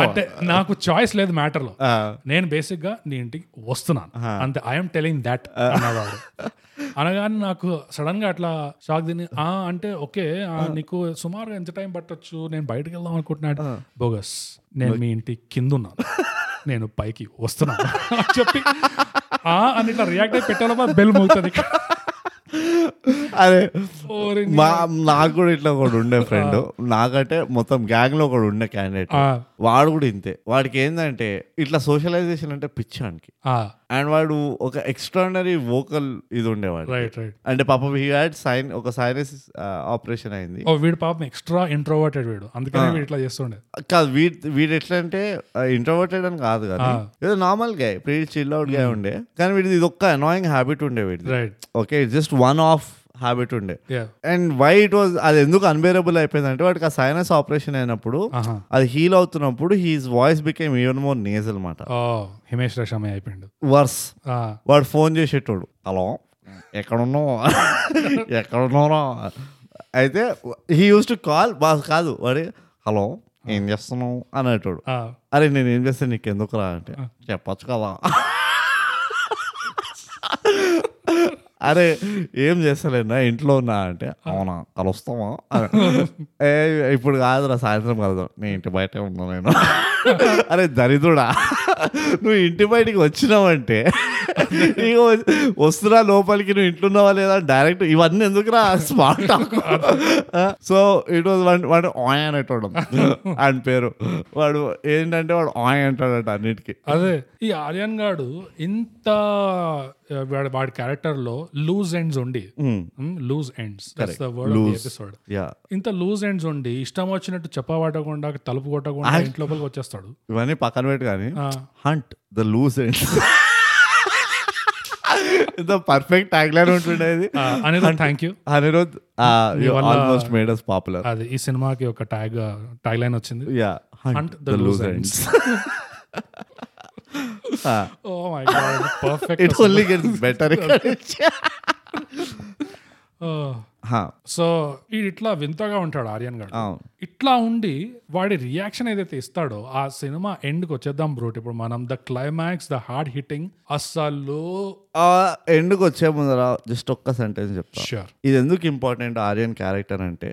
[SPEAKER 2] అంటే నాకు చాయిస్ లేదు మ్యాటర్ లో నేను బేసిక్ గా నీ ఇంటికి వస్తున్నాను అంతే ఐఎమ్ టెలింగ్ దాట్ అన్నవాడు అనగానే నాకు సడన్ గా అట్లా షాక్ తిని ఆ అంటే ఓకే ఆ, నీకు సుమారు ఎంత టైం పట్టొచ్చు నేను బయటకు వెళ్దాం అనుకుంటున్నాను బోగస్ నేను మీ ఇంటి కింద ఉన్నాను నేను పైకి వస్తున్నాను అని చెప్పి ఆ అని ఇట్లా రియాక్ట్ అయి పెట్టాలమ్మా బెల్ మోగుతుంది
[SPEAKER 3] అదే
[SPEAKER 2] ఓరి
[SPEAKER 3] మా నాకు కూడా ఇట్లా ఒకడు ఉండే ఫ్రెండ్ నాకంటే మొత్తం గ్యాంగ్ లో ఒకడు ఉండే క్యాండిడేట్
[SPEAKER 2] ఆ.
[SPEAKER 3] వాడు కూడా ఇంతే వాడికి ఏంటంటే ఇట్లా సోషలైజేషన్ అంటే పిచ్చానికి
[SPEAKER 2] ఆ,
[SPEAKER 3] అండ్ వాడు ఒక ఎక్స్ట్రానరీ వోకల్ ఇది ఉండేవాడు
[SPEAKER 2] రైట్ రైట్
[SPEAKER 3] అంటే పాపం హీ హ్యాడ్ సైన్ ఒక సైనస్ ఆపరేషన్ అయింది
[SPEAKER 2] ఓ వీడు పాపం ఎక్స్ట్రా ఇంట్రోవర్టెడ్ వీడు అందుకనే వీడు ఇట్లా చేస్తుండే
[SPEAKER 3] కాదు వీడి వీడు ఎట్లా అంటే ఇంట్రోవర్టెడ్ అని కాదు కదా ఏదో నార్మల్ గా ప్రీడ్ చిల్ అవుట్ గా
[SPEAKER 2] Hmm.
[SPEAKER 3] ఉండే కానీ వీడిది ఇది ఒక్క అనాయింగ్ హ్యాబిట్ ఉండే వీడిది
[SPEAKER 2] right
[SPEAKER 3] okay just one of habit ఉండే
[SPEAKER 2] yeah
[SPEAKER 3] and why it was అది ఎందుకు అన్బేరబుల్ అయిపోయింది అంటే వాడికి ఆ సైనస్ ఆపరేషన్ అయినప్పుడు
[SPEAKER 2] ఆహా.
[SPEAKER 3] అది హీల్ అవుతున్నప్పుడు his voice became even more nasal అనమాట
[SPEAKER 2] ఓ హిమేష్ రేషమే అయిపోయిండు
[SPEAKER 3] వర్స్
[SPEAKER 2] ఆ,
[SPEAKER 3] వాడు ఫోన్ చేసేటోడు హలో ఎక్కడున్నావు ఎక్కడున్నారా అయితే హీ యూస్ టు కాల్ బా కాదు వాడి హలో ఏం చేస్తున్నావు అనేటోడు
[SPEAKER 2] ఆ,
[SPEAKER 3] అరే నేను ఏం చేస్తాను నీకు ఎందుకు రా అంటే చెప్పచ్చు కదా అరే ఏం చేస్తలేనా ఇంట్లో ఉన్నా అంటే అవునా కలుస్తామా అరే, ఏ ఇప్పుడు కాదురా సాయంత్రం కలుద్దాం నేను ఇంటి బయటే ఉన్నా నేను అరే దరిద్రుడా నువ్వు ఇంటి బయటికి వచ్చినావంటే ఇక వస్తున్నా లోపలికి నువ్వు ఇంట్లో ఉన్నావా లేదా డైరెక్ట్ ఇవన్నీ ఎందుకురా smart talk so it was one వాడు ఆయ అనేటోడు ఆయన పేరు వాడు ఏంటంటే వాడు ఆయ అంటాడట అన్నిటికీ
[SPEAKER 2] అదే ఈ ఆర్యన్ గాడు ఇంత ఆ, వాడి వాడి క్యారెక్టర్ లో లూజ్ ఎండ్స్ ఉండి loose ends the word episode
[SPEAKER 3] yeah
[SPEAKER 2] ఇంత లూజ్ ఎండ్స్ ఉండి ఇష్టం వచ్చినట్టు చెప్పబడకుండా తలుపు కొట్టకుండా ఇంటి లోపలికి వచ్చేస్తాడు
[SPEAKER 3] ఇవన్నీ పక్కన పెట్టు కానీ
[SPEAKER 2] ఆ,
[SPEAKER 3] హంట్ ద లూస్ ఎండ్ ఇంత పర్ఫెక్ట్ ట్యాగ్ లైన్ ఉంటుండేది
[SPEAKER 2] ఆ, అనిరుద్ థ్యాంక్ యూ
[SPEAKER 3] అనిరుద్
[SPEAKER 2] వల్ల-
[SPEAKER 3] ఆల్మోస్ట్ మేడ్ అస్ పాపులర్
[SPEAKER 2] అది ఈ సినిమాకి ఒక ట్యాగ్ ట్యాగ్ లైన్ వచ్చింది
[SPEAKER 3] yeah
[SPEAKER 2] Hunt
[SPEAKER 3] hunt
[SPEAKER 2] the
[SPEAKER 3] the
[SPEAKER 2] loose
[SPEAKER 3] loose ends (laughs)
[SPEAKER 2] oh my God perfect
[SPEAKER 3] it only gets
[SPEAKER 2] (laughs)
[SPEAKER 3] better
[SPEAKER 2] so వీడు ఇట్లా వింతగా ఉంటాడు ఆర్యన్ గాడు
[SPEAKER 3] అవును
[SPEAKER 2] ఇట్లా ఉండి వాడి రియాక్షన్ ఏదైతే ఇస్తాడో ఆ సినిమా ఎండ్కి వచ్చేద్దాం బ్రోట్ ఇప్పుడు మనం the climax the hard hitting అస్సలు
[SPEAKER 3] ఎండ్కి వచ్చే ముందర జస్ట్ ఒక్క సెంటెన్స్ చెప్తా
[SPEAKER 2] షూర్
[SPEAKER 3] ఇది ఎందుకు ఇంపార్టెంట్ ఆర్యన్ క్యారెక్టర్ అంటే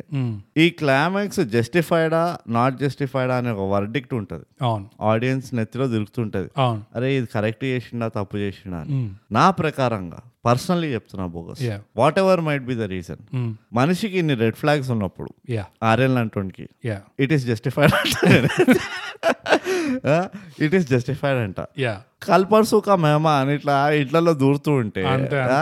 [SPEAKER 3] ఈ క్లైమాక్స్ జస్టిఫైడా నాట్ జస్టిఫైడా అనే ఒక వర్డిక్ట్ ఉంటుంది
[SPEAKER 2] అవును
[SPEAKER 3] ఆడియన్స్ నెత్తిలో తిరుగుతుంటది
[SPEAKER 2] అవును
[SPEAKER 3] అరే ఇది కరెక్ట్ చేసిండా తప్పు చేసిండా అని నా ప్రకారంగా పర్సనల్లీ చెప్తున్నా bogus
[SPEAKER 2] Yeah.
[SPEAKER 3] Whatever might be the reason
[SPEAKER 2] Mm.
[SPEAKER 3] మనిషికి ఇన్ని రెడ్ ఫ్లాగ్స్ ఉన్నప్పుడు
[SPEAKER 2] యా
[SPEAKER 3] ఆర్ఎల్ అంటోనికి
[SPEAKER 2] yeah
[SPEAKER 3] it is justified (laughs) it is justified అంట
[SPEAKER 2] యా
[SPEAKER 3] కల్పర్సు ఒక మేమా అని ఇట్లా ఇట్లలో దూరుతూ ఉంటే
[SPEAKER 2] అంతే,
[SPEAKER 3] ఆ,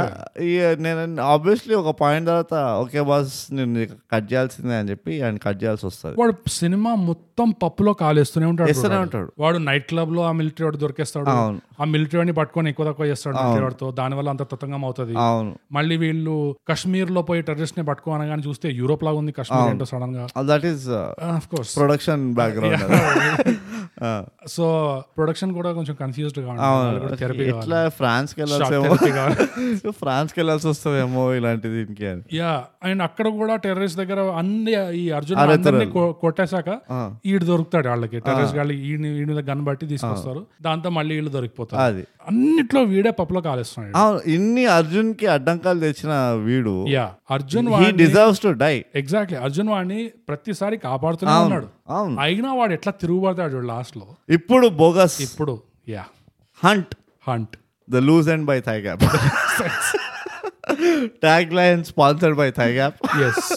[SPEAKER 3] ఇక నేను ఆబ్వియస్లీ ఒక పాయింట్ తర్వాత ఓకే బాస్ నేను కట్ చేయాల్సిందే అని చెప్పి ఆయన కట్ చేయాల్సి వస్తుంది
[SPEAKER 2] వాడు సినిమా మొత్తం పప్పులో కాలేస్తూనే ఉంటాడు
[SPEAKER 3] చేస్తూనే
[SPEAKER 2] చూడాలి.
[SPEAKER 3] ఉంటాడు.
[SPEAKER 2] వాడు నైట్ క్లబ్ లో ఆ మిలిటరీ వాడు దొరికేస్తాడు
[SPEAKER 3] అవును.
[SPEAKER 2] ఆ మిలిటరీ వాడిని పట్టుకొని ఎక్కువ తక్కువ చేస్తాడు మిలిటరీ వాడితో దానివల్ల అంత తతంగం అవుతుంది
[SPEAKER 3] అవును
[SPEAKER 2] మళ్ళీ వీళ్ళు కశ్మీర్ లో పోయి టెర్రరిస్ట్ ని పట్టుకోనగానే చూస్తే యూరోప్ లాగా ఉంది కశ్మీర్ ఏంటో సడన్ గా
[SPEAKER 3] that is
[SPEAKER 2] of course
[SPEAKER 3] production background
[SPEAKER 2] so production కూడా కొంచెం కన్ఫ్యూజ్డ్ గా ఉంటుంది. వాళ్ళు కూడా therapy కావాలి.
[SPEAKER 3] ఇట్లా ఫ్రాన్స్ కి
[SPEAKER 2] therapy
[SPEAKER 3] (laughs) వెళ్ళాల్సేమో ఫ్రాన్స్ కి వెళ్ళాల్సి వస్తుందేమో ఇలాంటి దీనికి అని
[SPEAKER 2] యా అండ్ అక్కడ కూడా టెర్రరిస్ట్ దగ్గర అన్ని ఈ అర్జున్
[SPEAKER 3] అరే
[SPEAKER 2] అందరినీ కొ- కొట్టేశాక ఈడు దొరుకుతాడు వాళ్ళకి టెర్రరిస్ట్ వాళ్ళకి ఈయన ఈయన మీద గన్ బట్టి తీసుకొస్తారు దాంతో మళ్ళీ వీళ్ళు దొరికిపోతారు
[SPEAKER 3] అది
[SPEAKER 2] అన్నిట్లో వీడే పప్పులో కాలేస్తున్నాడు
[SPEAKER 3] అవును ఇన్ని అర్జున్ కి అడ్డంకాలు తెచ్చిన వీడు
[SPEAKER 2] యా అర్జున్
[SPEAKER 3] హీ
[SPEAKER 2] వాడిని
[SPEAKER 3] deserves to die
[SPEAKER 2] exactly Arjun వాడిని ప్రతిసారి కాపాడుతూనే ఉన్నాడు
[SPEAKER 3] అవును
[SPEAKER 2] అయినా వాడు ఎట్లా తిరుగుబడతాడు చూడు లాస్ట్ లో
[SPEAKER 3] ఇప్పుడు బోగస్
[SPEAKER 2] ఇప్పుడు yeah
[SPEAKER 3] hunt
[SPEAKER 2] hunt
[SPEAKER 3] the loose and by thigh gap tag line sponsored by thigh gap (laughs)
[SPEAKER 2] yes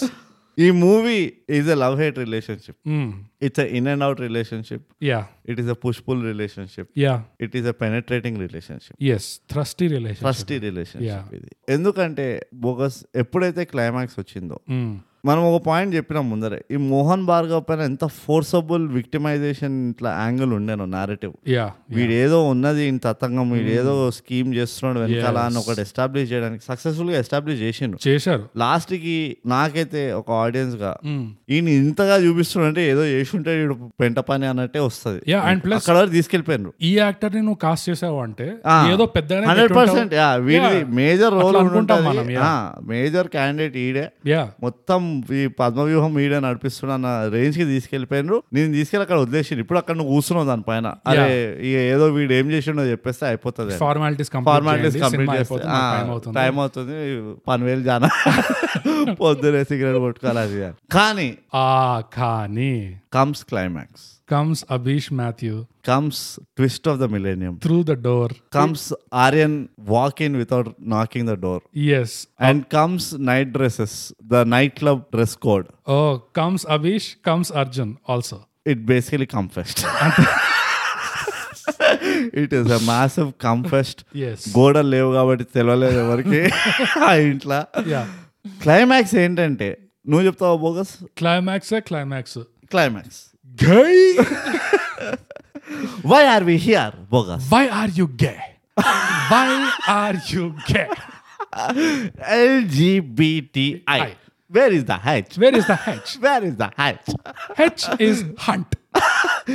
[SPEAKER 3] ఈ movie is a love hate relationship
[SPEAKER 2] Hmm.
[SPEAKER 3] It's in and out relationship
[SPEAKER 2] yeah
[SPEAKER 3] it is a push pull relationship
[SPEAKER 2] yeah
[SPEAKER 3] it is a penetrating relationship
[SPEAKER 2] yes thrusty relation
[SPEAKER 3] trusty relationship ఇది ఎందుకంటే bogus ఎప్పుడైతే climax వచ్చిందో మనం ఒక point చెప్పినాం ముందరే ఈ మోహన్ భార్గవ్ పైన ఎంత ఫోర్సబుల్ విక్టిమైజేషన్ ఇట్లా యాంగిల్ ఉండేను నేరేటివ్
[SPEAKER 2] యా
[SPEAKER 3] వీడు ఏదో ఉన్నది ఇంత తతంగం వీడు ఏదో
[SPEAKER 2] Hmm.
[SPEAKER 3] స్కీమ్ చేస్తున్నాడు వెనకాల అని ఒకటి ఎస్టాబ్లిష్ చేయడానికి సక్సెస్ఫుల్ గా ఎస్టాబ్లిష్ చేసిండు
[SPEAKER 2] చేశారు
[SPEAKER 3] లాస్ట్ కి నాకైతే ఒక ఆడియన్స్ గా
[SPEAKER 2] Hmm.
[SPEAKER 3] ఈయన ఇంతగా చూపిస్తుండే ఏదో చేసుంటే వీడు పెంట పని అన్నట్టే వస్తది
[SPEAKER 2] యా అండ్ ప్లస్
[SPEAKER 3] అక్కడ వరకు తీసుకెళ్ళిపోయినారు
[SPEAKER 2] ఈ యాక్టర్ ని నువ్వు కాస్ట్ చేసావు అంటే
[SPEAKER 3] ఆ.
[SPEAKER 2] ఏదో పెద్దగానే
[SPEAKER 3] హండ్రెడ్
[SPEAKER 2] పెట్టి ఉంటావు.
[SPEAKER 3] పర్సెంట్ వీడి
[SPEAKER 2] Yeah.
[SPEAKER 3] మేజర్ రోల్
[SPEAKER 2] అట్లా అనుకుంటాం మనం, yeah.
[SPEAKER 3] మేజర్ క్యాండిడేట్ ఈడే
[SPEAKER 2] యా
[SPEAKER 3] మొత్తం ఈ పద్మవ్యూహం ఈడే నడిపిస్తున్నా అన్న రేంజ్ కి తీసుకెళ్లిపోయినారు నేను తీసుకెళ్ళి అక్కడ వదిలేసి ఇప్పుడు అక్కడ నువ్వు కూర్చున్నావు దానిపైన అరే ఇక ఏదో వీడు ఏం చేసిండో చెప్పేస్తే అయిపోతుంది
[SPEAKER 2] ఫార్మాలిటీస్
[SPEAKER 3] ఫార్మాలిటీస్ కంప్లీట్ చేస్తే
[SPEAKER 2] అయిపోతుంది నాకు time అవుతుంది
[SPEAKER 3] టైం అవుతుంది పనివేలు జానా పొద్దునే సిగరెట్ కొట్టుకోవాలి అది ఇది అని. కానీ
[SPEAKER 2] ఆ కానీ
[SPEAKER 3] comes climax
[SPEAKER 2] comes Abhish Matthew
[SPEAKER 3] comes twist of the millennium
[SPEAKER 2] through the door
[SPEAKER 3] comes Aryan walk in without knocking the door
[SPEAKER 2] yes
[SPEAKER 3] and comes night dresses the night club dress code
[SPEAKER 2] oh comes Abhish comes Arjun also
[SPEAKER 3] it basically (laughs) cumfest it is a massive కంఫెస్ట్
[SPEAKER 2] yes
[SPEAKER 3] గోడలు లేవు కాబట్టి తెలవలేదు ఎవరికి ఆ ఇంట్లో
[SPEAKER 2] yeah
[SPEAKER 3] climax ఏంటంటే నువ్వు చెప్తావా bogus
[SPEAKER 2] climax climax
[SPEAKER 3] climax
[SPEAKER 2] guy
[SPEAKER 3] why are we here bogus
[SPEAKER 2] why are you gay why are you gay
[SPEAKER 3] LGBTI
[SPEAKER 2] I.
[SPEAKER 3] Where is the H
[SPEAKER 2] where is the H
[SPEAKER 3] where is the H
[SPEAKER 2] H is (laughs) hunt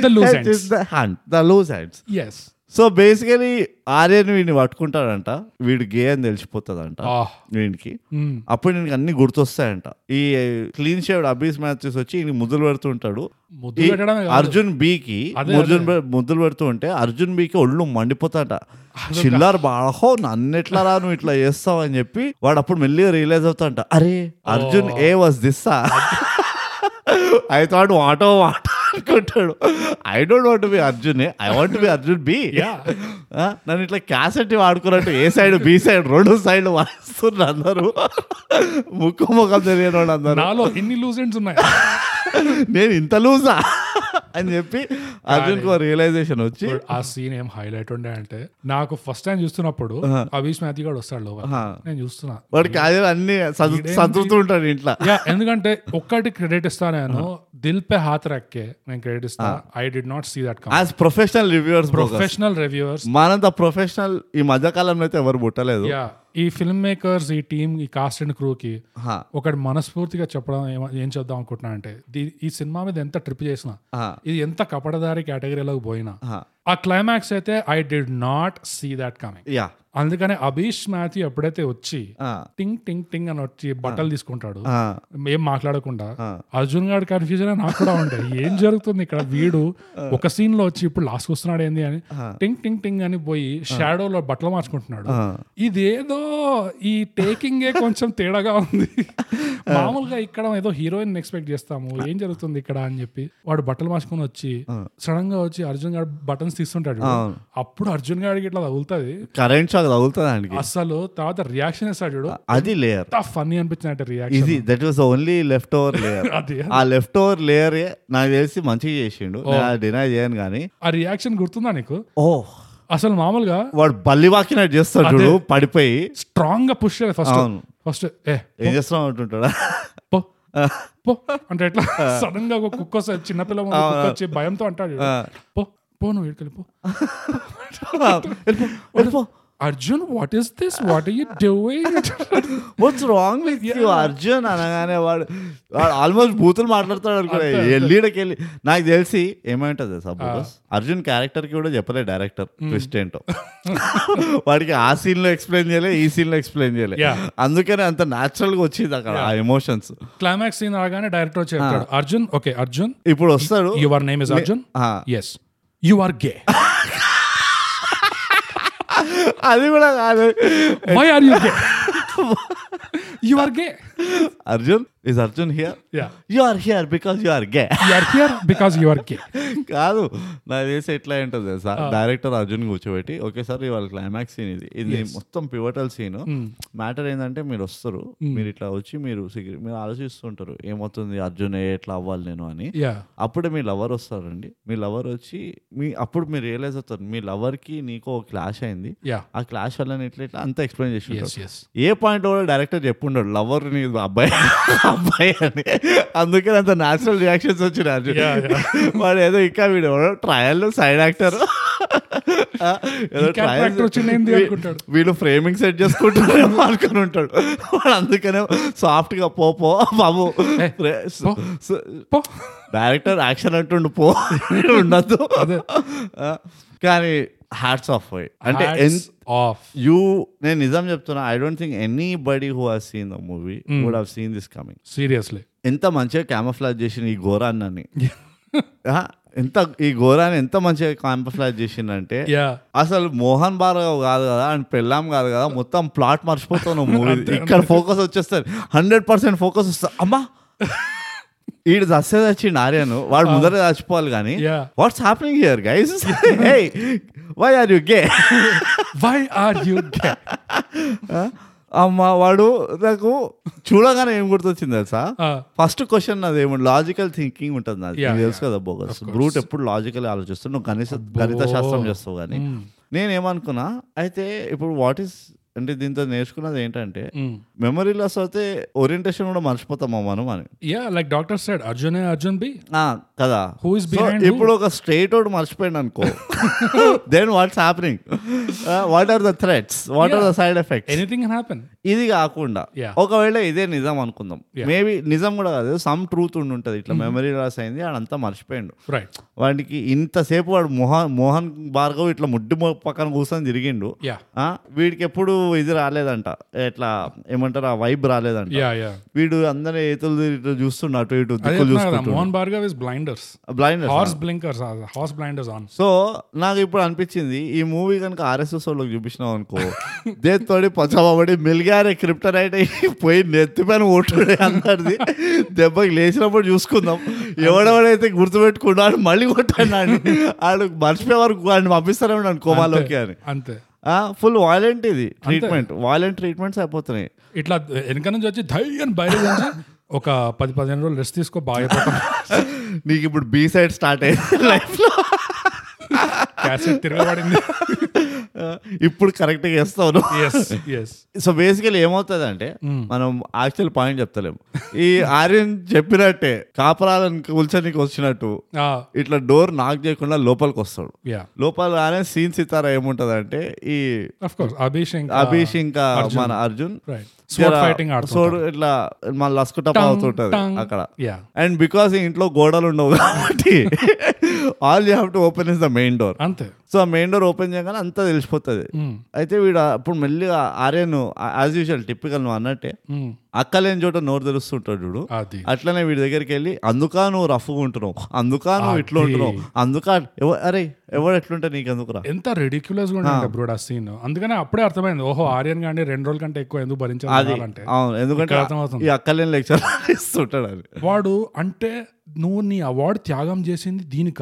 [SPEAKER 2] the loose
[SPEAKER 3] H is
[SPEAKER 2] ends
[SPEAKER 3] the hunt the loose hands
[SPEAKER 2] yes
[SPEAKER 3] so basically Aryan వీడిని పట్టుకుంటాడంట వీడు గే అని తెలిసిపోతుందంట
[SPEAKER 2] ఆహ్.
[SPEAKER 3] వీడికి అప్పుడు నీకు అన్ని గుర్తొస్తాయంట ఈ క్లీన్ షేవ్డ్ అబీస్ మ్యాచెస్ వచ్చి ఈయన ముద్దులు పెడుతుంటాడు
[SPEAKER 2] ముద్దు
[SPEAKER 3] ఈ
[SPEAKER 2] పెట్టడమే కాదు.
[SPEAKER 3] అర్జున్ బీకి
[SPEAKER 2] అదే,
[SPEAKER 3] అర్జున్ బి- ముద్దులు పెడుతూ ఉంటే అర్జున్ బీకి ఒళ్ళు మండిపోతాట చిల్లర్ బాహో నన్ను ఎట్లా రా నువ్వు ఇట్లా చేస్తావు అని చెప్పి వాడు అప్పుడు మెల్లిగా రియలైజ్ అవుతాంట అరే Arjun A was దిస్సా I thought వాటో వాట అనుకుంటాడు I don't want B Arjun I want B Arjun B
[SPEAKER 2] Yeah.
[SPEAKER 3] నన్ను ఇట్లా క్యాసెట్ వాడుకున్నట్టు ఏ సైడ్ బి సైడ్ రెండు సైడ్లు వాడుస్తున్నారు అందరూ ముక్కు ముఖం తెలియని వాళ్ళు అందరూ
[SPEAKER 2] నాలో ఎన్ని లూజ్ ఎండ్స్ ఉన్నాయి
[SPEAKER 3] నేను ఇంత లూజా అని చెప్పి అర్జున్కి రియలైజేషన్ వచ్చి
[SPEAKER 2] ఇప్పుడు ఆ సీన్ ఏం హైలైట్ ఉండే అంటే నాకు ఫస్ట్ టైం చూస్తున్నప్పుడు అవిష్ మ్యాథ్యూ గాడు వస్తాడు లోపల నేను చూస్తున్నా
[SPEAKER 3] వాడికి కాదు అన్ని సదు- సర్దుతూ ఉంటాడు ఇంట్లో
[SPEAKER 2] యా ఎందుకంటే ఒక్కటి క్రెడిట్ ఇస్తాను నేను దిల్ పే హాత్ రక్కే నేను క్రెడిట్ ఇస్తాను I did not see that come
[SPEAKER 3] as professional reviewers
[SPEAKER 2] professional reviewers
[SPEAKER 3] మనంత ప్రొఫెషనల్ ఈ మధ్య కాలంలో అయితే ఎవరు పుట్టలేదు
[SPEAKER 2] యా ఈ ఫిల్మ్ మేకర్స్ ఈ టీమ్ ఈ కాస్ట్ అండ్ క్రూ కి
[SPEAKER 3] హా.
[SPEAKER 2] ఒకటి మనస్ఫూర్తిగా చెప్పడం ఏమ- ఏం చేద్దాం అనుకుంటున్నా అంటే దీ- ఈ సినిమా మీద ఎంత ట్రిప్ చేసినా
[SPEAKER 3] హా.
[SPEAKER 2] ఇది ఎంత కపటదారి కేటగిరీలోకి పోయినా
[SPEAKER 3] హా.
[SPEAKER 2] ఆ క్లైమాక్స్ అయితే I did not see that coming
[SPEAKER 3] yeah
[SPEAKER 2] అందుకనే అభిష్ మ్యాథ్యూ ఎప్పుడైతే వచ్చి
[SPEAKER 3] ఆ.
[SPEAKER 2] టింగ్ టింగ్ టింగ్ అని వచ్చి బట్టలు తీసుకుంటాడు
[SPEAKER 3] ఆ.
[SPEAKER 2] ఏం మాట్లాడకుండా అర్జున్ గారి కన్ఫ్యూజన్ నాకు కూడా ఉంటాయి ఏం జరుగుతుంది ఇక్కడ వీడు ఒక సీన్ లో వచ్చి ఇప్పుడు లాస్ట్ వస్తున్నాడు ఏంది అని టింగ్ టింగ్ టింగ్ అని పోయి షాడోలో బట్టలు మార్చుకుంటున్నాడు ఇదేదో ఈ టేకింగ్ ఏ కొంచెం తేడాగా ఉంది మామూలుగా ఇక్కడ ఏదో హీరోయిన్ ఎక్స్పెక్ట్ చేస్తాము ఏం జరుగుతుంది ఇక్కడ అని చెప్పి వాడు బట్టలు మార్చుకొని వచ్చి సడన్ గా వచ్చి అర్జున్ గారు బటన్స్ తీస్తుంటాడు అప్పుడు అర్జున్ గారికి ఇట్లా తగులుతుంది
[SPEAKER 3] కరెంట్ షాక్ తగులుతుంది ఆయనకి
[SPEAKER 2] అసలు తర్వాత రియాక్షన్ ఇస్తాడు చూడు
[SPEAKER 3] అది లేయర్
[SPEAKER 2] ఎంత ఫన్నీ అనిపించిందంటే రియాక్షన్
[SPEAKER 3] ఇది that was only left over layer
[SPEAKER 2] (laughs) అది
[SPEAKER 3] ఆ లెఫ్ట్ ఓవర్ లేయర్ నాకు తెలిసి మంచిగా చేసిండు డినై చేయను కానీ
[SPEAKER 2] ఆ రియాక్షన్ గుర్తుందా నీకు
[SPEAKER 3] ఓ
[SPEAKER 2] అసలు మామూలుగా
[SPEAKER 3] వాడు బల్లి వాకినట్టు చేస్తాడు చూడు పడిపోయి
[SPEAKER 2] స్ట్రాంగ్ గా పుష్ చేయాలి ఫస్ట్
[SPEAKER 3] అవును.
[SPEAKER 2] ఫస్ట్ ఏ
[SPEAKER 3] ఏం చేస్తున్నావు అంటుంటాడా
[SPEAKER 2] పో పో అంటే ఎట్లా సడన్ గా ఒక కుక్క వస్తుంది చిన్నపిల్ల ముందు కుక్క వచ్చి భయంతో అంటాడు చూడు. పో పో నువ్వు ఇక్కడికి పో
[SPEAKER 3] వెళ్ళిపో, వెళ్ళిపో.
[SPEAKER 2] Arjun what is this what you
[SPEAKER 3] (laughs)
[SPEAKER 2] doing
[SPEAKER 3] what's wrong with you Arjun అనగానే వాడు వాడు ఆల్మోస్ట్ బూతులు మాట్లాడతాడు అనుకో ఎల్లిడకి వెళ్ళి నాకు తెలిసి ఏమంటది సపోజ్ అర్జున్ క్యారెక్టర్ కి కూడా చెప్పలే డైరెక్టర్ ట్విస్ట్ ఏంటో (laughs) వాడికి ఆ సీన్ లో ఎక్స్ప్లెయిన్ చేయలే ఈ సీన్ లో ఎక్స్ప్లెయిన్ చేయలే
[SPEAKER 2] Yeah.
[SPEAKER 3] అందుకనే అంత న్యాచురల్ గా వచ్చింది అక్కడ ఆ ఎమోషన్స్
[SPEAKER 2] క్లైమాక్స్ సీన్ రాగానే డైరెక్టర్ వచ్చి చెప్తాడు అర్జున్ ఓకే అర్జున్
[SPEAKER 3] ఇప్పుడు వస్తాడు
[SPEAKER 2] యువర్ నేమ్ ఇస్ అర్జున్
[SPEAKER 3] ఆ.
[SPEAKER 2] ఎస్ యు ఆర్ గే
[SPEAKER 3] అది కూడా కాదు
[SPEAKER 2] why are you
[SPEAKER 3] (laughs)
[SPEAKER 2] gay you are gay
[SPEAKER 3] Arjun is Arjun here
[SPEAKER 2] yeah
[SPEAKER 3] you are here because you are gay
[SPEAKER 2] you are here because you are gay
[SPEAKER 3] కాదు నాకు తెలిసి ఎట్లా ఏంటో తెలుసా డైరెక్టర్ అర్జున్ కూర్చోబెట్టి ఒకేసారి వాళ్ళ క్లైమాక్స్ సీన్ ఇది ఇది మొత్తం పివటల్ సీన్ మ్యాటర్ ఏంటంటే మీరు వస్తారు మీరు ఇట్లా వచ్చి మీరు సిగరెట్ మీరు ఆలోచిస్తుంటారు ఏమవుతుంది అర్జున్ ఏ ఎట్లా అవ్వాలి నేను అని
[SPEAKER 2] యా
[SPEAKER 3] అప్పుడే మీ లవర్ వస్తారండి మీ లవర్ వచ్చి మీ అప్పుడు మీరు రియలైజ్ అవుతారు మీ లవర్కి నీకు క్లాష్ అయింది
[SPEAKER 2] యా
[SPEAKER 3] ఆ క్లాష్ వల్ల ఇట్లా ఇట్లా అంతా ఎక్స్ప్లెయిన్ చేసి
[SPEAKER 2] ఎస్ ఎస్
[SPEAKER 3] ఏ పాయింట్ కూడా డైరెక్టర్ చెప్పుండడు లవర్ నీ ఇది అబ్బాయి అబ్బాయి అని అందుకే అంత న్యాచురల్ రియాక్షన్స్ వచ్చిన అర్జున్
[SPEAKER 2] Yeah,
[SPEAKER 3] వాడు ఏదో ఇంకా వీడు ట్రయల్లో సైడ్ యాక్టర్ ఏదో
[SPEAKER 2] character
[SPEAKER 3] trial-
[SPEAKER 2] వచ్చింది ఏంది
[SPEAKER 3] వీ-
[SPEAKER 2] అనుకుంటాడు.
[SPEAKER 3] వీళ్ళు ఫ్రేమింగ్ సెట్ చేసుకుంటారేమో అనుకుని ఉంటాడు వాడు అందుకనే సాఫ్ట్ గా పో పో బాబు
[SPEAKER 2] ఏ, పో. పో.
[SPEAKER 3] డైరెక్టర్ యాక్షన్ అంటుండు పో (laughs) ఉండద్దు
[SPEAKER 2] అదే.
[SPEAKER 3] కానీ హ్యాట్స్ ఆఫ్ పోయి అంటే ఎంత
[SPEAKER 2] ఆఫ్
[SPEAKER 3] యూ నేను నిజం చెప్తున్నా I don't think anybody who has seen the movie would have seen this coming
[SPEAKER 2] seriously
[SPEAKER 3] ఎంత మంచిగా క్యామఫ్లాజ్ చేసిన ఈ ఘోరాన్ని ఆ, ఎంత ఈ ఘోరాన్ని ఎంత మంచిగా క్యామఫ్లాజ్ చేసిందంటే
[SPEAKER 2] యా
[SPEAKER 3] అసలు మోహన్ భార్గవ్ కాదు కదా అండ్ పెళ్ళాం కాదు కదా మొత్తం ప్లాట్ మర్చిపోతాను మూవీ ఇక్కడ ఫోకస్ వచ్చేస్తారు హండ్రెడ్ పర్సెంట్ ఫోకస్ వస్తా అమ్మా వీడు చస్తే చచ్చిండు ఆర్యను వాడు ముందర చచ్చిపోవాలి కానీ
[SPEAKER 2] Yeah.
[SPEAKER 3] What's happening here (laughs) guys why are you gay
[SPEAKER 2] why are you (laughs)
[SPEAKER 3] అమ్మ వాడు నాకు చూడగానే ఏం గుర్తొచ్చింది తెలుసా
[SPEAKER 2] ఆ.
[SPEAKER 3] ఫస్ట్ క్వశ్చన్ నాది ఏమి లాజికల్ థింకింగ్ ఉంటుంది నాది
[SPEAKER 2] Yeah,
[SPEAKER 3] నీకు తెలుసు
[SPEAKER 2] yeah.
[SPEAKER 3] కదా బోగస్ బ్రూట్ ఎప్పుడు లాజికల్ ఆలోచిస్తావు నువ్వు గణిత గణిత శాస్త్రం చేస్తావు కానీ నేనేమనుకున్నా అయితే ఇప్పుడు వాట్ ఈస్ అంటే దీంతో నేర్చుకున్నది ఏంటంటే మెమరీ లాస్ అయితే ఓరియంటేషన్ కూడా మర్చిపోతామా మనం అని
[SPEAKER 2] yeah like doctor side Arjun Arjun B
[SPEAKER 3] ఆ, కదా
[SPEAKER 2] Who is
[SPEAKER 3] So,
[SPEAKER 2] behind who?
[SPEAKER 3] ఇప్పుడు ఒక స్ట్రేట్ అవుట్ మర్చిపోయాను
[SPEAKER 2] (laughs)
[SPEAKER 3] అనుకో then what's happening what are the threats what are the side effects
[SPEAKER 2] anything can happen
[SPEAKER 3] ఇది కాకుండా
[SPEAKER 2] Yeah.
[SPEAKER 3] ఒకవేళ ఇదే నిజం అనుకుందాం
[SPEAKER 2] Yeah. Hmm.
[SPEAKER 3] మేబీ నిజం కూడా కాదు సమ్ ట్రూత్ ఉండి ఉంటుంది ఇట్లా మెమరీ లాస్ అయింది ఆడంతా మర్చిపోయిండు
[SPEAKER 2] రైట్
[SPEAKER 3] వాడికి ఇంతసేపు వాడు మోహన్ మోహన్ భార్గవ్ ఇట్లా ముడ్డి మొ- పక్కన కూర్చొని తిరిగిండు
[SPEAKER 2] యా
[SPEAKER 3] ఆ, వీడికి ఎప్పుడు ఇది రాలేదంట ఇట్లా ఏమంటారు ఆ వైబ్ రాలేదంట
[SPEAKER 2] యా యా
[SPEAKER 3] వీడు అందరి ఏతులు ఇట్లా చూస్తుండు అటు ఇటు
[SPEAKER 2] అదే
[SPEAKER 3] దిక్కులు
[SPEAKER 2] చెప్తున్నా కదా,
[SPEAKER 3] చూస్తుండు
[SPEAKER 2] Mohan Bhargav is blinders
[SPEAKER 3] blind
[SPEAKER 2] horse blinkers horse blinders on
[SPEAKER 3] so నాకు ఇప్పుడు అనిపించింది ఈ మూవీ కనుక ఆర్ఎస్ఎస్ వాళ్ళకి చూపించినాం అనుకో దేత్తోడి పచ్చబడి మెలిగారే క్రిప్టనైట్ అయి పోయి నెత్తిపైన ఓటుడే అన్నది దెబ్బకి లేచినప్పుడు చూసుకుందాం ఎవడెవడైతే గుర్తుపెట్టుకున్నా వాడు మళ్ళీ కొట్టాడు ఆడు మర్చిపోయే వరకు వాడిని పంపిస్తారేమో నన్ను కోమాలోకి అని
[SPEAKER 2] అంతే
[SPEAKER 3] ఫుల్ వాయిలెంట్ ఇది ట్రీట్మెంట్ వాయిలెంట్ ట్రీట్మెంట్స్ అయిపోతున్నాయి
[SPEAKER 2] ఇట్లా వెనక నుంచి వచ్చి ధైర్యం బయట నుంచి ఒక పది పదిహేను రోజులు రెస్ట్ తీసుకో బాగా
[SPEAKER 3] నీకు ఇప్పుడు బీ సైడ్ స్టార్ట్ అయింది (laughs) లైఫ్లో
[SPEAKER 2] క్యాసెట్ తిరగబడింది
[SPEAKER 3] ఇప్పుడు కరెక్ట్గా వేస్తావు
[SPEAKER 2] ఎస్ ఎస్
[SPEAKER 3] సో బేసికలీ ఏమవుతుంది అంటే మనం యాక్చువల్ పాయింట్ చెప్తలేము ఈ ఆర్యన్ చెప్పినట్టే కాపరాలను కూల్చడానికి వచ్చినట్టు
[SPEAKER 2] Uh,
[SPEAKER 3] ఇట్లా డోర్ నాక్ చేయకుండా లోపలికి వస్తాడు
[SPEAKER 2] యా
[SPEAKER 3] లోపల రానే సీన్ సితారా ఏముంటుంది అంటే ఈ
[SPEAKER 2] ఆఫ్ కోర్స్ అభిషేక్
[SPEAKER 3] అభిష్ ఇంకా మన అర్జున్
[SPEAKER 2] రైట్ స్పోర్ట్ ఫైటింగ్
[SPEAKER 3] సోడు ఇట్లా మన లస్కుటప్ అవుతుంటది అక్కడ
[SPEAKER 2] యా
[SPEAKER 3] అండ్ బికాస్ ఇంట్లో గోడలు ఉండవు కాబట్టి (laughs) all you have to open is the main door
[SPEAKER 2] అంతే
[SPEAKER 3] సో ఆ మెయిన్ డోర్ ఓపెన్ చేయగానే అంతా తెలిసిపోతుంది అయితే వీడు అప్పుడు మెల్లిగా ఆర్యన్ యాజ్ యూజువల్ టిప్పికల్ నువ్వు అన్నట్టే
[SPEAKER 2] Mm.
[SPEAKER 3] అక్కలేని చోట నోరు తెలుస్తుంటాడు చూడు
[SPEAKER 2] అది
[SPEAKER 3] అట్లనే వీడి దగ్గరికి వెళ్ళి అందుకా నువ్వు రఫ్గా ఉంటున్నావు అందుకా నువ్వు ఇట్లా ఉంటున్నావు అందుకా ఎవ- అరే ఎవడు ఎట్లుంటే నీకు ఎందుకురా
[SPEAKER 2] ఎంత రెడిక్యులస్ గా ఉండే బ్రోడ్ ఆ సీన్ అందుకనే అప్పుడే అర్థమైంది ఓహో ఆర్యన్ గాండి రెండు రోజుల కంటే ఎక్కువ ఎందుకు
[SPEAKER 3] అది
[SPEAKER 2] భరించాలంటే
[SPEAKER 3] అవును ఎందుకంటే
[SPEAKER 2] ఇక్కడ అర్థమవుతుంది.
[SPEAKER 3] ఈ అక్కలేని లెక్చర్ (laughs) ఇస్తుంటాడు అది
[SPEAKER 2] వాడు అంటే నువ్వు నీ అవార్డు త్యాగం చేసింది దీనిక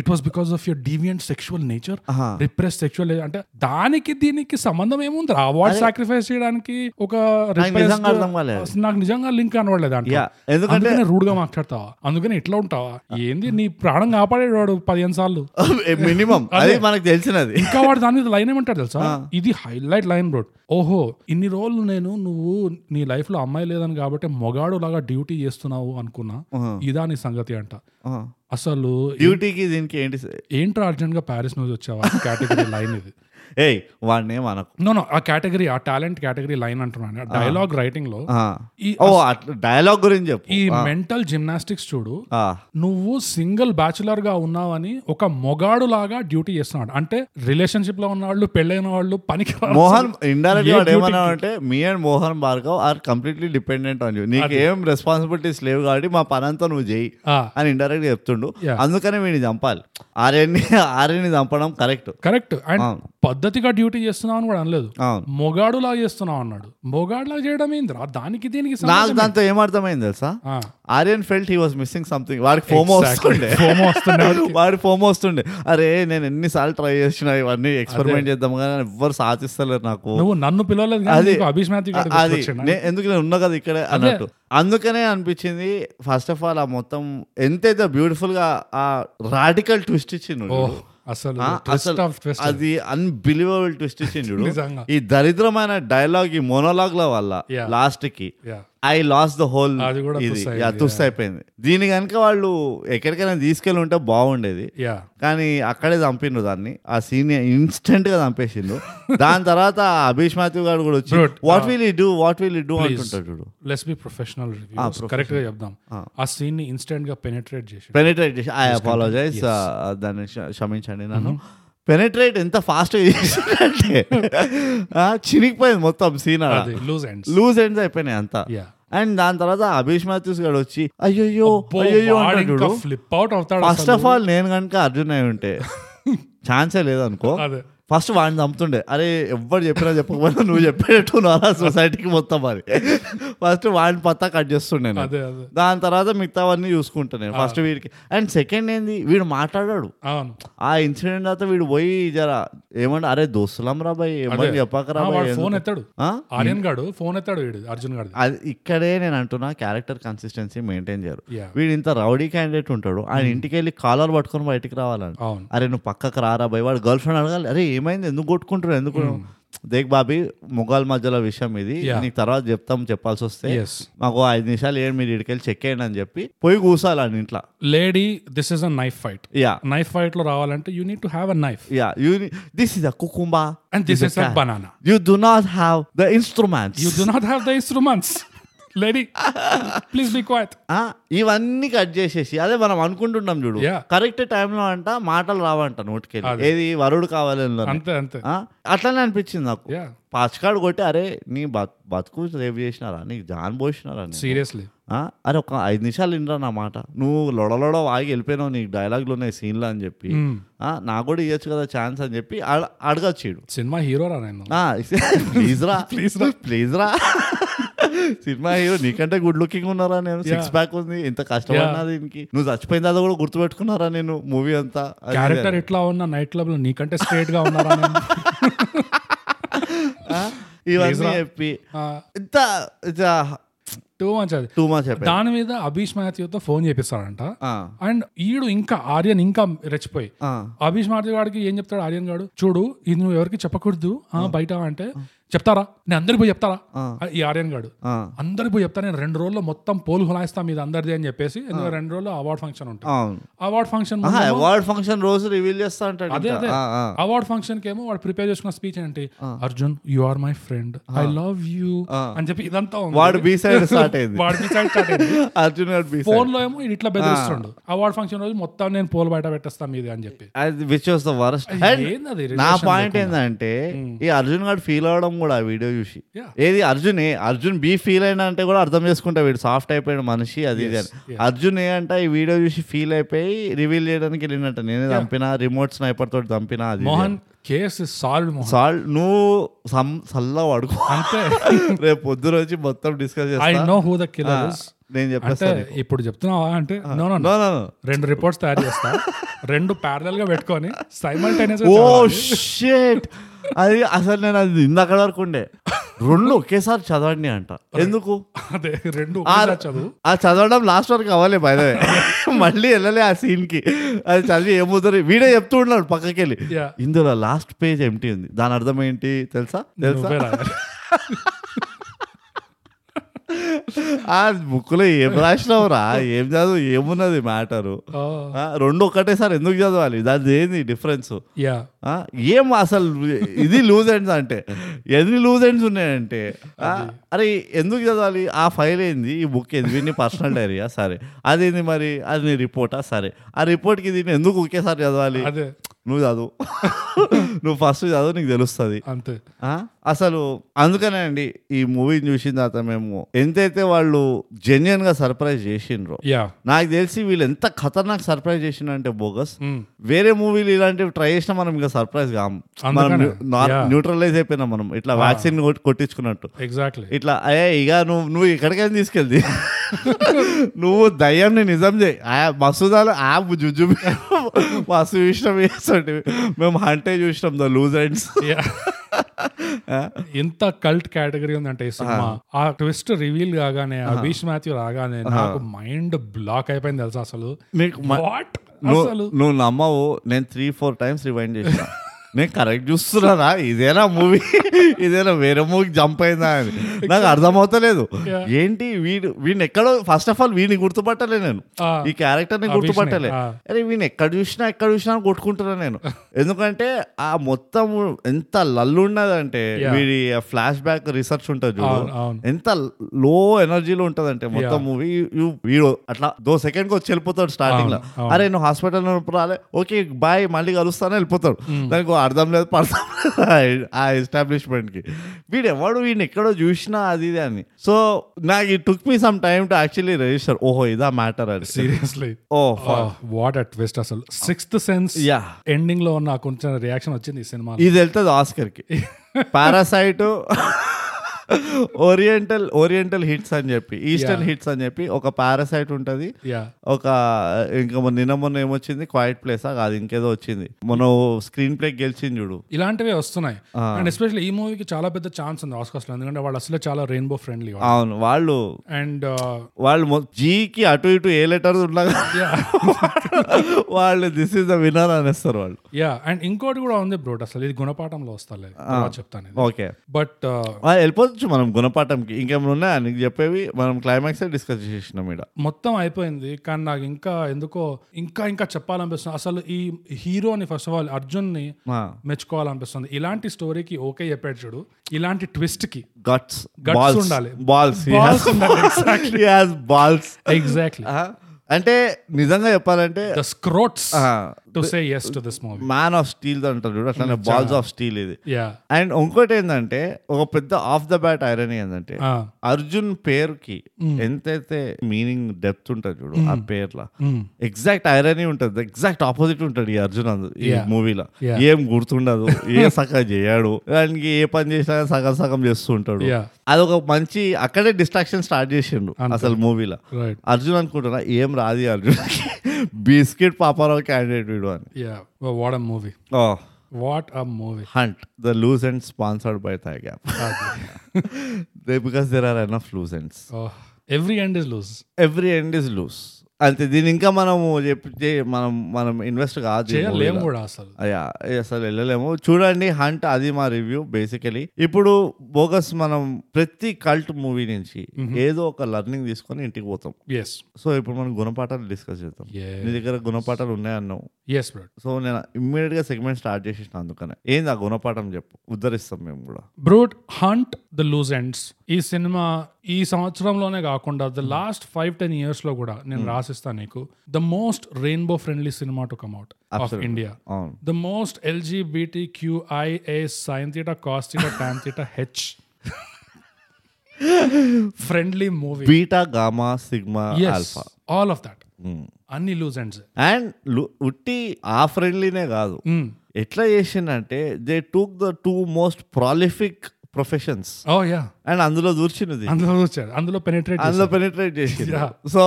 [SPEAKER 2] it was because of your deviant sexual nature repress sexual అంటే దానికి దీనికి సంబంధం ఏముంది అవార్డ్ సాక్రిఫైస్ చేయడానికి ఒక repressed-
[SPEAKER 3] నిజంగా అర్థం కాలేదు.
[SPEAKER 2] అసలు నాకు నిజంగా లింక్ కనబడలేదు అంటే
[SPEAKER 3] Yeah, ఎందుకంటే-
[SPEAKER 2] అందుకనే రూడ్ గా మాట్లాడతావా అందుకని ఇట్లా ఉంటావా ఏంది నీ ప్రాణం కాపాడేవాడు పదిహేను సార్లు
[SPEAKER 3] మినిమం అది మనకు తెలిసినది
[SPEAKER 2] (laughs) ఇంకా వాడు దాని మీద లైన్ ఏమంటాడు తెలుసా ఇది హైలైట్ లైన్ బ్రోడ్ ఓహో ఇన్ని రోజులు నేను నువ్వు నీ లైఫ్ లో అమ్మాయి లేదని కాబట్టి మొగాడు లాగా డ్యూటీ చేస్తున్నావు అనుకున్నా ఇదా నీ సంగతి అంట అసలు
[SPEAKER 3] డ్యూటీకి దీనికి ఏంటి
[SPEAKER 2] ఏంట్రా అర్జెంట్ గా ప్యారిస్ నుంచి వచ్చావా కేటగిరీ లైన్ ఇది
[SPEAKER 3] ఏయ్ వాడిని మనకు
[SPEAKER 2] నో నో ఆ కేటగిరీ ఆ టాలెంట్ కేటగిరీ లైన్ అంటున్నాను డైలాగ్ రైటింగ్ లో ఈ
[SPEAKER 3] ఓ అట్లా డైలాగ్ గురించి చెప్పు
[SPEAKER 2] ఈ మెంటల్ జిమ్నాస్టిక్స్ చూడు
[SPEAKER 3] ఆ,
[SPEAKER 2] నువ్వు సింగిల్ బ్యాచులర్ గా ఉన్నావని ఒక మొగాడు లాగా డ్యూటీ చేస్తున్నాడు అంటే రిలేషన్షిప్ లో ఉన్న వాళ్ళు పెళ్ళైన వాళ్ళు పనికి రావాల్సిన-
[SPEAKER 3] మోహన్ ఇండైరెక్ట్
[SPEAKER 2] ఏ
[SPEAKER 3] వాడు
[SPEAKER 2] duty
[SPEAKER 3] ఏమన్నా అంటే me and Mohan Bhargav are completely dependent on you నీకు ఏం రెస్పాన్సిబిలిటీస్ లేవు కాబట్టి మా పని అంతా నువ్వు చేయి
[SPEAKER 2] ఆ,
[SPEAKER 3] అని ఇండైరెక్ట్ చెప్తుండు
[SPEAKER 2] Yeah.
[SPEAKER 3] అందుకనే వీడిని చంపాలి ఆర్యన్ని ఆర్యన్ని చంపడం కరెక్ట్
[SPEAKER 2] కరెక్ట్ అండ్
[SPEAKER 3] అవును.
[SPEAKER 2] పద్ధతిగా డ్యూటీ చేస్తున్నావు అని కూడా అనలేదు
[SPEAKER 3] అవును
[SPEAKER 2] మొగాడులా చేస్తున్నావు అన్నాడు మొగాడులా చేయడం ఏందిరా దానికి దీనికి
[SPEAKER 3] నాకు
[SPEAKER 2] సంబంధం
[SPEAKER 3] దాంతో ఏమర్థమైంది తెలుసా
[SPEAKER 2] ఆ,
[SPEAKER 3] Aryan felt he was missing something వాడికి ఫోమో
[SPEAKER 2] exactly.
[SPEAKER 3] వస్తుండే
[SPEAKER 2] FOMO వస్తుండే
[SPEAKER 3] (laughs)
[SPEAKER 2] వాడికి.
[SPEAKER 3] వాడి ఫోమో వస్తుండే అరే నేను ఎన్నిసార్లు ట్రై చేసిన ఇవన్నీ ఎక్స్పెరిమెంట్ చేద్దాం కానీ ఎవ్వరు సాధిస్తలేరు నాకు
[SPEAKER 2] నువ్వు నన్ను పిలవలేదు కానీ
[SPEAKER 3] అది-
[SPEAKER 2] నీకు అభిష్మాతి గారు
[SPEAKER 3] అది
[SPEAKER 2] గుర్తొచ్చిండా?
[SPEAKER 3] నే- ఎందుకు నేను ఉన్నా కదా ఇక్కడే అన్నట్టు అందుకనే అనిపించింది ఫస్ట్ ఆఫ్ ఆల్ ఆ మొత్తం ఎంతైతే బ్యూటిఫుల్ గా ఆ రాడికల్ ట్విస్ట్ ఇచ్చిండు
[SPEAKER 2] ఓ
[SPEAKER 3] చూడు.
[SPEAKER 2] అసలు
[SPEAKER 3] ఆ,
[SPEAKER 2] twist
[SPEAKER 3] అసలు
[SPEAKER 2] of twist.
[SPEAKER 3] అది అన్బిలీవబుల్ ట్విస్ట్ ఇచ్చిండు చూడు.
[SPEAKER 2] నిజంగా.
[SPEAKER 3] ఈ దరిద్రమైన డైలాగ్ ఈ మోనోలాగ్ ల వల్ల
[SPEAKER 2] Yeah.
[SPEAKER 3] లాస్ట్ కి
[SPEAKER 2] Yeah.
[SPEAKER 3] I lost the whole
[SPEAKER 2] అది కూడా
[SPEAKER 3] ఇది
[SPEAKER 2] తుస్సు
[SPEAKER 3] యా,
[SPEAKER 2] అయింది,
[SPEAKER 3] తుస్సు అయిపోయింది దీని కనుక వాళ్ళు ఎక్కడికైనా తీసుకెళ్ళి ఉంటే బాగుండేది
[SPEAKER 2] యా
[SPEAKER 3] కానీ అక్కడే చంపిండు దాన్ని ఆ సీన్ ఇన్స్టెంట్ గా చంపేసిండు దాని తర్వాత అభిష్ మాథ్యూ గారు కూడా వచ్చి
[SPEAKER 2] Dude,
[SPEAKER 3] what will he do what will he do అంటుంటాడు చూడు
[SPEAKER 2] let's be professional review correct గా చెప్దాం ఆ సీన్ ని ఇన్స్టెంట్ గా పెనిట్రేట్ చేసి
[SPEAKER 3] పెనిట్రేట్ చేసి ఐ అపాలజైజ్ దాన్ని క్ష- క్షమించండి నన్ను పెనిట్రేట్ ఎంత ఫాస్ట్ చేసిందంటే ఆ, చినిగిపోయింది మొత్తం సీన్
[SPEAKER 2] అది లూజ్ ఎండ్స్
[SPEAKER 3] లూజ్ ఎండ్స్ అయిపోయినాయి అంతా
[SPEAKER 2] యా
[SPEAKER 3] అండ్ దాని తర్వాత అభిష్ మాథ్యూస్ గారు వచ్చి అయ్యో అయ్యో అంటాడు చూడు.
[SPEAKER 2] ఫ్లిప్ అవుట్ అవుతాడు
[SPEAKER 3] ఫస్ట్ ఆఫ్ ఆల్ నేను కనుక అర్జున్ అయి ఉంటే ఛాన్సే లేదనుకో
[SPEAKER 2] అదే
[SPEAKER 3] ఫస్ట్ వాడిని చంపుతుండే అరే ఎవ్వరు చెప్పినా చెప్పకపోయినా నువ్వు చెప్పేటట్టు నారా సొసైటీకి మొత్తం అది ఫస్ట్ వాడిని పత్తా కట్ చేస్తుండే నేను.
[SPEAKER 2] అదే అదే
[SPEAKER 3] దాని తర్వాత మిగతావన్నీ చూసుకుంటా నేను ఫస్ట్ వీడికి అండ్ సెకండ్ ఏంది వీడు మాట్లాడాడు
[SPEAKER 2] అవును
[SPEAKER 3] ఆ ఇన్సిడెంట్ తర్వాత వీడు పోయి జరా ఏమంటే అరే దోస్తులం రా బాయ్ ఏమని చెప్పకరా
[SPEAKER 2] ఆ,
[SPEAKER 3] బాయ్
[SPEAKER 2] వాడు ఫోన్
[SPEAKER 3] ఎందుకు?"
[SPEAKER 2] ఎత్తాడు
[SPEAKER 3] ఆ?
[SPEAKER 2] ఆర్యన్ గాడు ఫోన్ ఎత్తాడు వీడు అర్జున్ గాడు
[SPEAKER 3] అది ఇక్కడే నేను అంటున్నా క్యారెక్టర్ కన్సిస్టెన్సీ మెయింటైన్ చేయరు
[SPEAKER 2] Yeah. Hmm.
[SPEAKER 3] వీడు ఇంత రౌడీ క్యాండిడేట్ ఉంటాడు ఆయన ఇంటికి వెళ్ళి కాలర్ పట్టుకొని బయటికి రావాలంట
[SPEAKER 2] అవును
[SPEAKER 3] అరే నువ్వు పక్కకు రారా బాయ్ వాడు గర్ల్ ఫ్రెండ్ అడగాలి అరే ఏమైంది ఎందుకు కొట్టుకుంటున్నావు ఎందుకు దేక్ బాబీ మొగాల్ మధ్యలో విషయం ఇది
[SPEAKER 2] Hmm. Yeah.
[SPEAKER 3] నీకు తర్వాత చెప్తాం చెప్పాల్సి వస్తే
[SPEAKER 2] ఎస్
[SPEAKER 3] మాకు ఐదు నిమిషాలు ఏం మీరు ఇడికెళ్ళి చెక్ చేయండి అని చెప్పి పోయి కూసాలి ఆయన ఇంట్లో
[SPEAKER 2] lady this is a knife fight
[SPEAKER 3] yeah
[SPEAKER 2] knife fight లో రావాలంటే you need to have a knife
[SPEAKER 3] yeah you this is a cucumber
[SPEAKER 2] and this is a banana
[SPEAKER 3] you do not have the instruments
[SPEAKER 2] you do not have the instruments lady please be
[SPEAKER 3] (laughs)
[SPEAKER 2] quiet
[SPEAKER 3] ఆ, ఇవన్నీ cut చేసేసి అదే మనం అనుకుంటున్నాం చూడు
[SPEAKER 2] Yeah.
[SPEAKER 3] Correct టైంలో అంట మాటలు రావంట నోటికెళ్ళి ఏది వరుడు కావాలని
[SPEAKER 2] అంతే
[SPEAKER 3] (laughs)
[SPEAKER 2] అంతే
[SPEAKER 3] అట్లనే అనిపించింది నాకు
[SPEAKER 2] యా
[SPEAKER 3] పాచికాడు కొట్టి అరే నీ బతు బతుకు సేవ్ చేసినారా నీకు జాన్ పోసినారా నీకు?
[SPEAKER 2] సీరియస్లీ
[SPEAKER 3] ఆ? అరే ఒక ఐదు నిమిషాలు వినరా నా మాట నువ్వు లొడలొడ వాగి వెళ్ళిపోయినావు నీకు డైలాగులు ఉన్నాయి సీన్లు అని చెప్పి
[SPEAKER 2] Hmm.
[SPEAKER 3] ఆ, నాకు కూడా ఇవ్వచ్చు కదా ఛాన్స్ అని చెప్పి అడ- అడగచ్చు ఈడు.
[SPEAKER 2] సినిమా హీరో రా నేను
[SPEAKER 3] ఆ, ప్లీజ్ రా
[SPEAKER 2] ప్లీజ్ రా
[SPEAKER 3] ప్లీజ్ రా సినిమా హీరో నీకంటే గుడ్ లుకింగ్ ఉన్నారా నేను సిక్స్ ప్యాక్ ఉంది ఇంత కష్టపడినా దీనికి నువ్వు చచ్చిపోయిన తర్వాత కూడా గుర్తుపెట్టుకున్నారా నేను మూవీ అంతా అది ఇది
[SPEAKER 2] క్యారెక్టర్ ఇట్లా ఉన్న నైట్ క్లబ్ లో నీకంటే స్ట్రేట్ గా ఉన్నారా
[SPEAKER 3] (laughs)
[SPEAKER 2] నేను?
[SPEAKER 3] అని. ఆ, ఇవన్నీ చెప్పి
[SPEAKER 2] ఆ,
[SPEAKER 3] ఇంత
[SPEAKER 2] too much అది
[SPEAKER 3] టూ మచ్ చెప్పాను
[SPEAKER 2] దాని మీద అభిష్ మాథ్యూతో ఫోన్ చేపిస్తాడంట అండ్ ఈడు ఇంకా ఆర్యన్ ఇంకా రెచ్చిపోయి అభిష్ మాథ్యూ గాడికి ఏం చెప్తాడు ఆర్యన్ గాడు చూడు ఇది నువ్వు ఎవరికి చెప్పకూడదు ఆ బయట అంటే చెప్తారా నేను అందరికి పోయి చెప్తారా ఈ ఆర్యన్ గాడు అందరికి పోయి చెప్తా నేను రెండు రోజుల్లో మొత్తం పోలు హులాయిస్తా మీద అందరిది అని చెప్పేసి ఎందుకంటే రెండు రోజుల్లో అవార్డ్ ఫంక్షన్ ఉంటుంది
[SPEAKER 3] అవును
[SPEAKER 2] అవార్డ్ ఫంక్షన్
[SPEAKER 3] అవార్డ్ ఫంక్షన్ రోజు రివీల్ చేస్తా అంటాడు
[SPEAKER 2] అదే
[SPEAKER 3] ఇంకా.
[SPEAKER 2] అదే
[SPEAKER 3] ఆ, ఆ.
[SPEAKER 2] అవార్డ్ ఫంక్షన్ కేమో వాడు ప్రిపేర్ చేసుకున్న స్పీచ్ ఏంటి Arjun you are my friend I love you అని చెప్పి ఇదంతా ఉంది.
[SPEAKER 3] వాడు బీ సైడ్ స్టార్ట్ అయింది
[SPEAKER 2] వాడు beside start అయింది.
[SPEAKER 3] (laughs) అర్జున్ గారు బీ
[SPEAKER 2] ఫోన్ లో ఏమో వీడు ఇట్లా బెదిరిస్తుండు అవార్డ్ ఫంక్షన్ రోజు మొత్తం నేను పోల్ బయట పెట్టేస్తా మీది అని చెప్పి
[SPEAKER 3] side which was the worst
[SPEAKER 2] ఏందది
[SPEAKER 3] నా పాయింట్ ఏంటంటే ఈ అర్జున్ గారు ఫీల్ అవడం కూడా ఆ వీడియో చూసి
[SPEAKER 2] Hmm. Yeah.
[SPEAKER 3] ఏది Arjun A Arjun B feel అయినా అంటే కూడా అర్థం చేసుకుంటా వీడు సాఫ్ట్ అయిపోయిన మనిషి అది ఇది అని అర్జున్ ఏ అంట ఈ వీడియో చూసి ఫీల్ అయిపోయి రివీల్ చేయడానికి వెళ్ళినట్ట నేనే చంపినా రిమోట్ స్నైపర్ తోటి చంపినా అది ఇది అని.
[SPEAKER 2] మోహన్ కేస్ సాల్వ్ మోహన్
[SPEAKER 3] సాల్ నువ్వు సమ్ సల్లా
[SPEAKER 2] (laughs)
[SPEAKER 3] పడుకో
[SPEAKER 2] అంతే
[SPEAKER 3] రేపు పొద్దున వచ్చి మొత్తం డిస్కస్
[SPEAKER 2] ఐ
[SPEAKER 3] చేస్తా
[SPEAKER 2] no who the killer is
[SPEAKER 3] నేను
[SPEAKER 2] అంటే
[SPEAKER 3] చెప్పేస్తాను
[SPEAKER 2] ఇప్పుడు చెప్తున్నావా అంటే no no
[SPEAKER 3] No, no, no.
[SPEAKER 2] రెండు రిపోర్ట్స్ తయారు చేస్తా రెండు ప్యారల్ గా పెట్టుకొని సైమల్టైనియస్
[SPEAKER 3] ఓ షేట్ అది అసలు నేను అది ఇందాక వరకు ఉండే రెండు ఒకేసారి చదవండి అంట ఎందుకు
[SPEAKER 2] అదే రెండు
[SPEAKER 3] ఆ-
[SPEAKER 2] ఒకసారి చదువు
[SPEAKER 3] ఆ చదవడం లాస్ట్ వరకు అవ్వలే బయట మళ్ళీ వెళ్ళలే ఆ సీన్ కి అది చదివి ఏమవుతుంది వీడే చెప్తూ ఉన్నాడు పక్కకి వెళ్ళి
[SPEAKER 2] Yeah.
[SPEAKER 3] ఇందులో లాస్ట్ పేజ్ ఎంటీ ఉంది దాని అర్థం ఏంటి తెలుసా తెలుసా
[SPEAKER 2] నువ్వే
[SPEAKER 3] (laughs)
[SPEAKER 2] రాయాలి.
[SPEAKER 3] ఆ బుక్లో ఏం రాసినావురా ఏం చదువు ఏమున్నది మ్యాటరు
[SPEAKER 2] ఆ,
[SPEAKER 3] రెండు ఒక్కటేసారి ఎందుకు చదవాలి దాని ఏంది డిఫరెన్స్
[SPEAKER 2] యా
[SPEAKER 3] ఆ, ఏం అసలు ఇది లూజ్ ఎండ్స్ అంటే ఎన్ని లూజ్ ఎండ్స్ ఉన్నాయంటే ఆ, అరే ఎందుకు చదవాలి ఆ ఫైల్ ఏంది ఈ బుక్ ఏంది వీడిని పర్సనల్ డైరీయా సరే అదేంది మరి అది నీ రిపోర్టా సరే ఆ రిపోర్ట్కి దీన్ని ఎందుకు ఒకేసారి చదవాలి
[SPEAKER 2] అదే
[SPEAKER 3] నువ్వు చదువు (laughs) నువ్వు ఫస్ట్ చదువు నీకు తెలుస్తుంది
[SPEAKER 2] అంతే
[SPEAKER 3] ఆ? అసలు అందుకనే అండి ఈ మూవీని చూసిన తర్వాత మేము ఎంతైతే వాళ్ళు జెన్యున్గా సర్ప్రైజ్ చేసిండ్రో
[SPEAKER 2] యా
[SPEAKER 3] నాకు తెలిసి వీళ్ళు ఎంత ఖతర్నాక్ సర్ప్రైజ్ చేసిండంటే బోగస్
[SPEAKER 2] Hmm.
[SPEAKER 3] వేరే మూవీలు ఇలాంటివి ట్రై చేసినా మనం ఇంకా సర్ప్రైజ్ కాము మనం
[SPEAKER 2] అందుకనే. Yeah.
[SPEAKER 3] న్యూట్రలైజ్ అయిపోయినాం మనం ఇట్లా వ్యాక్సిన్ కొట్టించుకున్నట్టు
[SPEAKER 2] ఎగ్జాక్ట్లీ
[SPEAKER 3] ఇట్లా అయ్యే ఇక నువ్వు నువ్వు ఎక్కడికైనా తీసుకెళ్ది నువ్వు దయ్యాన్ని నిజం చేయి ఆ మసూదాలు ఆ జుజు మసు చూసినాం వేస్తుంటే మేము హంటే చూసినాం ద లూజ్ అండ్స్ (laughs)
[SPEAKER 2] యా ఎంత కల్ట్ కేటగిరీ ఉందంటే ఈ సినిమా
[SPEAKER 3] Uh-huh.
[SPEAKER 2] ఆ ట్విస్ట్ రివీల్ కాగానే అభిష్ మాథ్యూ రాగానే నాకు మైండ్ బ్లాక్ అయిపోయింది తెలుసా అసలు
[SPEAKER 3] నీకు Uh-huh. మ-
[SPEAKER 2] వాట్
[SPEAKER 3] నువ్వు
[SPEAKER 2] అసలు
[SPEAKER 3] నువ్వు నమ్మవు నేను త్రీ ఫోర్ టైమ్స్ రివైండ్ చేసిన నేను కరెక్ట్ చూస్తున్నానా ఇదేనా మూవీ (laughs) ఇదేనా వేరే మూవీకి జంప్ అయిందా అని నాకు అర్థమవుతలేదు ఏంటి వీడు వీడిని ఎక్కడో ఫస్ట్ ఆఫ్ ఆల్ వీడిని గుర్తుపట్టలే నేను
[SPEAKER 2] ఆ.
[SPEAKER 3] ఈ క్యారెక్టర్ ని
[SPEAKER 2] ఆ,
[SPEAKER 3] గుర్తుపట్టలే
[SPEAKER 2] వీడిని, ఆ.
[SPEAKER 3] అరే వీడిని ఎక్కడ చూసినా ఎక్కడ చూసినా అని కొట్టుకుంటున్నా
[SPEAKER 2] (laughs)
[SPEAKER 3] నేను ఎందుకంటే ఆ మొత్తం ఎంత లల్లు ఉన్నదంటే
[SPEAKER 2] Yeah.
[SPEAKER 3] వీడి ఫ్లాష్ బ్యాక్ రీసెర్చ్ ఉంటుంది
[SPEAKER 2] అవును,
[SPEAKER 3] చూడు
[SPEAKER 2] అవును.
[SPEAKER 3] ఎంత లో ఎనర్జీలో ఉంటదంటే మొత్తం
[SPEAKER 2] Yeah.
[SPEAKER 3] మూవీ వీడు అట్లా దో సెకండ్ కి వచ్చి వెళ్ళిపోతాడు స్టార్టింగ్ లో
[SPEAKER 2] అవును, అవును.
[SPEAKER 3] అరే నువ్వు హాస్పిటల్ ఉన్నప్పుడు రాలే ఓకే బాయ్ మళ్ళీ కలుస్తాను వెళ్ళిపోతాడు దానికి ఓ అర్థం లేదు పడతాం ఆ ఎస్టాబ్లిష్మెంట్ కి వీడు ఎవడు వీడిని ఎక్కడో చూసినా అది ఇది అని సో నాకు it took me some time to actually register ఓహో ఇదా మ్యాటర్ అని (laughs)
[SPEAKER 2] seriously
[SPEAKER 3] oh
[SPEAKER 2] what a twist అసలు sixth sense
[SPEAKER 3] Oh, Yeah.
[SPEAKER 2] Ending లో నాకు కొంచెం రియాక్షన్ వచ్చింది ఈ సినిమా
[SPEAKER 3] ఇది వెళ్తుంది ఆస్కర్ కి పారాసైట్ ఓరియంటల్ ఓరియంటల్ హిట్స్ అని చెప్పి ఈస్టర్న్
[SPEAKER 2] Yeah.
[SPEAKER 3] హిట్స్ అని చెప్పి ఒక పారాసైట్ ఉంటది
[SPEAKER 2] యా
[SPEAKER 3] ఒక ఇంకా మొన్న నిన్న మొన్న ఏమొచ్చింది క్వైట్ ప్లేస్ కాదు ఇంకేదో వచ్చింది మొన్న స్క్రీన్ ప్లే గెలిచింది చూడు
[SPEAKER 2] ఇలాంటివే వస్తున్నాయి
[SPEAKER 3] Uh-huh.
[SPEAKER 2] అండ్ ఎస్పెషల్లీ ఈ మూవీకి చాలా పెద్ద ఛాన్స్ ఉంది ఆస్కార్స్ లో ఎందుకంటే వాళ్ళు అసలే చాలా రెయిన్బో ఫ్రెండ్లీ
[SPEAKER 3] అవును వాళ్ళు
[SPEAKER 2] అండ్
[SPEAKER 3] వాళ్ళు మొ- జీకి అటు ఇటు ఏ లెటర్స్ ఉండగా (laughs) వాళ్ళు దిస్ ఇస్ ద వినర్ అనేస్తారు వాళ్ళు
[SPEAKER 2] యా అండ్ ఇంకోటి కూడా ఉంది బ్రోట్ అసలు ఇది గుణపాఠంలో వస్తాలే
[SPEAKER 3] Uh-huh.
[SPEAKER 2] తర్వాత చెప్తాను ఇది
[SPEAKER 3] ఓకే
[SPEAKER 2] బట్
[SPEAKER 3] వెళ్ళిపోవచ్చు మనం గుణపాఠంకి ఇంకేమైనా ఉన్నాయా నీకు చెప్పేవి మనం క్లైమాక్స్ డిస్కస్ చేసినాం ఇక్కడ
[SPEAKER 2] మొత్తం అయిపోయింది కానీ నాకు ఇంకా ఎందుకో ఇంకా ఇంకా చెప్పాలనిపిస్తుంది అసలు ఈ హీరోని ఫస్ట్ ఆఫ్ ఆల్ అర్జున్ ని
[SPEAKER 3] మా
[SPEAKER 2] మెచ్చుకోవాలనిపిస్తుంది ఇలాంటి స్టోరీకి ఓకే చెప్పాడు చూడు ఇలాంటి ట్విస్ట్ కి
[SPEAKER 3] గట్స్
[SPEAKER 2] Guts
[SPEAKER 3] బాల్స్
[SPEAKER 2] ఉండాలి.
[SPEAKER 3] బాల్స్
[SPEAKER 2] Balls ఉండాలి,
[SPEAKER 3] (laughs) బాల్స్
[SPEAKER 2] ఎగ్జాక్ట్లీ
[SPEAKER 3] అంటే నిజంగా చెప్పాలంటే
[SPEAKER 2] ద స్క్రోట్స్
[SPEAKER 3] ఆ,
[SPEAKER 2] to say yes to this movie
[SPEAKER 3] Man of Steel అంటారు చూడు అట్లానే బాల్స్ ఆఫ్ స్టీల్ ఇది
[SPEAKER 2] యా
[SPEAKER 3] అండ్ ఇంకోటి ఏంటంటే ఒక పెద్ద ఆఫ్ ద బ్యాట్ ఐరన్ ఏంటంటే
[SPEAKER 2] Ah.
[SPEAKER 3] అర్జున్ పేరుకి ఎంతైతే మీనింగ్ డెప్త్ ఉంటుంది చూడు ఆ పేర్ల ఎగ్జాక్ట్ ఐరనీ ఉంటుంది ఎగ్జాక్ట్ ఆపోజిట్ ఉంటుంది ఈ అర్జున్ అందు ఈ
[SPEAKER 2] Yeah.
[SPEAKER 3] మూవీలో
[SPEAKER 2] Yeah.
[SPEAKER 3] ఏం గుర్తుండదు ఏ సగం చేయడు దానికి ఏ పని చేసినా సగం సగం చేస్తూ ఉంటాడు
[SPEAKER 2] Yeah.
[SPEAKER 3] అదొక మంచి అక్కడే డిస్ట్రాక్షన్ స్టార్ట్ చేసిండు అసలు మూవీలో
[SPEAKER 2] రైట్
[SPEAKER 3] అర్జున్ అనుకుంటున్నా ఏం రాది అర్జున్ బిస్కెట్ పాపారావు క్యాండిడేట్ వీడు అని
[SPEAKER 2] yeah what a movie what a movie
[SPEAKER 3] hunt the loose end sponsored by thigh gap (laughs) because there are N of loose ends
[SPEAKER 2] Oh. Every end is loose
[SPEAKER 3] every end is loose అంతే దీని ఇంకా మనము చెప్పి చే- మనం మనం invest కాదు ఈ
[SPEAKER 2] చేయలేం
[SPEAKER 3] movie లో.
[SPEAKER 2] కూడా అసలు
[SPEAKER 3] అయ్యా అసలు వెళ్ళలేము చూడండి హంట్ అది మా రివ్యూ బేసికలీ ఇప్పుడు బోగస్ మనం ప్రతి కల్ట్ మూవీ నుంచి ఏదో ఒక లర్నింగ్ తీసుకొని ఇంటికి పోతాం
[SPEAKER 2] ఎస్
[SPEAKER 3] సో ఇప్పుడు మనం గుణపాఠాలు డిస్కస్ చేద్దాం
[SPEAKER 2] Yes.
[SPEAKER 3] నీ దగ్గర గుణపాఠాలు ఉన్నాయన్నావు
[SPEAKER 2] ఎస్ బ్రో
[SPEAKER 3] సో నేను ఇమ్మీడియట్ గా సెగ్మెంట్ స్టార్ట్ చేసేసిన అందుకనే ఏంది ఆ గుణపాఠం చెప్పు ఉద్ధరిస్తాం మేము కూడా
[SPEAKER 2] brute hunt the loose ends ఈ సినిమా ఈ సంవత్సరంలోనే కాకుండా the last five ten years లో కూడా నేను
[SPEAKER 3] Hmm.
[SPEAKER 2] రాసిస్తాను నీకు ద మోస్ట్ రెయిన్బో ఫ్రెండ్లీ సినిమా టు కమ్అట్ ఆఫ్ ఇండియా
[SPEAKER 3] అవును
[SPEAKER 2] the most LGBT QIA sign theta cos theta tan theta H friendly movie
[SPEAKER 3] beta gamma sigma alpha
[SPEAKER 2] all of that
[SPEAKER 3] Hmm.
[SPEAKER 2] అన్ని loose ends
[SPEAKER 3] and ఉట్టి ఆ ఫ్రెండ్లీనే కాదు ఎట్లా చేసిందంటే they took the two most prolific professions
[SPEAKER 2] oh yeah
[SPEAKER 3] and అందులో దూర్చినది
[SPEAKER 2] Oh, అందులో వచ్చారు అందులో పెనిట్రేట్
[SPEAKER 3] అందులో పెనిట్రేట్ చేసింది
[SPEAKER 2] Yeah.
[SPEAKER 3] సో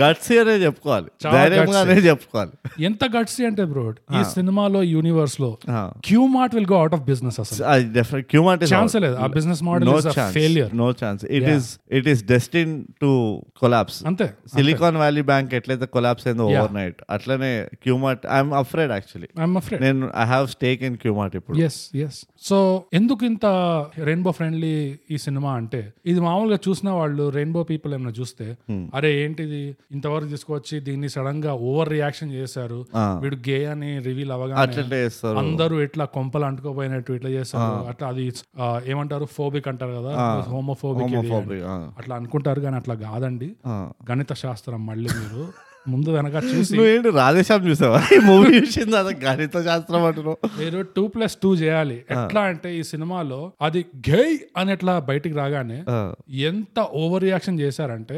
[SPEAKER 3] గట్స్ అనే చెప్పుకోవాలి
[SPEAKER 2] చాలా
[SPEAKER 3] ధైర్యంగా అనే చెప్పుకోవాలి
[SPEAKER 2] ఎంత గట్స్ అంటే బ్రోడ్ ఈ సినిమాలో యూనివర్స్ లో
[SPEAKER 3] Ah.
[SPEAKER 2] Q mart will go out of business అసలు
[SPEAKER 3] అది డెఫినెట్ క్యూమాట్
[SPEAKER 2] ఛాన్స్ లేదు ఆ business model
[SPEAKER 3] no
[SPEAKER 2] failure
[SPEAKER 3] chance no chance it is it is destined to collapse
[SPEAKER 2] అంతే
[SPEAKER 3] సిలికాన్ వ్యాలీ బ్యాంక్ ఎట్లయితే కొలాప్స్ అయిందో
[SPEAKER 2] Yeah.
[SPEAKER 3] ఓవర్ నైట్ అట్లనే Qmart I'm afraid actually
[SPEAKER 2] I'm afraid
[SPEAKER 3] నేను I have stake in Qmart ఇప్పుడు
[SPEAKER 2] yes yes so ఎందుకు ఇంత rainbow friendly ఈ సినిమా అంటే ఇది మామూలుగా చూసిన వాళ్ళు రెయిన్బో పీపుల్ ఏమైనా చూస్తే
[SPEAKER 3] Hmm.
[SPEAKER 2] అరే ఏంటిది ఇంతవరకు తీసుకొచ్చి దీన్ని సడన్ గా ఓవర్ రియాక్షన్ చేశారు వీడు గే అని రివీల్ అవగానే
[SPEAKER 3] అట్లనే చేస్తారు
[SPEAKER 2] అందరూ ఇట్లా కొంపలు అంటుకోపోయినట్టు ఇట్లా చేస్తారు అట్లా అది ఆ, ఏమంటారు ఫోబిక్ అంటారు కదా హోమోఫోబిక్
[SPEAKER 3] Homophobic, ఆ.
[SPEAKER 2] అట్లా అనుకుంటారు కానీ అట్లా కాదండి గణిత శాస్త్రం మళ్ళీ మీరు ముందు వెనక
[SPEAKER 3] (laughs)
[SPEAKER 2] చూసి
[SPEAKER 3] నువ్వేంటి రాధేశ్యామ్ చూసావా ఈ మూవీ చూసింది అది గణిత శాస్త్రం అంటున్నావు
[SPEAKER 2] మీరు టూ ప్లస్ టూ చేయాలి ఎట్లా అంటే ఈ సినిమాలో అది ఘై అని ఎట్లా బయటికి రాగానే ఎంత ఓవర్ రియాక్షన్ చేశారంటే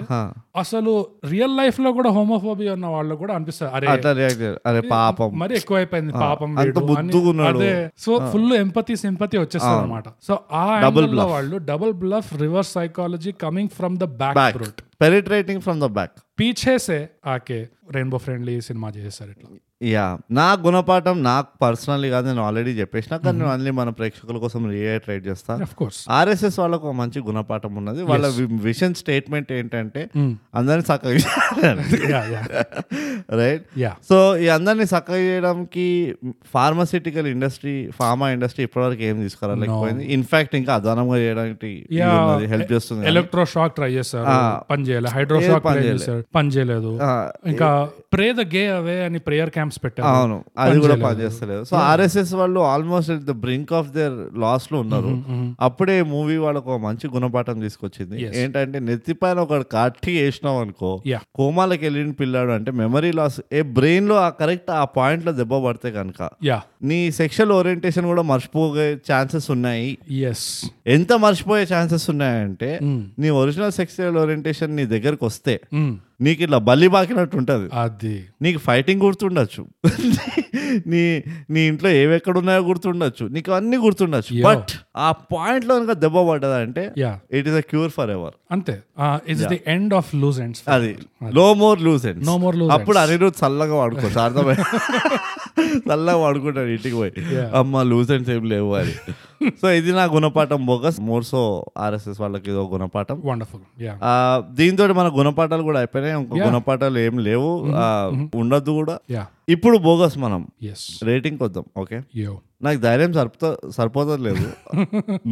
[SPEAKER 2] అసలు రియల్ లైఫ్ లో కూడా హోమోఫోబియా ఉన్న వాళ్ళు కూడా అనిపిస్తారు అరే
[SPEAKER 3] అట్లా రియాక్ట్ అరే పాపం
[SPEAKER 2] మరి ఎక్కువైపోయింది పాపం
[SPEAKER 3] అంత
[SPEAKER 2] వీడు అని.
[SPEAKER 3] బుద్దుగున్నాడు.
[SPEAKER 2] అదే సో ఫుల్ ఎంపతి సింపతి వచ్చేస్తారు అనమాట సో ఆ డబుల్ వాళ్ళు double bluff reverse psychology coming from the back
[SPEAKER 3] back
[SPEAKER 2] route
[SPEAKER 3] penetrating from the back
[SPEAKER 2] పీచేసే ఆకే రెయిన్బో ఫ్రెండ్లీ సినిమా చేశారు ఇట్లా
[SPEAKER 3] యా నా గుణపాఠం నాకు పర్సనల్లీ కాదు నేను ఆల్రెడీ చెప్పేసిన కానీ నేను ఓన్లీ మన ప్రేక్షకుల కోసం రీఐట్రేట్ చేస్తా
[SPEAKER 2] అఫ్ కోర్స్
[SPEAKER 3] ఆర్ఎస్ఎస్ వాళ్ళకు ఒక మంచి గుణపాఠం ఉన్నది వాళ్ళ విషన్ స్టేట్మెంట్ ఏంటంటే అందరిని చక్కగా
[SPEAKER 2] yeah yeah
[SPEAKER 3] right
[SPEAKER 2] yeah
[SPEAKER 3] so ఈ అందరినీ చక్కగా చేయడానికి ఫార్మసిటికల్ ఇండస్ట్రీ ఫార్మా ఇండస్ట్రీ ఇప్పటివరకు ఏం తీసుకురాలేకపోయింది ఇన్ఫాక్ట్ ఇంకా అదనంగా చేయడానికి
[SPEAKER 2] యా Eh,
[SPEAKER 3] హెల్ప్ చేస్తుంది కానీ.
[SPEAKER 2] ఎలక్ట్రో షాక్ ట్రై చేశారు పని చేయలేదు హైడ్రో షాక్
[SPEAKER 3] పని
[SPEAKER 2] ట్రై
[SPEAKER 3] చేయలేదు.
[SPEAKER 2] చేశారు పని చేయలేదు
[SPEAKER 3] ఆ,
[SPEAKER 2] ఇంకా ప్రే ద గే అవే అని ప్రేయర్ క్యాంప్స్ పెట్టారు
[SPEAKER 3] అవును అది కూడా పనిచేస్తలేదు సో ఆర్ఎస్ఎస్ వాళ్ళు almost the brink of their loss లో ఉన్నారు అప్పుడే మూవీ వాళ్ళకు ఒక మంచి గుణపాఠం తీసుకొచ్చింది ఏంటంటే నెత్తిపైన ఒక కట్టి వేసినాం అనుకో
[SPEAKER 2] Yeah.
[SPEAKER 3] కోమాలకు వెళ్ళిన పిల్లాడు అంటే మెమరీ లాస్ ఏ బ్రెయిన్ లో ఆ కరెక్ట్ ఆ పాయింట్ లో దెబ్బ పడితే కనుక
[SPEAKER 2] యా
[SPEAKER 3] నీ సెక్షువల్ ఓరియంటేషన్ కూడా మర్చిపోయే ఛాన్సెస్ ఉన్నాయి
[SPEAKER 2] ఎస్
[SPEAKER 3] ఎంత మర్చిపోయే ఛాన్సెస్ ఉన్నాయంటే నీ ఒరిజినల్ సెక్షువల్ ఓరియంటేషన్ నీ దగ్గరకు వస్తే నీకు ఇట్లా బల్లి బాకినట్టు ఉంటుంది
[SPEAKER 2] అది
[SPEAKER 3] నీకు ఫైటింగ్ గుర్తుండొచ్చు (laughs) నీ నీ ఇంట్లో ఏవి ఎక్కడ ఉన్నాయో గుర్తుండొచ్చు నీకు అన్ని గుర్తుండొచ్చు
[SPEAKER 2] Yeah.
[SPEAKER 3] బట్ ఆ పాయింట్ లో కనుక దెబ్బ పడ్డదంటే
[SPEAKER 2] yeah
[SPEAKER 3] it is a cure for ever
[SPEAKER 2] అంతే it's the end of loose ends
[SPEAKER 3] అది no more loose end
[SPEAKER 2] No more loose
[SPEAKER 3] అప్పుడు అనిరుద్ చల్లగా వాడుకోవచ్చు అర్థమై చల్లగా వాడుకుంటాడు ఇంటికి పోయి అమ్మ లూజ్ ఎండ్స్ ఏం లేవు అని సో ఇది నా గుణపాఠం బోగస్ మోర్ సో ఆర్ఎస్ఎస్ వాళ్ళకి ఇదో గుణపాఠం
[SPEAKER 2] వండర్ఫుల్ యా
[SPEAKER 3] ఆ, దీంతో మన గుణపాఠాలు కూడా అయిపోయినాయి ఇంకో గుణపాఠాలు ఏం లేవు ఆ, ఉండదు కూడా
[SPEAKER 2] యా
[SPEAKER 3] ఇప్పుడు బోగస్ మనం
[SPEAKER 2] ఎస్
[SPEAKER 3] రేటింగ్ వద్దాం ఓకే
[SPEAKER 2] యో
[SPEAKER 3] నాకు ధైర్యం సరిపోతా సరిపోతలేదు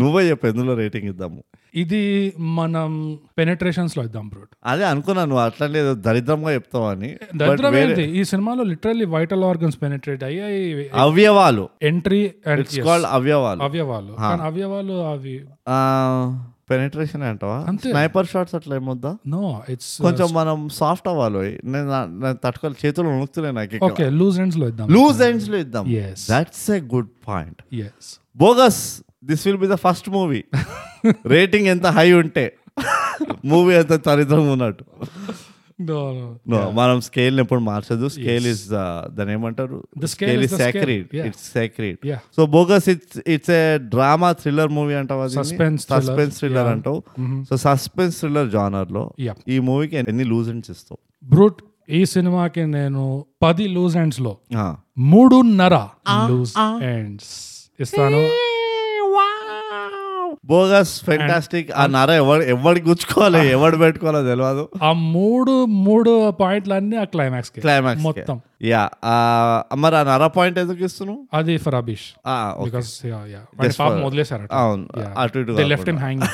[SPEAKER 3] నువ్వే చెప్పు ఎందులో రేటింగ్ ఇద్దాము
[SPEAKER 2] ఇది మనం పెనట్రేషన్స్ లో ఇద్దాం బ్రూట్
[SPEAKER 3] అదే అనుకున్నాను నువ్వు అట్లనే ఏదో దరిద్రంగా చెప్తావని
[SPEAKER 2] దరిద్రమైంది ఈ సినిమాలో లిటరల్లీ వైటల్ ఆర్గన్స్ పెనిట్రేట్ అయ్యాయి
[SPEAKER 3] అవయవాలు
[SPEAKER 2] ఎంట్రీ అండ్
[SPEAKER 3] ఇట్స్ కాల్డ్ అవయవాలు
[SPEAKER 2] అవయవాలు కానీ అవయవాలు అవి
[SPEAKER 3] పెనిట్రేషన్ అంటావా
[SPEAKER 2] అంతే.
[SPEAKER 3] స్నైపర్ షాట్స్ అట్లా ఏమొద్దా
[SPEAKER 2] నో ఇట్స్
[SPEAKER 3] కొంచెం మనం సాఫ్ట్ అవ్వాలి నేను నా- నేను తట్టుకోవాలి చేతులు ఉణుకుతున్నాయి నాకు
[SPEAKER 2] ఓకే లూజ్ ఎండ్స్ లో ఇద్దాం
[SPEAKER 3] లూజ్ ఎండ్స్ లో ఇద్దాం
[SPEAKER 2] Yes.
[SPEAKER 3] That's a good point
[SPEAKER 2] yes
[SPEAKER 3] bogus this will be the first
[SPEAKER 2] (laughs)
[SPEAKER 3] movie rating ఎంత హై ఉంటే మూవీ ఎంత దరిద్రంగా ఉన్నట్టు
[SPEAKER 2] నో
[SPEAKER 3] No, మనం స్కేల్ ఎప్పుడు మార్చదు స్కేల్ ఇస్ దాని ఏమంటారు
[SPEAKER 2] The scale is
[SPEAKER 3] is
[SPEAKER 2] the scale,
[SPEAKER 3] sacred
[SPEAKER 2] yeah.
[SPEAKER 3] It's sacred
[SPEAKER 2] Yeah.
[SPEAKER 3] So bogus it's it's a drama thriller movie అంటావా
[SPEAKER 2] Suspense thriller, Mm-hmm.
[SPEAKER 3] Suspense thriller అంటావు సో సస్పెన్స్ థ్రిల్లర్ జానర్ లో
[SPEAKER 2] Yeah.
[SPEAKER 3] ఈ మూవీకి ఎన్ని loose ends ఇస్తావు
[SPEAKER 2] brute ఈ సినిమాకి నేను పది లూజ్ ఎండ్స్ లో
[SPEAKER 3] Ah.
[SPEAKER 2] మూడున్నర లూజ్ ఎండ్స్ ఇస్తాను
[SPEAKER 3] బోగస్ ఫెంటాస్టిక్ ఆ నర ఎవడు ఎవడు గుచ్చుకోవాలి
[SPEAKER 2] Ah.
[SPEAKER 3] ఎవడు పెట్టుకోవాలో తెలియదు
[SPEAKER 2] ఆ మూడు మూడు పాయింట్లు అన్ని ఆ క్లైమాక్స్ కి
[SPEAKER 3] క్లైమాక్స్
[SPEAKER 2] మొత్తం
[SPEAKER 3] యా మరి ఆ నర పాయింట్ ఎందుకు ఇస్తున్నావు
[SPEAKER 2] అది ఫర్ అభిష్
[SPEAKER 3] Ah, okay.
[SPEAKER 2] బికాస్ పాపం వదిలేశారు అట్లా.
[SPEAKER 3] అవును
[SPEAKER 2] Yeah.
[SPEAKER 3] అటు ఇటు
[SPEAKER 2] They left him hanging.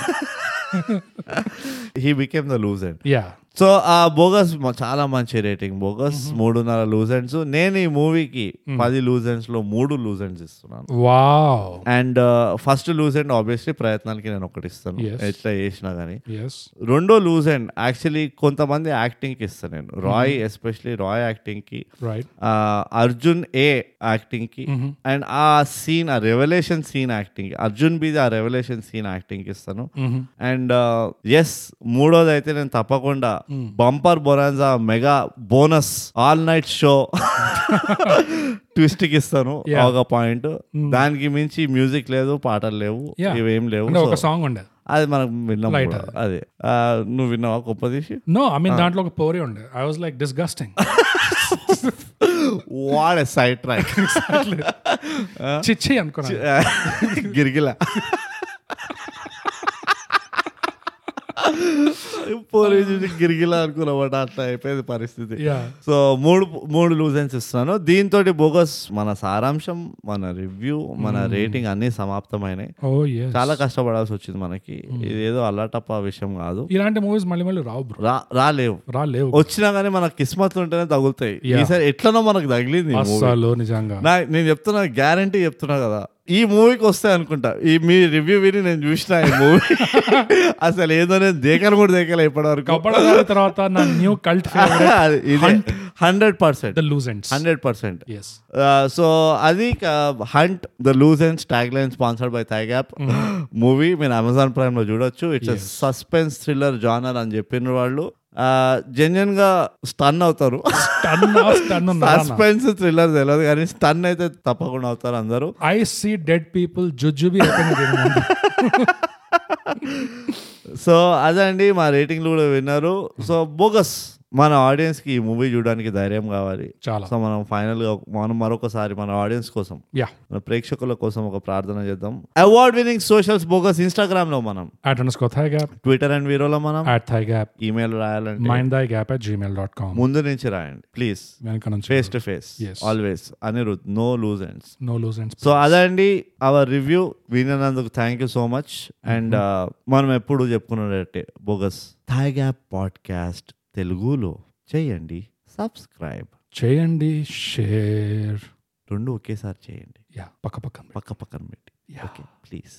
[SPEAKER 3] He became the loose end
[SPEAKER 2] yeah
[SPEAKER 3] so ఆ బోగస్ చాలా మంచి రేటింగ్ బోగస్ మూడున్నర లూజ్ అండ్స్ నేను ఈ మూవీకి పది లూజ్ అండ్స్ లో మూడు లూజ్ అండ్స్ ఇస్తున్నాను
[SPEAKER 2] wow
[SPEAKER 3] and first loose end obviously ప్రయత్నానికి నేను ఒకటి ఇస్తాను
[SPEAKER 2] Yes.
[SPEAKER 3] ఎట్లా చేసినా కానీ
[SPEAKER 2] ఎస్
[SPEAKER 3] రెండో లూజ్ అండ్ యాక్చువల్లీ కొంతమంది యాక్టింగ్ కి ఇస్తాను నేను రాయ్ ఎస్పెషలీ రాయ్ యాక్టింగ్ కి (laughs)
[SPEAKER 2] రైట్
[SPEAKER 3] ఆ, అర్జున్ ఏ యాక్టింగ్ కి అండ్ ఆ సీన్ ఆ రెవల్యూషన్ సీన్ యాక్టింగ్ కి అర్జున్ బీది ఆ రెవల్యూషన్ సీన్ యాక్టింగ్ కి ఇస్తాను అండ్ ఎస్ మూడోది అయితే నేను తప్పకుండా bumper bonanza mega bonus all night
[SPEAKER 2] (laughs)
[SPEAKER 3] show twist కి ఇస్తాను
[SPEAKER 2] Yeah.
[SPEAKER 3] ఒక పాయింట్ దానికి మించి మ్యూజిక్ లేదు పాటలు లేవు
[SPEAKER 2] Yeah.
[SPEAKER 3] ఇవేం లేవు
[SPEAKER 2] అంటే ఒక
[SPEAKER 3] So,
[SPEAKER 2] సాంగ్ ఉండేది
[SPEAKER 3] అది మనం విన్నాం
[SPEAKER 2] Light
[SPEAKER 3] కూడా. అదే ఆ, నువ్వు విన్నావా గొప్ప తీసి
[SPEAKER 2] నో ఐ
[SPEAKER 3] Ah.
[SPEAKER 2] మీన్ దాంట్లో ఒక పోరి ఉండేది ఐ వాజ్ లైక్
[SPEAKER 3] (laughs)
[SPEAKER 2] డిస్గస్టింగ్
[SPEAKER 3] వాడ సైడ్ ట్రాక్
[SPEAKER 2] (laughs) చిచ్చి అనుకున్నాను
[SPEAKER 3] (laughs) గిరిగిల పోలీ చూసి గిరిగిల అనుకున్నామాట అట్లా అయిపోయింది పరిస్థితి
[SPEAKER 2] యా
[SPEAKER 3] సో మూడు మూడు లూజెన్స్ ఇస్తున్నాను దీంతో బోగస్ మన సారాంశం మన రివ్యూ మన రేటింగ్ అన్ని సమాప్తమైనాయి
[SPEAKER 2] ఓ ఎస్
[SPEAKER 3] చాలా కష్టపడాల్సి వచ్చింది మనకి ఇదేదో అల్లాటప్ప విషయం కాదు
[SPEAKER 2] ఇలాంటి మూవీస్ మళ్ళీ మళ్ళీ రావు బ్రో
[SPEAKER 3] రా రాలేవు
[SPEAKER 2] రాలేవు
[SPEAKER 3] వచ్చినా కానీ మన కిస్మత్లు ఉంటేనే తగులుతాయి ఈసారి ఎట్లనో మనకు తగిలింది ఈ movie.
[SPEAKER 2] అస్సలు నిజంగా
[SPEAKER 3] నా నేను చెప్తున్నా గ్యారంటీ చెప్తున్నా కదా ఈ మూవీకి వస్తాయి అనుకుంటా ఈ మీ రివ్యూ విని నేను చూసిన ఈ మూవీ (laughs) అసలు ఏదో నేను దేకలు కూడా దేకలే ఇప్పటి వరకు (laughs)
[SPEAKER 2] కబడ్డీ తర్వాత నా new cult
[SPEAKER 3] hundred percent
[SPEAKER 2] the loose ends
[SPEAKER 3] hundred percent
[SPEAKER 2] yes
[SPEAKER 3] so అది hunt the loose end tag line sponsored by thigh gap (gasps) movie మీరు అమెజాన్ ప్రైమ్ లో చూడొచ్చు ఇట్స్ సస్పెన్స్ థ్రిల్లర్ జానర్ అని చెప్పిన వాళ్ళు జెన్యున్ గా స్టన్ అవుతారు
[SPEAKER 2] ton of ton
[SPEAKER 3] suspense thriller తెలియదు కానీ స్టన్ అయితే తప్పకుండా అవుతారు అందరూ
[SPEAKER 2] I see dead people జుజుబి
[SPEAKER 3] (laughs) so అదే అండి మా రేటింగ్లు కూడా విన్నారు సో బోగస్ మన ఆడియన్స్ కి ఈ మూవీ చూడడానికి ధైర్యం కావాలి
[SPEAKER 2] చాలా
[SPEAKER 3] సో మనం ఫైనల్ గా మనం మరొకసారి మన ఆడియన్స్ కోసం
[SPEAKER 2] యా
[SPEAKER 3] మన ప్రేక్షకుల కోసం ఒక ప్రార్థన చేద్దాం award winning socials bogus Instagram లో మనం
[SPEAKER 2] at under thigh gap
[SPEAKER 3] Twitter and వీరోలో మనం
[SPEAKER 2] అట్ థై గ్యాప్
[SPEAKER 3] ఈమెయిల్ రాయాలంటే
[SPEAKER 2] mind thigh gap at Gmail dot com
[SPEAKER 3] ముందు నుంచి రాయండి ప్లీజ్
[SPEAKER 2] వెనక నుంచి
[SPEAKER 3] face to face
[SPEAKER 2] Yes.
[SPEAKER 3] Always Anirudh no loose ends
[SPEAKER 2] no loose end
[SPEAKER 3] so అదండి our review వినినందుకు thank you so much and uh, మనం ఎప్పుడు చెప్పుకున్నట్టే బోగస్ థాయిగా పాడ్కాస్ట్ తెలుగులో చేయండి సబ్స్క్రైబ్
[SPEAKER 2] చేయండి షేర్
[SPEAKER 3] రెండు ఒకేసారి చేయండి
[SPEAKER 2] యా పక్క పక్కన
[SPEAKER 3] పక్క పక్కన పెట్టి
[SPEAKER 2] Yeah.
[SPEAKER 3] Okay please